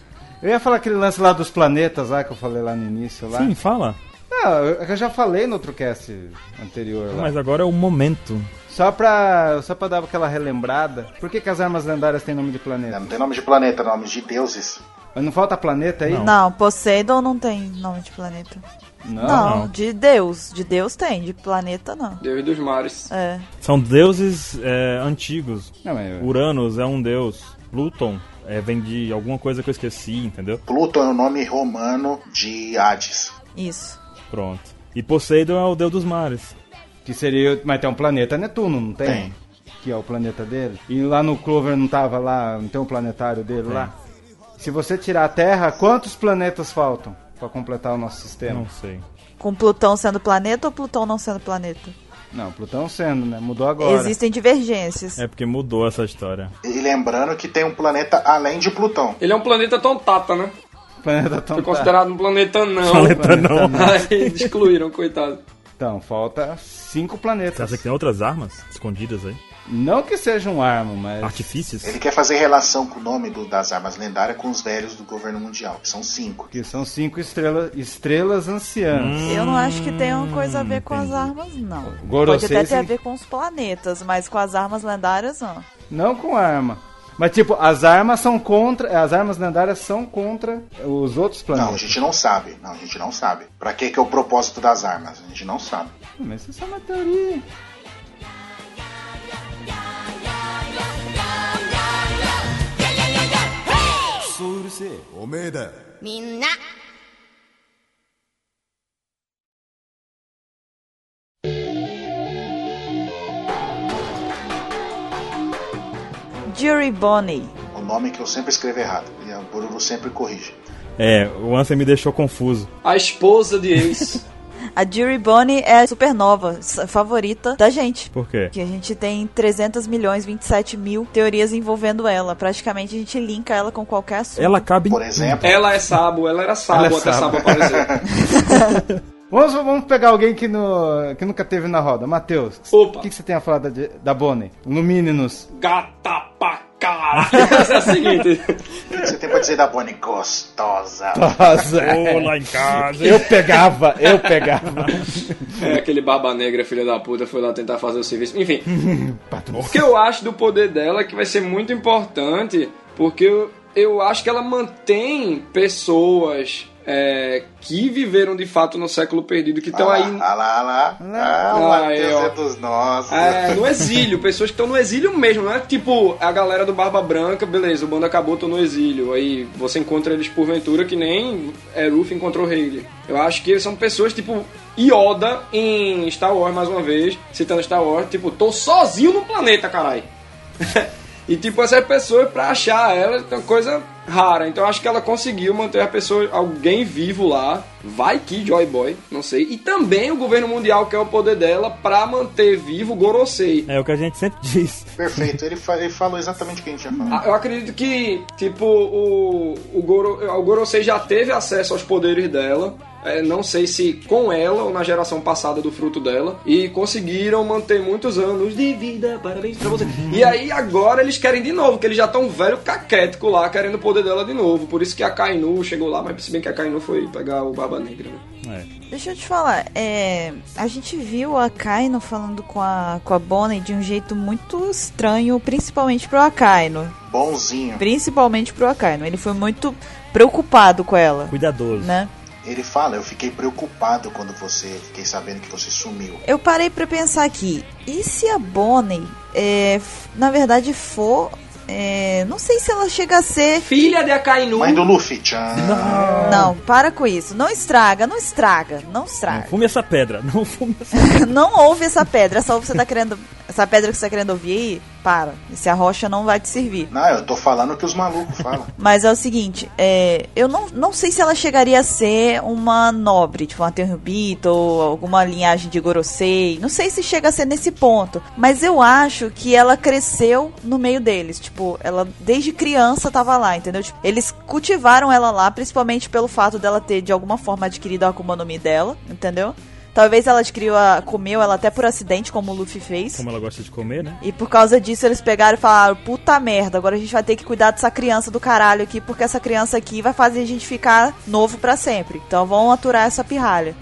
Speaker 5: Eu ia falar aquele lance lá dos planetas lá que eu falei lá no início lá.
Speaker 1: Sim, fala.
Speaker 5: Não, eu eu já falei no outro cast anterior lá.
Speaker 1: Mas agora é o momento.
Speaker 5: Só pra. Só pra dar aquela relembrada. Por que, que as armas lendárias têm nome de planeta?
Speaker 2: Não tem nome de planeta, é nome de deuses.
Speaker 5: Mas não falta planeta aí?
Speaker 1: Não.
Speaker 4: Não, Poseidon não tem nome de planeta.
Speaker 5: Não.
Speaker 4: Não,
Speaker 1: não.
Speaker 4: de Deus. De Deus tem, de planeta não.
Speaker 3: Deus dos mares.
Speaker 4: É.
Speaker 1: São deuses é, antigos.
Speaker 5: Não, mas-
Speaker 1: Uranus é um deus. Pluton é, vem de alguma coisa que eu esqueci, entendeu?
Speaker 2: Pluto é o nome romano de Hades.
Speaker 4: Isso.
Speaker 1: Pronto. E Poseidon é o deus dos mares.
Speaker 5: Que seria. Mas tem um planeta Netuno, não tem?
Speaker 2: Tem.
Speaker 5: Que é o planeta dele. E lá no Clover não tava lá, não tem um planetário dele lá? Se você tirar a Terra, quantos planetas faltam pra completar o nosso sistema?
Speaker 1: Não sei.
Speaker 4: Com Plutão sendo planeta ou Plutão não sendo planeta?
Speaker 5: Não, Plutão sendo, né? Mudou agora.
Speaker 4: Existem divergências.
Speaker 1: É porque mudou essa história.
Speaker 2: E lembrando que tem um planeta além de Plutão.
Speaker 3: Ele é um planeta tontata, né?
Speaker 5: Planeta tá tão
Speaker 3: Foi considerado um planeta não.
Speaker 1: Planeta não.
Speaker 3: Aí excluíram, coitado.
Speaker 5: Então, falta cinco
Speaker 1: Você
Speaker 5: planetas.
Speaker 1: acha que tem outras armas escondidas aí?
Speaker 5: Não que seja um arma, mas.
Speaker 1: Artifícios?
Speaker 2: Ele quer fazer relação com o nome do- das armas lendárias com os velhos do governo mundial, que são cinco.
Speaker 5: Que são cinco estrela, estrelas anciãs.
Speaker 4: Eu não acho que tenha uma coisa a ver com
Speaker 1: Hum,
Speaker 4: as
Speaker 1: entendi.
Speaker 4: armas, não. Pode
Speaker 5: Gorosei,
Speaker 4: até ter a
Speaker 5: sim.
Speaker 4: ver com os planetas, mas com as armas lendárias, não.
Speaker 5: Não com arma. Mas tipo, as armas são contra. As armas lendárias são contra os outros
Speaker 2: Não, a
Speaker 5: planetas.
Speaker 2: gente não sabe. Não, a gente não sabe. Pra que, que é o propósito das armas? A gente não sabe.
Speaker 5: Mas isso é uma teoria.
Speaker 7: Minna.
Speaker 4: 'Jury Bonnie.
Speaker 2: O nome que eu sempre escrevo errado. E o Bururu sempre corrige.
Speaker 1: É, o Ansem me deixou confuso.
Speaker 3: A esposa de ex.
Speaker 4: A Jury Bonnie é a supernova s- favorita da gente.
Speaker 1: Por quê?
Speaker 4: Que a gente tem 300 milhões, 27 mil teorias envolvendo ela. Praticamente a gente linka ela com qualquer assunto.
Speaker 1: Ela cabe em
Speaker 2: Por exemplo,
Speaker 3: ela é sabo, ela era sabo
Speaker 5: Ela é
Speaker 3: até sabo
Speaker 5: sabo.
Speaker 3: aparecer.
Speaker 5: Vamos, vamos pegar alguém que, no, que nunca teve na roda. Matheus,
Speaker 3: Opa.
Speaker 5: o que, que você tem a falar da, da Bonnie? No Minions.
Speaker 3: Gata pra caralho. É o seguinte.
Speaker 2: o que você tem pra dizer da Bonnie? Gostosa.
Speaker 1: Ô, lá em casa.
Speaker 5: Eu pegava, eu pegava.
Speaker 3: É, aquele barba negra, filha da puta, foi lá tentar fazer o serviço. Enfim. o que eu acho do poder dela é que vai ser muito importante, porque eu, eu acho que ela mantém pessoas é, que viveram de fato no século perdido, que estão
Speaker 2: Ah,
Speaker 3: Então aí.
Speaker 2: lá, ah lá, ah lá. Ah, o
Speaker 3: Ah,
Speaker 2: Matheus
Speaker 3: eu.
Speaker 2: é dos nossos.
Speaker 3: é, no exílio, pessoas que estão no exílio mesmo, não é tipo a galera do Barba Branca, beleza, o bando acabou, tô no exílio. Aí você encontra eles porventura que nem Eruf encontrou Hayley. Eu acho que eles são pessoas tipo Yoda em Star Wars, mais uma vez, citando Star Wars, tipo, tô sozinho no planeta, carai. E tipo, essas pessoas, pra achar ela, é uma coisa rara. Então acho que ela conseguiu manter a pessoa, alguém vivo lá. Vai que Joy Boy, não sei. E também o governo mundial quer o poder dela pra manter vivo o Gorosei.
Speaker 1: É o que a gente sempre diz.
Speaker 2: Perfeito, ele, fa- ele falou exatamente o que a gente ia falar.
Speaker 3: Ah, Eu acredito que, tipo, o, o, Goro, o Gorosei já teve acesso aos poderes dela. É, não sei se com ela ou na geração passada do fruto dela. E conseguiram manter muitos anos de vida. Parabéns pra você. e aí agora eles querem de novo, que eles já estão velho caquético lá, querendo o poder dela de novo. Por isso que a Kainu chegou lá, mas se bem que a Kainu foi pegar o Barba Negra. Né?
Speaker 1: É.
Speaker 4: Deixa eu te falar, é, a gente viu a Akaino falando com a, com a Bonnie de um jeito muito estranho, principalmente pro Akaino.
Speaker 3: Ah.
Speaker 2: Bonzinho.
Speaker 4: Principalmente pro Akaino. Ele foi muito preocupado com ela,
Speaker 1: Cuidadoso.
Speaker 4: né?
Speaker 2: Ele fala, eu fiquei preocupado quando você... Fiquei sabendo que você sumiu.
Speaker 4: Eu parei pra pensar aqui, e se a Bonnie, é, f- na verdade, for... é, não sei se ela chega a ser...
Speaker 3: Filha de Akainu.
Speaker 2: Mãe do Luffy, tchan.
Speaker 4: Não, para com isso. Não estraga, não estraga, não
Speaker 1: Não
Speaker 4: estraga.
Speaker 1: fume essa pedra. Não fume essa
Speaker 4: não ouve essa pedra. Essa ouve que você tá querendo. Essa pedra que você tá querendo ouvir aí, para. Se a rocha não vai te servir.
Speaker 2: Não, eu tô falando o que os malucos falam.
Speaker 4: Mas é o seguinte, é, eu não, não sei se ela chegaria a ser uma nobre, tipo uma Tenryubito ou alguma linhagem de Gorosei. Não sei se chega a ser nesse ponto. Mas eu acho que ela cresceu no meio deles. Tipo, ela desde criança tava lá, entendeu? Tipo, eles cultivaram ela lá, principalmente pelo fato dela ter de alguma forma adquirido a Akuma no Mi dela, entendeu? Talvez ela adquiriu a, comeu ela até por acidente, como o Luffy fez.
Speaker 1: Como ela gosta de comer, né?
Speaker 4: E por causa disso eles pegaram e falaram: puta merda, agora a gente vai ter que cuidar dessa criança do caralho aqui, porque essa criança aqui vai fazer a gente ficar novo pra sempre. Então vão aturar essa pirralha.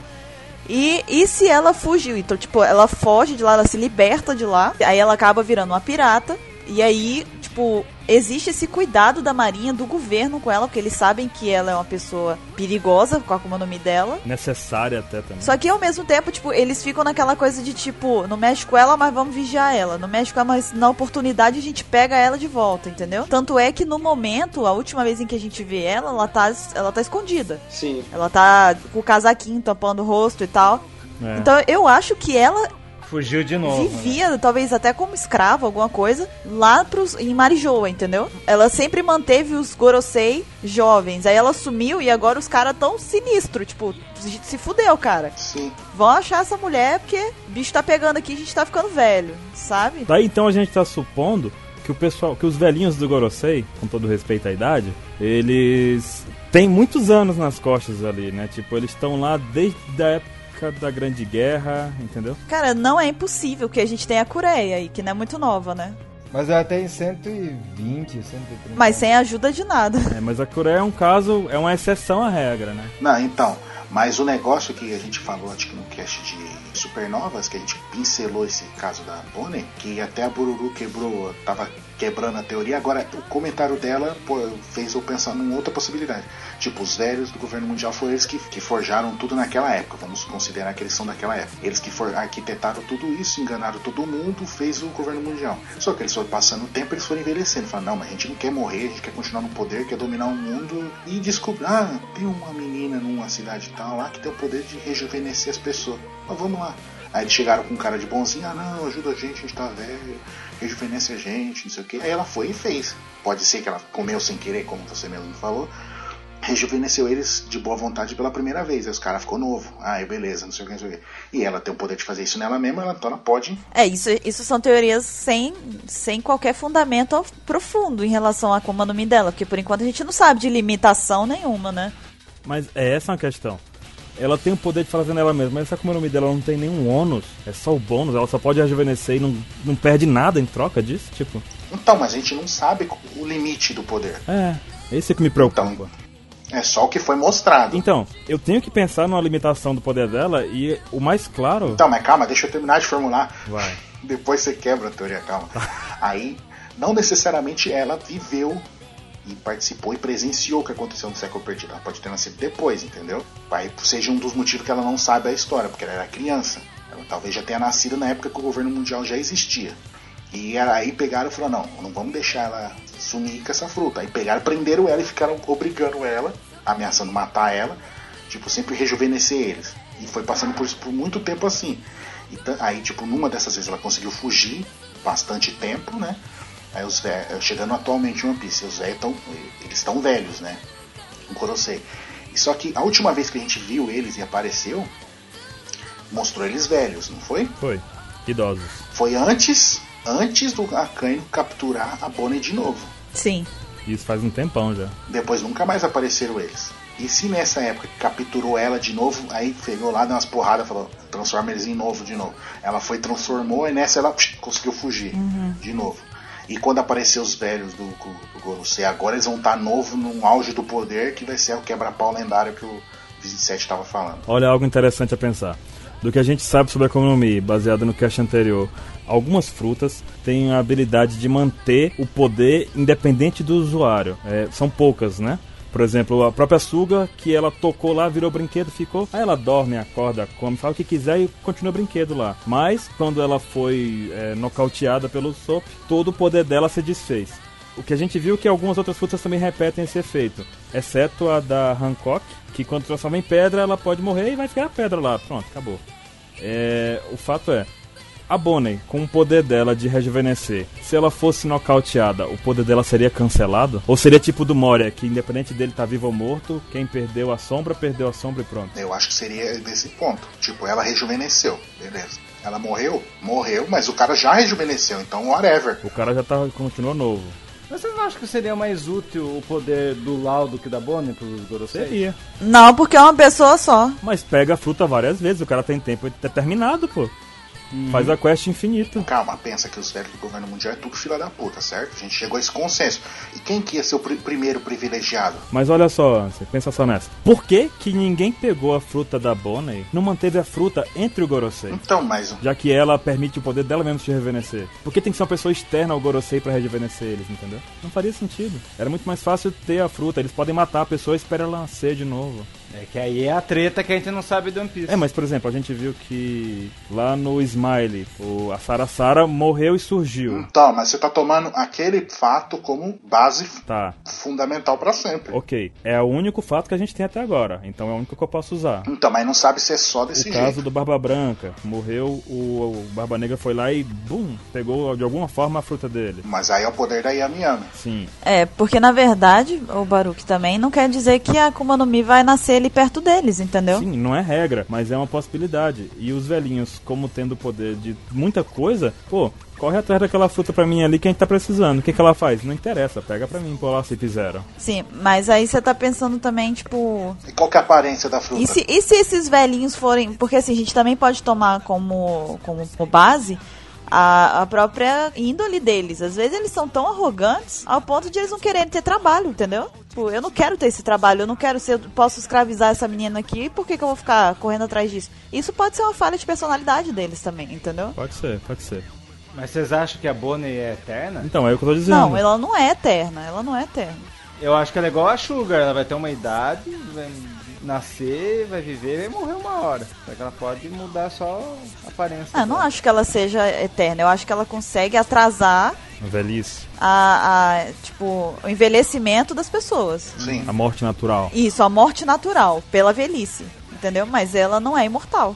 Speaker 4: E, e se ela fugiu? Então, tipo, ela foge de lá, ela se liberta de lá, aí ela acaba virando uma pirata. E aí, tipo, existe esse cuidado da marinha, do governo com ela, porque eles sabem que ela é uma pessoa perigosa, com a Akuma no Mi dela.
Speaker 1: Necessária até também.
Speaker 4: Só que ao mesmo tempo, tipo, eles ficam naquela coisa de tipo, não mexe com ela, mas vamos vigiar ela. Não mexe com ela, mas na oportunidade a gente pega ela de volta, entendeu? Tanto é que no momento, a última vez em que a gente vê ela, ela tá, ela tá escondida.
Speaker 3: Sim.
Speaker 4: Ela tá com o casaquinho tampando o rosto e tal.
Speaker 1: É.
Speaker 4: Então eu acho que ela
Speaker 5: Fugiu de novo.
Speaker 4: vivia, talvez até como escravo, alguma coisa, lá pros, em Marijoa, entendeu? Ela sempre manteve os Gorosei jovens. Aí ela sumiu e agora os caras tão sinistro, tipo, se fudeu, cara.
Speaker 2: Sim.
Speaker 4: Vão achar essa mulher porque o bicho tá pegando aqui, a gente tá ficando velho, sabe?
Speaker 1: Daí então a gente tá supondo que o pessoal, que os velhinhos do Gorosei, com todo respeito à idade, eles têm muitos anos nas costas ali, né? Tipo, eles estão lá desde a época da Grande Guerra, entendeu?
Speaker 4: Cara, não é impossível que a gente tenha a Coreia aí, que não é muito nova, né?
Speaker 5: Mas ela tem 120, 130.
Speaker 4: Mas sem ajuda de nada.
Speaker 1: É, mas a Coreia é um caso, é uma exceção à regra, né?
Speaker 2: Não, então, mas o negócio que a gente falou, acho que no cast de Supernovas, que a gente pincelou esse caso da Bonnie, que até a Bururu quebrou, tava quebrando a teoria, agora o comentário dela pô, fez eu pensar numa outra possibilidade. Tipo, os velhos do governo mundial foram eles que, que forjaram tudo naquela época, vamos considerar que eles são daquela época. Eles que for, arquitetaram tudo isso, enganaram todo mundo, fez o governo mundial. Só que eles foram passando o tempo, eles foram envelhecendo. Falaram, não, mas a gente não quer morrer, a gente quer continuar no poder, quer dominar o mundo. E descobrir, ah, tem uma menina numa cidade tal lá que tem o poder de rejuvenescer as pessoas. Mas vamos lá. Aí eles chegaram com um cara de bonzinho, ah não, ajuda a gente, a gente tá velho, rejuvenesce a gente, não sei o que. Aí ela foi e fez. Pode ser que ela comeu sem querer, como você mesmo falou. Rejuvenesceu eles de boa vontade pela primeira vez. Aí os caras ficou novo. Ah, beleza, não sei o que, não sei o que. E ela tem o poder de fazer isso nela mesma, ela- então ela pode.
Speaker 4: É, isso, isso são teorias sem, sem qualquer fundamento ao- profundo em relação a como é o nome dela, porque por enquanto a gente não sabe de limitação nenhuma, né?
Speaker 1: Mas é essa uma questão. Ela tem o poder de fazer nela mesma, mas sabe como é o nome dela? Ela não tem nenhum ônus, é só o bônus, ela só pode rejuvenescer e não, não perde nada em troca disso, tipo.
Speaker 2: Então, mas a gente não sabe o limite do poder.
Speaker 1: É, esse é que me preocupa.
Speaker 2: É só o que foi mostrado.
Speaker 1: Então, eu tenho que pensar numa limitação do poder dela e o mais claro.
Speaker 2: Então, mas calma, deixa eu terminar de formular.
Speaker 1: Vai.
Speaker 2: Depois você quebra a teoria, calma. Aí, não necessariamente ela viveu e participou e presenciou o que aconteceu no século perdido. Ela pode ter nascido depois, entendeu? Aí seja um dos motivos que ela não sabe a história, porque ela era criança. Ela talvez já tenha nascido na época que o governo mundial já existia. E era- aí pegaram e falaram, não, não vamos deixar ela sumir com essa fruta. Aí pegaram, prenderam ela e ficaram obrigando ela, ameaçando matar ela, tipo, sempre rejuvenescer eles. E foi passando por isso por muito tempo assim. E ta- aí, tipo, numa dessas vezes ela conseguiu fugir bastante tempo, né? Aí os velhos, chegando atualmente em One Piece, os velhos estão, eles estão velhos, né? Um Corosei. E só que a última vez que a gente viu eles e apareceu, mostrou eles velhos, não foi?
Speaker 1: Foi. Idosos.
Speaker 2: Foi antes, antes do Akainu capturar a Bonnie de novo.
Speaker 4: Sim.
Speaker 1: Isso faz um tempão já.
Speaker 2: Depois nunca mais apareceram eles. E se nessa época que capturou ela de novo, aí pegou lá, deu umas porradas, falou, transforma eles em novo de novo. Ela foi, transformou, e nessa ela psh, conseguiu fugir de novo. E quando aparecer os velhos do, do, do Gorosei agora, eles vão estar novo num auge do poder, que vai ser o quebra-pau lendário que o 27 estava falando.
Speaker 1: Olha algo interessante a pensar. Do que a gente sabe sobre a economia, baseado no cast anterior, algumas frutas têm a habilidade de manter o poder independente do usuário. É, são poucas, né? Por exemplo, a própria suga, que ela tocou lá, virou brinquedo, ficou. Aí ela dorme, acorda, come, fala o que quiser e continua brinquedo lá. Mas, quando ela foi é, nocauteada pelo Sop, todo o poder dela se desfez. O que a gente viu é que algumas outras frutas também repetem esse efeito, exceto a da Hancock, que quando transforma em pedra, ela pode morrer e vai ficar a pedra lá. Pronto, acabou. É, o fato é, a Bonnie, com o poder dela de rejuvenescer, se ela fosse nocauteada, o poder dela seria cancelado? Ou seria tipo do Moria, que independente dele estar vivo ou morto, quem perdeu a sombra, perdeu a sombra e pronto.
Speaker 2: Eu acho que seria desse ponto. Tipo, ela rejuvenesceu, beleza. Ela morreu? Morreu, mas o cara já rejuvenesceu, então whatever.
Speaker 1: O cara já tá, continua novo.
Speaker 5: Mas vocês não acham que seria mais útil o poder do Laudo que da Bonnie pros Gorosei?
Speaker 1: Seria.
Speaker 4: Não, porque é uma pessoa só.
Speaker 1: Mas pega a fruta várias vezes, o cara tem tempo determinado, pô. Faz a quest infinita.
Speaker 2: Calma, pensa que os velhos do governo mundial é tudo fila da puta, certo? A gente chegou a esse consenso. E quem que ia ser o pri- primeiro privilegiado?
Speaker 1: Mas olha só, Ansem, pensa só nessa. Por que, que ninguém pegou a fruta da Bonnie não manteve a fruta entre o Gorosei?
Speaker 2: Então, mas
Speaker 1: Já que ela permite o poder dela mesmo se rejuvenescer. Por que tem que ser uma pessoa externa ao Gorosei pra rejuvenescer eles, entendeu? Não faria sentido. Era muito mais fácil ter a fruta, eles podem matar a pessoa e espera ela nascer de novo.
Speaker 5: É que aí é a treta que a gente não sabe do One Piece.
Speaker 1: É, mas por exemplo, a gente viu que lá no Smiley, o, a Sara Sara morreu e surgiu.
Speaker 2: Então, mas você tá tomando aquele fato como base
Speaker 1: Tá.
Speaker 2: fundamental pra sempre.
Speaker 1: Ok. É o único fato que a gente tem até agora. Então é o único que eu posso usar.
Speaker 2: Então, mas não sabe se é só desse
Speaker 1: o
Speaker 2: jeito.
Speaker 1: caso do Barba Branca. Morreu, o, o Barba Negra foi lá e, bum, pegou de alguma forma a fruta dele.
Speaker 2: Mas aí é o poder da Yamiami.
Speaker 1: Sim.
Speaker 4: É, porque na verdade, o Baruque também não quer dizer que a Akuma no Mi vai nascer ali perto deles, entendeu?
Speaker 1: Sim, não é regra, mas é uma possibilidade. E os velhinhos, como tendo o poder de muita coisa, pô, corre atrás daquela fruta pra mim ali que a gente tá precisando. O que, que ela faz? Não interessa, pega pra mim, pô lá se fizeram.
Speaker 4: Sim, mas aí você tá pensando também, tipo.
Speaker 2: E qual que é a aparência da fruta?
Speaker 4: E se, e se esses velhinhos forem. Porque assim, a gente também pode tomar como, como, como base a, a própria índole deles. Às vezes eles são tão arrogantes ao ponto de eles não quererem ter trabalho, entendeu? Tipo, eu não quero ter esse trabalho, eu não quero ser. eu Posso escravizar essa menina aqui, por que, que eu vou ficar correndo atrás disso? Isso pode ser uma falha de personalidade deles também, entendeu?
Speaker 1: Pode ser, pode ser.
Speaker 5: Mas vocês acham que a Bonnie é eterna?
Speaker 1: Então, é o que eu tô dizendo.
Speaker 4: Não, ela não é eterna, ela não é eterna.
Speaker 5: Eu acho que ela é igual a Sugar, ela vai ter uma idade, vai nascer, vai viver e morrer uma hora. Só que ela pode mudar só a aparência.
Speaker 4: Ah, eu não
Speaker 5: dela.
Speaker 4: acho que ela seja eterna, eu acho que ela consegue atrasar
Speaker 1: Velhice,
Speaker 4: a, a, tipo, o envelhecimento das pessoas.
Speaker 2: Sim.
Speaker 1: a morte natural.
Speaker 4: Isso, a morte natural, pela velhice, entendeu? Mas ela não é imortal.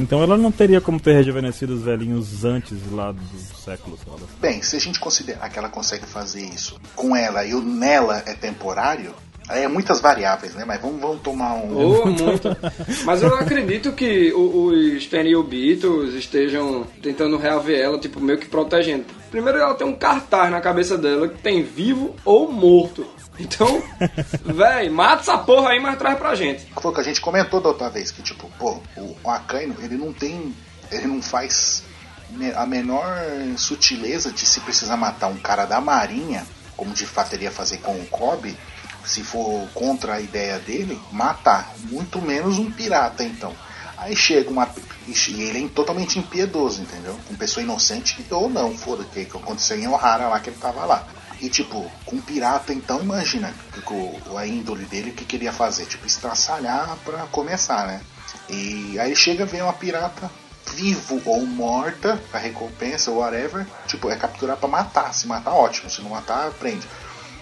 Speaker 1: Então ela não teria como ter rejuvenescido os velhinhos antes lá do século, sei lá.
Speaker 2: Bem, se a gente considerar que ela consegue fazer isso com ela e o nela é temporário, aí é muitas variáveis, né? Mas vamos, vamos tomar um.
Speaker 3: Ou muito. Mas eu acredito que o- os Ten Year Beatles estejam tentando reaver ela, tipo, meio que protegendo. Primeiro ela tem um cartaz na cabeça dela que tem vivo ou morto. Então, véi, mata essa porra aí, mas traz pra gente.
Speaker 2: Foi o que a gente comentou da outra vez, que tipo, pô, o Akaino, ele não tem. Ele não faz ne- a menor sutileza de se precisar matar um cara da marinha, como de fato ele ia fazer com o Kobe, se for contra a ideia dele, matar. Muito menos um pirata, então. Aí chega uma. Ixi, E ele é totalmente impiedoso, entendeu? Com pessoa inocente ou não, foda-se, que- que aconteceu em Ohara lá que ele tava lá. E tipo, com um pirata então, imagina que o- a índole dele o que queria fazer, tipo, estraçalhar pra começar, né? E aí chega vem uma pirata vivo ou morta, a recompensa, whatever, tipo, é capturar pra matar. Se matar, ótimo, se não matar, prende.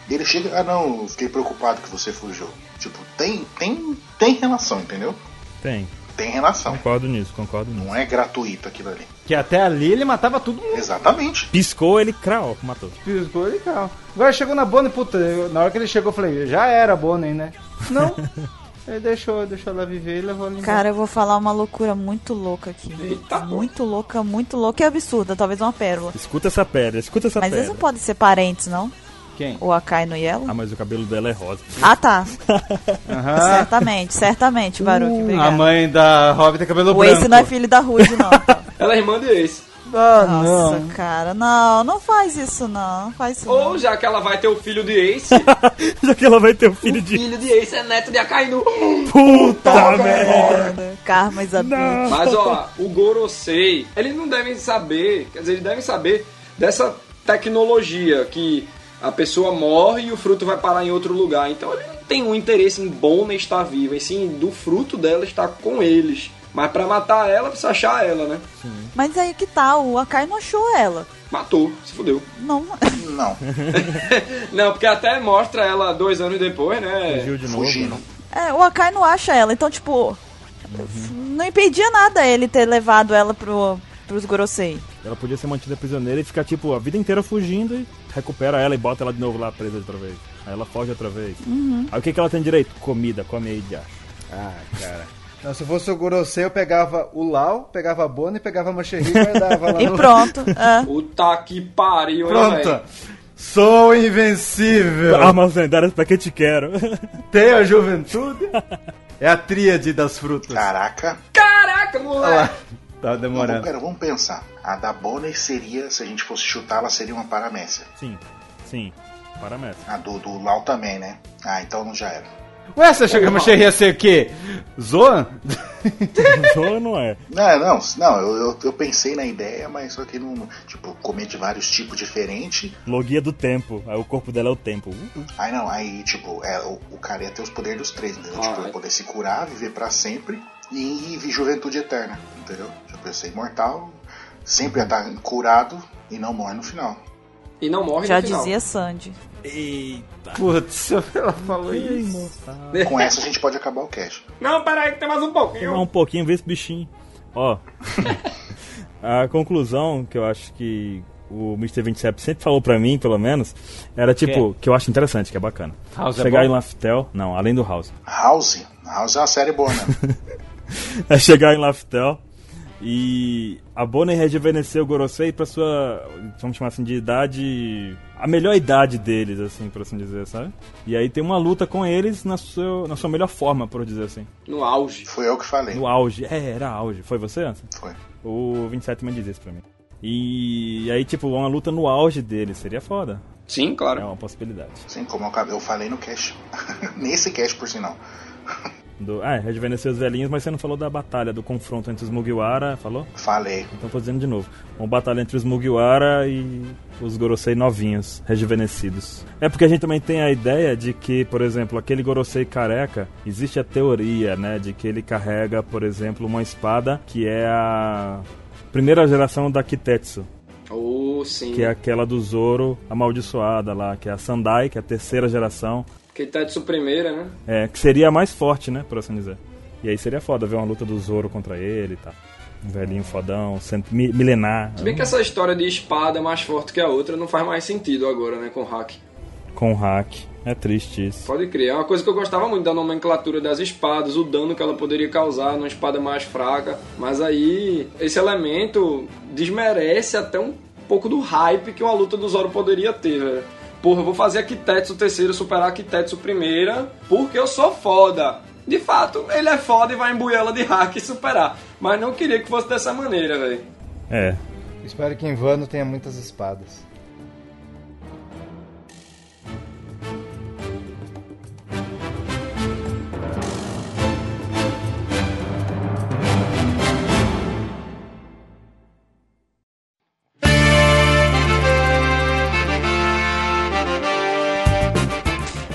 Speaker 2: E ele chega, ah não, eu fiquei preocupado que você fugiu. Tipo, tem, tem, tem relação, entendeu?
Speaker 1: Tem.
Speaker 2: Tem relação.
Speaker 1: Concordo nisso, concordo nisso.
Speaker 2: Não é gratuito aquilo ali.
Speaker 5: Que até ali ele matava todo mundo.
Speaker 2: Exatamente.
Speaker 1: Piscou, ele crau, matou.
Speaker 5: Piscou e calma. Agora chegou na Bonnie, puta, eu- na hora que ele chegou eu falei, já era a Bonnie, né? Não. ele deixou, deixou ela viver e levou ela embora.
Speaker 4: Cara, eu vou falar uma loucura muito louca aqui.
Speaker 3: Eita, pô.
Speaker 4: muito louca, muito louca e absurda, talvez uma pérola.
Speaker 1: Escuta essa pedra, escuta essa
Speaker 4: Mas eles
Speaker 1: pedra.
Speaker 4: não podem ser parentes, não?
Speaker 5: Quem?
Speaker 4: O Akainu e ela?
Speaker 1: Ah, mas o cabelo dela é rosa.
Speaker 4: Ah, tá.
Speaker 5: Aham.
Speaker 4: Certamente, certamente, Baruque.
Speaker 5: Uh, Hum, a
Speaker 4: Obrigado.
Speaker 5: mãe da Robin tem cabelo
Speaker 4: O
Speaker 5: branco.
Speaker 4: Ace não é filho da Rude, não.
Speaker 3: Ela é irmã de Ace.
Speaker 5: Ah,
Speaker 4: Nossa,
Speaker 5: não.
Speaker 4: cara. Não, não faz isso, não. Não faz isso, não.
Speaker 3: Ou já que ela vai ter o filho de Ace,
Speaker 1: Já que ela vai ter um filho
Speaker 3: o
Speaker 1: de
Speaker 3: filho de Ace é neto de Akainu.
Speaker 1: puta, velho.
Speaker 4: Merda. Karma Isabel.
Speaker 3: Mas ó, o Gorosei, eles não devem saber, quer dizer, eles devem saber dessa tecnologia que a pessoa morre e o fruto vai parar em outro lugar. Então ele não tem um interesse em bom nem estar vivo, e sim do fruto dela estar com eles. Mas pra matar ela, precisa achar ela, né?
Speaker 4: Mas aí que tal? O Akai não achou ela.
Speaker 3: Matou, se fudeu.
Speaker 4: Não.
Speaker 2: Não,
Speaker 3: Não, porque até mostra ela dois anos depois, né?
Speaker 1: Fugiu de novo.
Speaker 2: fugindo.
Speaker 4: É, o Akai não acha ela. Então, tipo. Não impedia nada ele ter levado ela pro, pros Gorosei.
Speaker 1: Ela podia ser mantida prisioneira e ficar, tipo, a vida inteira fugindo e recupera ela e bota ela de novo lá presa outra vez. Aí ela foge outra vez. Aí o que, que ela tem direito? Comida, come aí, já.
Speaker 5: Ah, cara. Não, se fosse o Gorosei, eu pegava o Lau, pegava a Bonnie, pegava a Mancherry e guardava lá
Speaker 4: E
Speaker 5: no...
Speaker 4: pronto. é.
Speaker 3: Puta que pariu, hein, velho?
Speaker 5: Pronto. Sou invencível.
Speaker 1: Armas lendárias pra que te quero.
Speaker 5: Tenho a juventude. É a tríade das frutas.
Speaker 2: Caraca,
Speaker 3: Caraca, moleque!
Speaker 5: Tá
Speaker 2: Não, vamos,
Speaker 5: demorando.
Speaker 2: pera, vamos pensar. A da Bonnie seria, se a gente fosse chutar, ela seria uma paramécia.
Speaker 1: sim, sim. Paramécia.
Speaker 2: A do, do Lau também, né? Ah, então não já era.
Speaker 5: Ué, você achou que a Mancherry ia ser o quê? Zoan?
Speaker 1: Zoa não é.
Speaker 2: Não, não, não eu, eu, eu pensei na ideia, mas só que não. Tipo, comer de vários tipos diferentes.
Speaker 1: Logia do tempo. Aí o corpo dela é o tempo. Uhum.
Speaker 2: Aí não, aí, tipo, é, o, o cara ia ter os poderes dos três, entendeu? tipo,
Speaker 1: Ah, é.
Speaker 2: ele poder se curar, viver pra sempre e, e vi- juventude eterna, entendeu? Tipo, ia ser imortal, sempre ia
Speaker 1: Uhum.
Speaker 2: estar curado e não morre no final.
Speaker 3: E não morre
Speaker 4: Já
Speaker 3: no final.
Speaker 4: dizia Sandy.
Speaker 1: Eita.
Speaker 5: Putz, ela falou isso.
Speaker 2: Com essa a gente pode acabar o cast.
Speaker 3: Não, peraí, que tem mais um
Speaker 1: Tomar
Speaker 3: pouquinho.
Speaker 1: um pouquinho, vê esse bichinho. Ó. a conclusão que eu acho que o Mr. 27 sempre falou pra mim, pelo menos, era tipo, que eu acho interessante, que é bacana.
Speaker 5: House é
Speaker 1: chegar
Speaker 5: bom?
Speaker 1: em Laftel, não, além do House.
Speaker 2: House. House é uma série boa, né?
Speaker 1: é chegar em Laftel e a Bonnie rejuvenesceu o Gorosei pra sua, vamos chamar assim, de idade, a melhor idade deles, assim, por assim dizer, sabe? E aí tem uma luta com eles na, seu, na sua melhor forma, por dizer assim.
Speaker 3: No auge.
Speaker 2: Foi eu que falei.
Speaker 1: No auge. É, era auge. Foi você, Anson?
Speaker 2: Foi.
Speaker 1: O 27 me diz isso pra mim. E aí, tipo, uma luta no auge dele seria foda.
Speaker 3: Sim,
Speaker 1: É
Speaker 3: claro.
Speaker 1: uma possibilidade.
Speaker 2: Sim, como eu acabei- eu falei no cast. Nesse cast, por sinal.
Speaker 1: Do, ah, é, rejuvenesceu os velhinhos, mas você não falou da batalha, do confronto entre os Mugiwara, falou?
Speaker 2: Falei.
Speaker 1: Então tô dizendo de novo. Uma batalha entre os Mugiwara e os Gorosei novinhos, rejuvenescidos. É porque a gente também tem a ideia de que, por exemplo, aquele Gorosei careca, existe a teoria, né, de que ele carrega, por exemplo, uma espada que é a primeira geração da Kitetsu.
Speaker 3: Ou Oh, sim.
Speaker 1: que é aquela do Zoro amaldiçoada lá, que é a Sandai, que é a terceira geração,
Speaker 3: Que tá de sua primeira, né?
Speaker 1: é, que seria a mais forte, né, por assim dizer. E aí seria foda ver uma luta do Zoro contra ele e tal. Um velhinho fodão, cento, mi- milenar,
Speaker 3: Se bem que essa história de espada mais forte que a outra não faz mais sentido agora, né? Com o hack.
Speaker 1: com hack. É triste isso.
Speaker 3: Pode crer. É uma coisa que eu gostava muito da nomenclatura das espadas, o dano que ela poderia causar numa espada mais fraca. Mas aí, esse elemento desmerece até um pouco do hype que uma luta do Zoro poderia ter, velho. Porra, eu vou fazer a Kitetsu terceira superar a Kitetsu primeira, porque eu sou foda. De fato, ele é foda e vai embuir ela de hack e superar. Mas não queria que fosse dessa maneira, velho.
Speaker 1: É.
Speaker 5: Espero que em Vano tenha muitas espadas.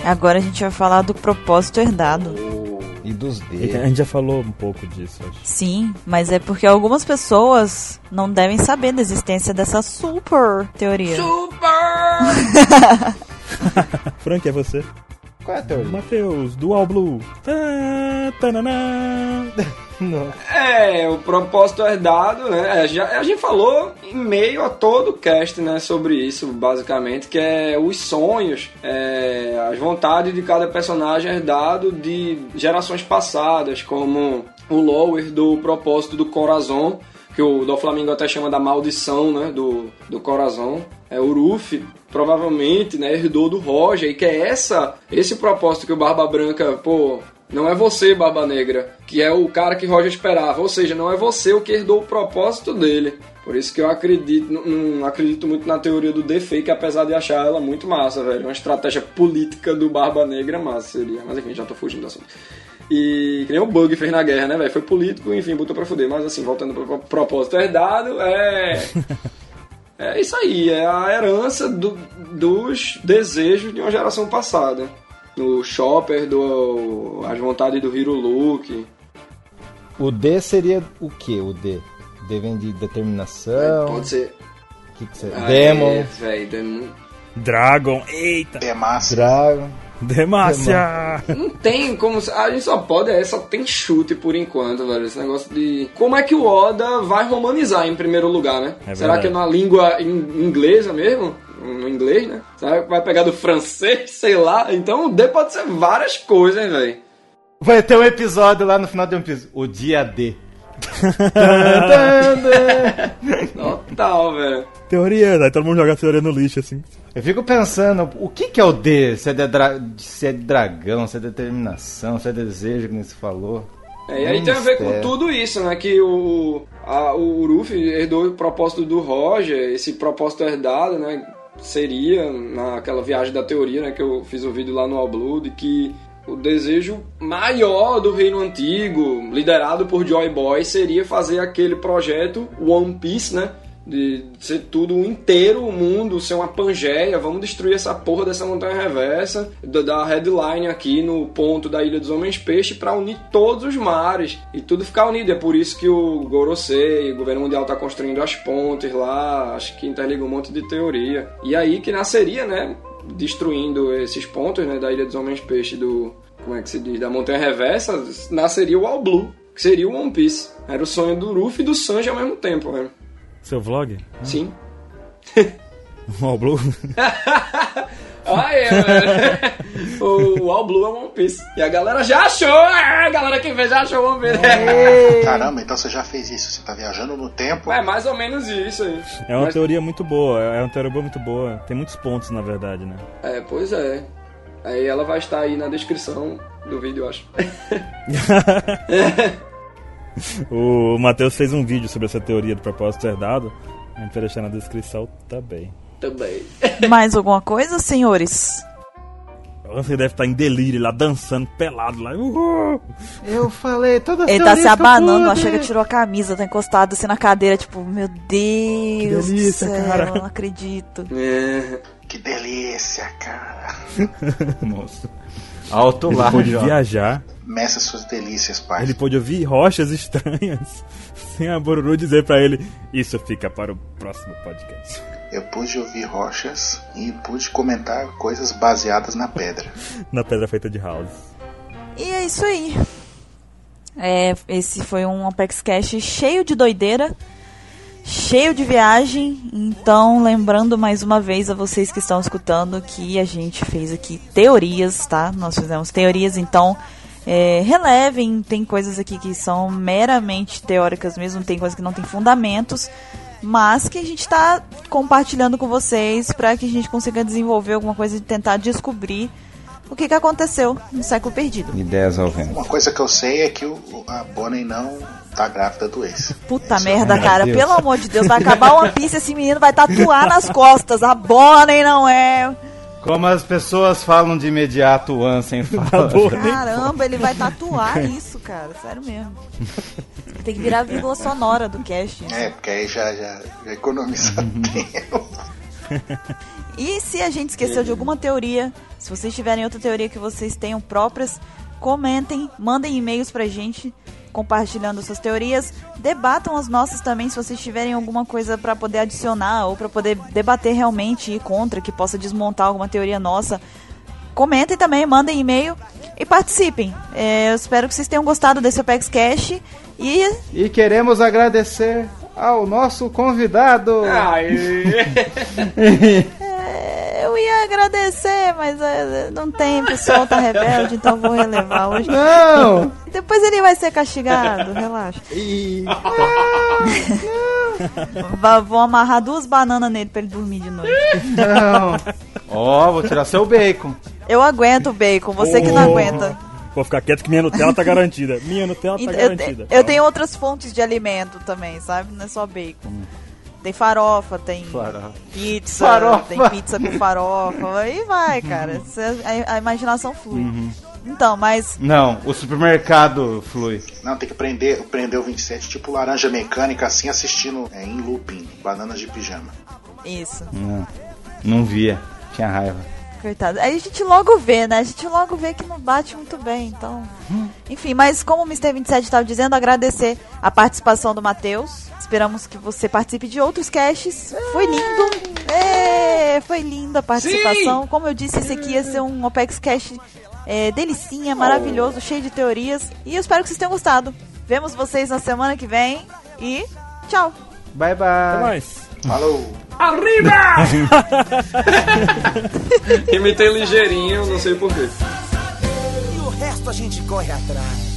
Speaker 4: Agora a gente vai falar do propósito herdado.
Speaker 5: E dos
Speaker 1: A
Speaker 5: dedos.
Speaker 1: gente já falou um pouco disso, acho.
Speaker 4: Sim, mas é porque algumas pessoas não devem saber da existência dessa super teoria.
Speaker 1: Frank, é você?
Speaker 5: Qual é a teoria?
Speaker 1: Matheus, Dual Blue. Tá, tananã.
Speaker 5: Não.
Speaker 3: É, o propósito herdado, né? É, já- a gente falou em meio a todo o cast, né, sobre isso, basicamente, que é os sonhos, é, as vontades de cada personagem herdado de gerações passadas, como o Lower do propósito do Corazon, que o do Flamengo até chama da maldição, né, do, do Corazon. É, o Ruffy provavelmente, né, herdou do Roger, e que é essa, esse propósito que o Barba Branca, pô, não é você, Barba Negra, que é o cara que Roger esperava. Ou seja, não é você o que herdou o propósito dele. Por isso que eu acredito, não- não acredito muito na teoria do deepfake, apesar de achar ela muito massa, velho. Uma estratégia política do Barba Negra massa seria. Mas enfim, já tô fugindo do assunto. E que nem o Bug fez na guerra, né, velho? Foi político, enfim, botou pra fuder. Mas assim, voltando pro pro- propósito herdado, é. É isso aí, é a herança do- dos desejos de uma geração passada. Do Chopper, do As Vontades do Hiro Luke.
Speaker 5: O D seria o que? O D? D vem de determinação.
Speaker 3: Pode ser.
Speaker 5: O que, que seria?
Speaker 3: Ah, é,
Speaker 5: É, Demon,
Speaker 3: véi, Demon.
Speaker 1: Dragon, eita.
Speaker 2: Demacia.
Speaker 5: Dragon.
Speaker 1: Demacia.
Speaker 3: Não tem como. A gente só pode, é, só tem chute por enquanto, velho. Esse negócio de. Como é que o Oda vai romanizar em primeiro lugar, né?
Speaker 1: É
Speaker 3: Será
Speaker 1: verdade.
Speaker 3: que é na língua in- inglesa mesmo? No inglês, né? Será que vai pegar do francês, sei lá? Então o D pode ser várias coisas, velho.
Speaker 5: Vai ter um episódio lá no final de um episódio. O dia D. Tan, tan, tan.
Speaker 3: Total, velho.
Speaker 1: Teoria, daí todo mundo joga a teoria no lixo, assim.
Speaker 5: Eu fico pensando, o que, que é o D? Se é, de dra- se é de dragão, se é determinação, se é desejo, que nem você falou.
Speaker 3: É, e aí tem a ver com
Speaker 5: Mistério.
Speaker 3: tudo isso, né? Que o, a, o Ruffy herdou o propósito do Roger, esse propósito herdado, um né? Seria naquela viagem da teoria, né? Que eu fiz o vídeo lá no All Blue, de que o desejo maior do reino antigo, liderado por Joy Boy, seria fazer aquele projeto One Piece, né? De ser tudo um inteiro o mundo, ser uma pangeia, vamos destruir essa porra dessa montanha reversa, da, da headline aqui no ponto da Ilha dos Homens Peixe, para unir todos os mares e tudo ficar unido. É por isso que o Gorosei, o governo mundial, tá construindo as pontes lá, acho que interliga um monte de teoria. E aí que nasceria, né? destruindo esses pontos né, da Ilha dos Homens Peixe, do. Como é que se diz? Da Montanha Reversa, nasceria o All Blue, que seria o One Piece. Era o sonho do Luffy e do Sanji ao mesmo tempo, né?
Speaker 1: Seu vlog?
Speaker 3: Sim.
Speaker 1: O Um All Blue?
Speaker 3: ah, é, velho. O, o All Blue é o One Piece. E a galera já achou! A galera que vê já achou o One Piece.
Speaker 2: Caramba, então você já fez isso, você tá viajando no tempo.
Speaker 3: É mais ou menos isso aí.
Speaker 1: É uma
Speaker 3: Mas-
Speaker 1: teoria muito boa, é uma teoria muito boa. Tem muitos pontos, na verdade, né?
Speaker 3: É, pois é. Aí ela vai estar aí na descrição do vídeo, eu acho.
Speaker 1: O Matheus fez um vídeo sobre essa teoria do propósito herdado. A gente vai deixar na descrição também.
Speaker 3: Também.
Speaker 4: Mais alguma coisa, senhores?
Speaker 1: O Ansem deve estar em delírio lá, dançando, pelado lá. Uhul!
Speaker 5: Eu falei, toda
Speaker 4: Ele tá se abanando, ó, chega, tirou a camisa, tá encostado assim na cadeira, tipo, meu Deus
Speaker 1: delícia,
Speaker 4: do céu,
Speaker 1: cara.
Speaker 4: eu não acredito.
Speaker 3: É.
Speaker 2: Que delícia, cara.
Speaker 1: Nossa.
Speaker 5: Alto
Speaker 1: Ele
Speaker 5: lá,
Speaker 1: pôde
Speaker 5: Jó.
Speaker 1: viajar,
Speaker 2: Meça suas delícias,
Speaker 1: ele
Speaker 2: parça.
Speaker 1: pôde ouvir rochas estranhas, sem a Boruru dizer pra ele: Isso fica para o próximo podcast.
Speaker 2: Eu pude ouvir rochas e pude comentar coisas baseadas na pedra.
Speaker 1: Na pedra feita de house.
Speaker 4: E é isso aí. É, esse foi um Apex Cash cheio de doideira, cheio de viagem. Então, lembrando mais uma vez a vocês que estão escutando que a gente fez aqui teorias, tá? Nós fizemos teorias, então é, relevem. Tem coisas aqui que são meramente teóricas mesmo, tem coisas que não tem fundamentos, mas que a gente tá compartilhando com vocês para que a gente consiga desenvolver alguma coisa de tentar descobrir o que, que aconteceu no século perdido.
Speaker 5: Ideias ao vento.
Speaker 2: Uma coisa que eu sei é que o, o- a Bonnie não tá grávida do ex.
Speaker 4: Puta merda, cara.
Speaker 5: Deus.
Speaker 4: Pelo amor de Deus, vai acabar o One Piece, esse menino vai tatuar nas costas. A Bonnie não é.
Speaker 5: Como as pessoas falam de imediato, o Ansem fala.
Speaker 4: Caramba, ele vai tatuar isso, cara. Sério mesmo. Tem que virar a vírgula sonora do cast. né?
Speaker 2: É, porque aí já, já, já economiza tempo.
Speaker 4: E se a gente esqueceu de alguma teoria, se vocês tiverem outra teoria que vocês tenham próprias, comentem, mandem e-mails pra gente compartilhando suas teorias, debatam as nossas também se vocês tiverem alguma coisa pra poder adicionar ou pra poder debater realmente e ir contra que possa desmontar alguma teoria nossa. Comentem também, mandem e-mail e participem. É, eu espero que vocês tenham gostado desse Apex Cash e
Speaker 5: E queremos agradecer ao nosso convidado.
Speaker 3: Ah. Aê!
Speaker 4: é, eu ia agradecer, mas é, não tem, o pessoal tá rebelde, então eu vou relevar hoje.
Speaker 5: Não!
Speaker 4: Depois ele vai ser castigado, relaxa.
Speaker 5: E-
Speaker 4: Va- vou amarrar duas bananas nele pra ele dormir de noite.
Speaker 5: Não! Ó, vou tirar seu bacon.
Speaker 4: Eu aguento o bacon, você que não
Speaker 1: Oh.
Speaker 4: aguenta.
Speaker 1: Vou ficar quieto que minha Nutella tá garantida. Minha Nutella tá
Speaker 4: Ent- Então, Eu,
Speaker 1: garantida.
Speaker 4: eu tenho outras fontes de alimento também, sabe? Não é só
Speaker 1: Hum.
Speaker 4: bacon. Tem farofa, tem
Speaker 5: Farofa.
Speaker 4: pizza,
Speaker 5: Farofa.
Speaker 4: tem pizza com farofa. Aí vai,
Speaker 1: Uhum.
Speaker 4: cara. Cê- A, a imaginação flui. Então, mas
Speaker 5: Não, o supermercado flui.
Speaker 2: Não, tem que prender, prender o 27, tipo laranja mecânica, assim assistindo é, em looping, bananas de pijama.
Speaker 4: isso.
Speaker 5: Não, não via. Tinha raiva.
Speaker 4: Coitado. Aí a gente logo vê, né? A gente logo vê que não bate muito bem, então. Enfim, mas como o Mr. 27 estava dizendo, agradecer a participação do Matheus. Esperamos que você participe de outros caches. Foi lindo. É, foi linda a participação. Como eu disse, esse aqui ia ser um Opex Cash é, delicinha, maravilhoso, cheio de teorias. E eu espero que vocês tenham gostado. Vemos vocês na semana que vem e tchau!
Speaker 5: Bye
Speaker 1: Até
Speaker 5: bye.
Speaker 1: mais.
Speaker 2: Falou!
Speaker 3: Arriba! Imitei ligeirinho, não sei porquê.
Speaker 9: E o resto a gente corre atrás.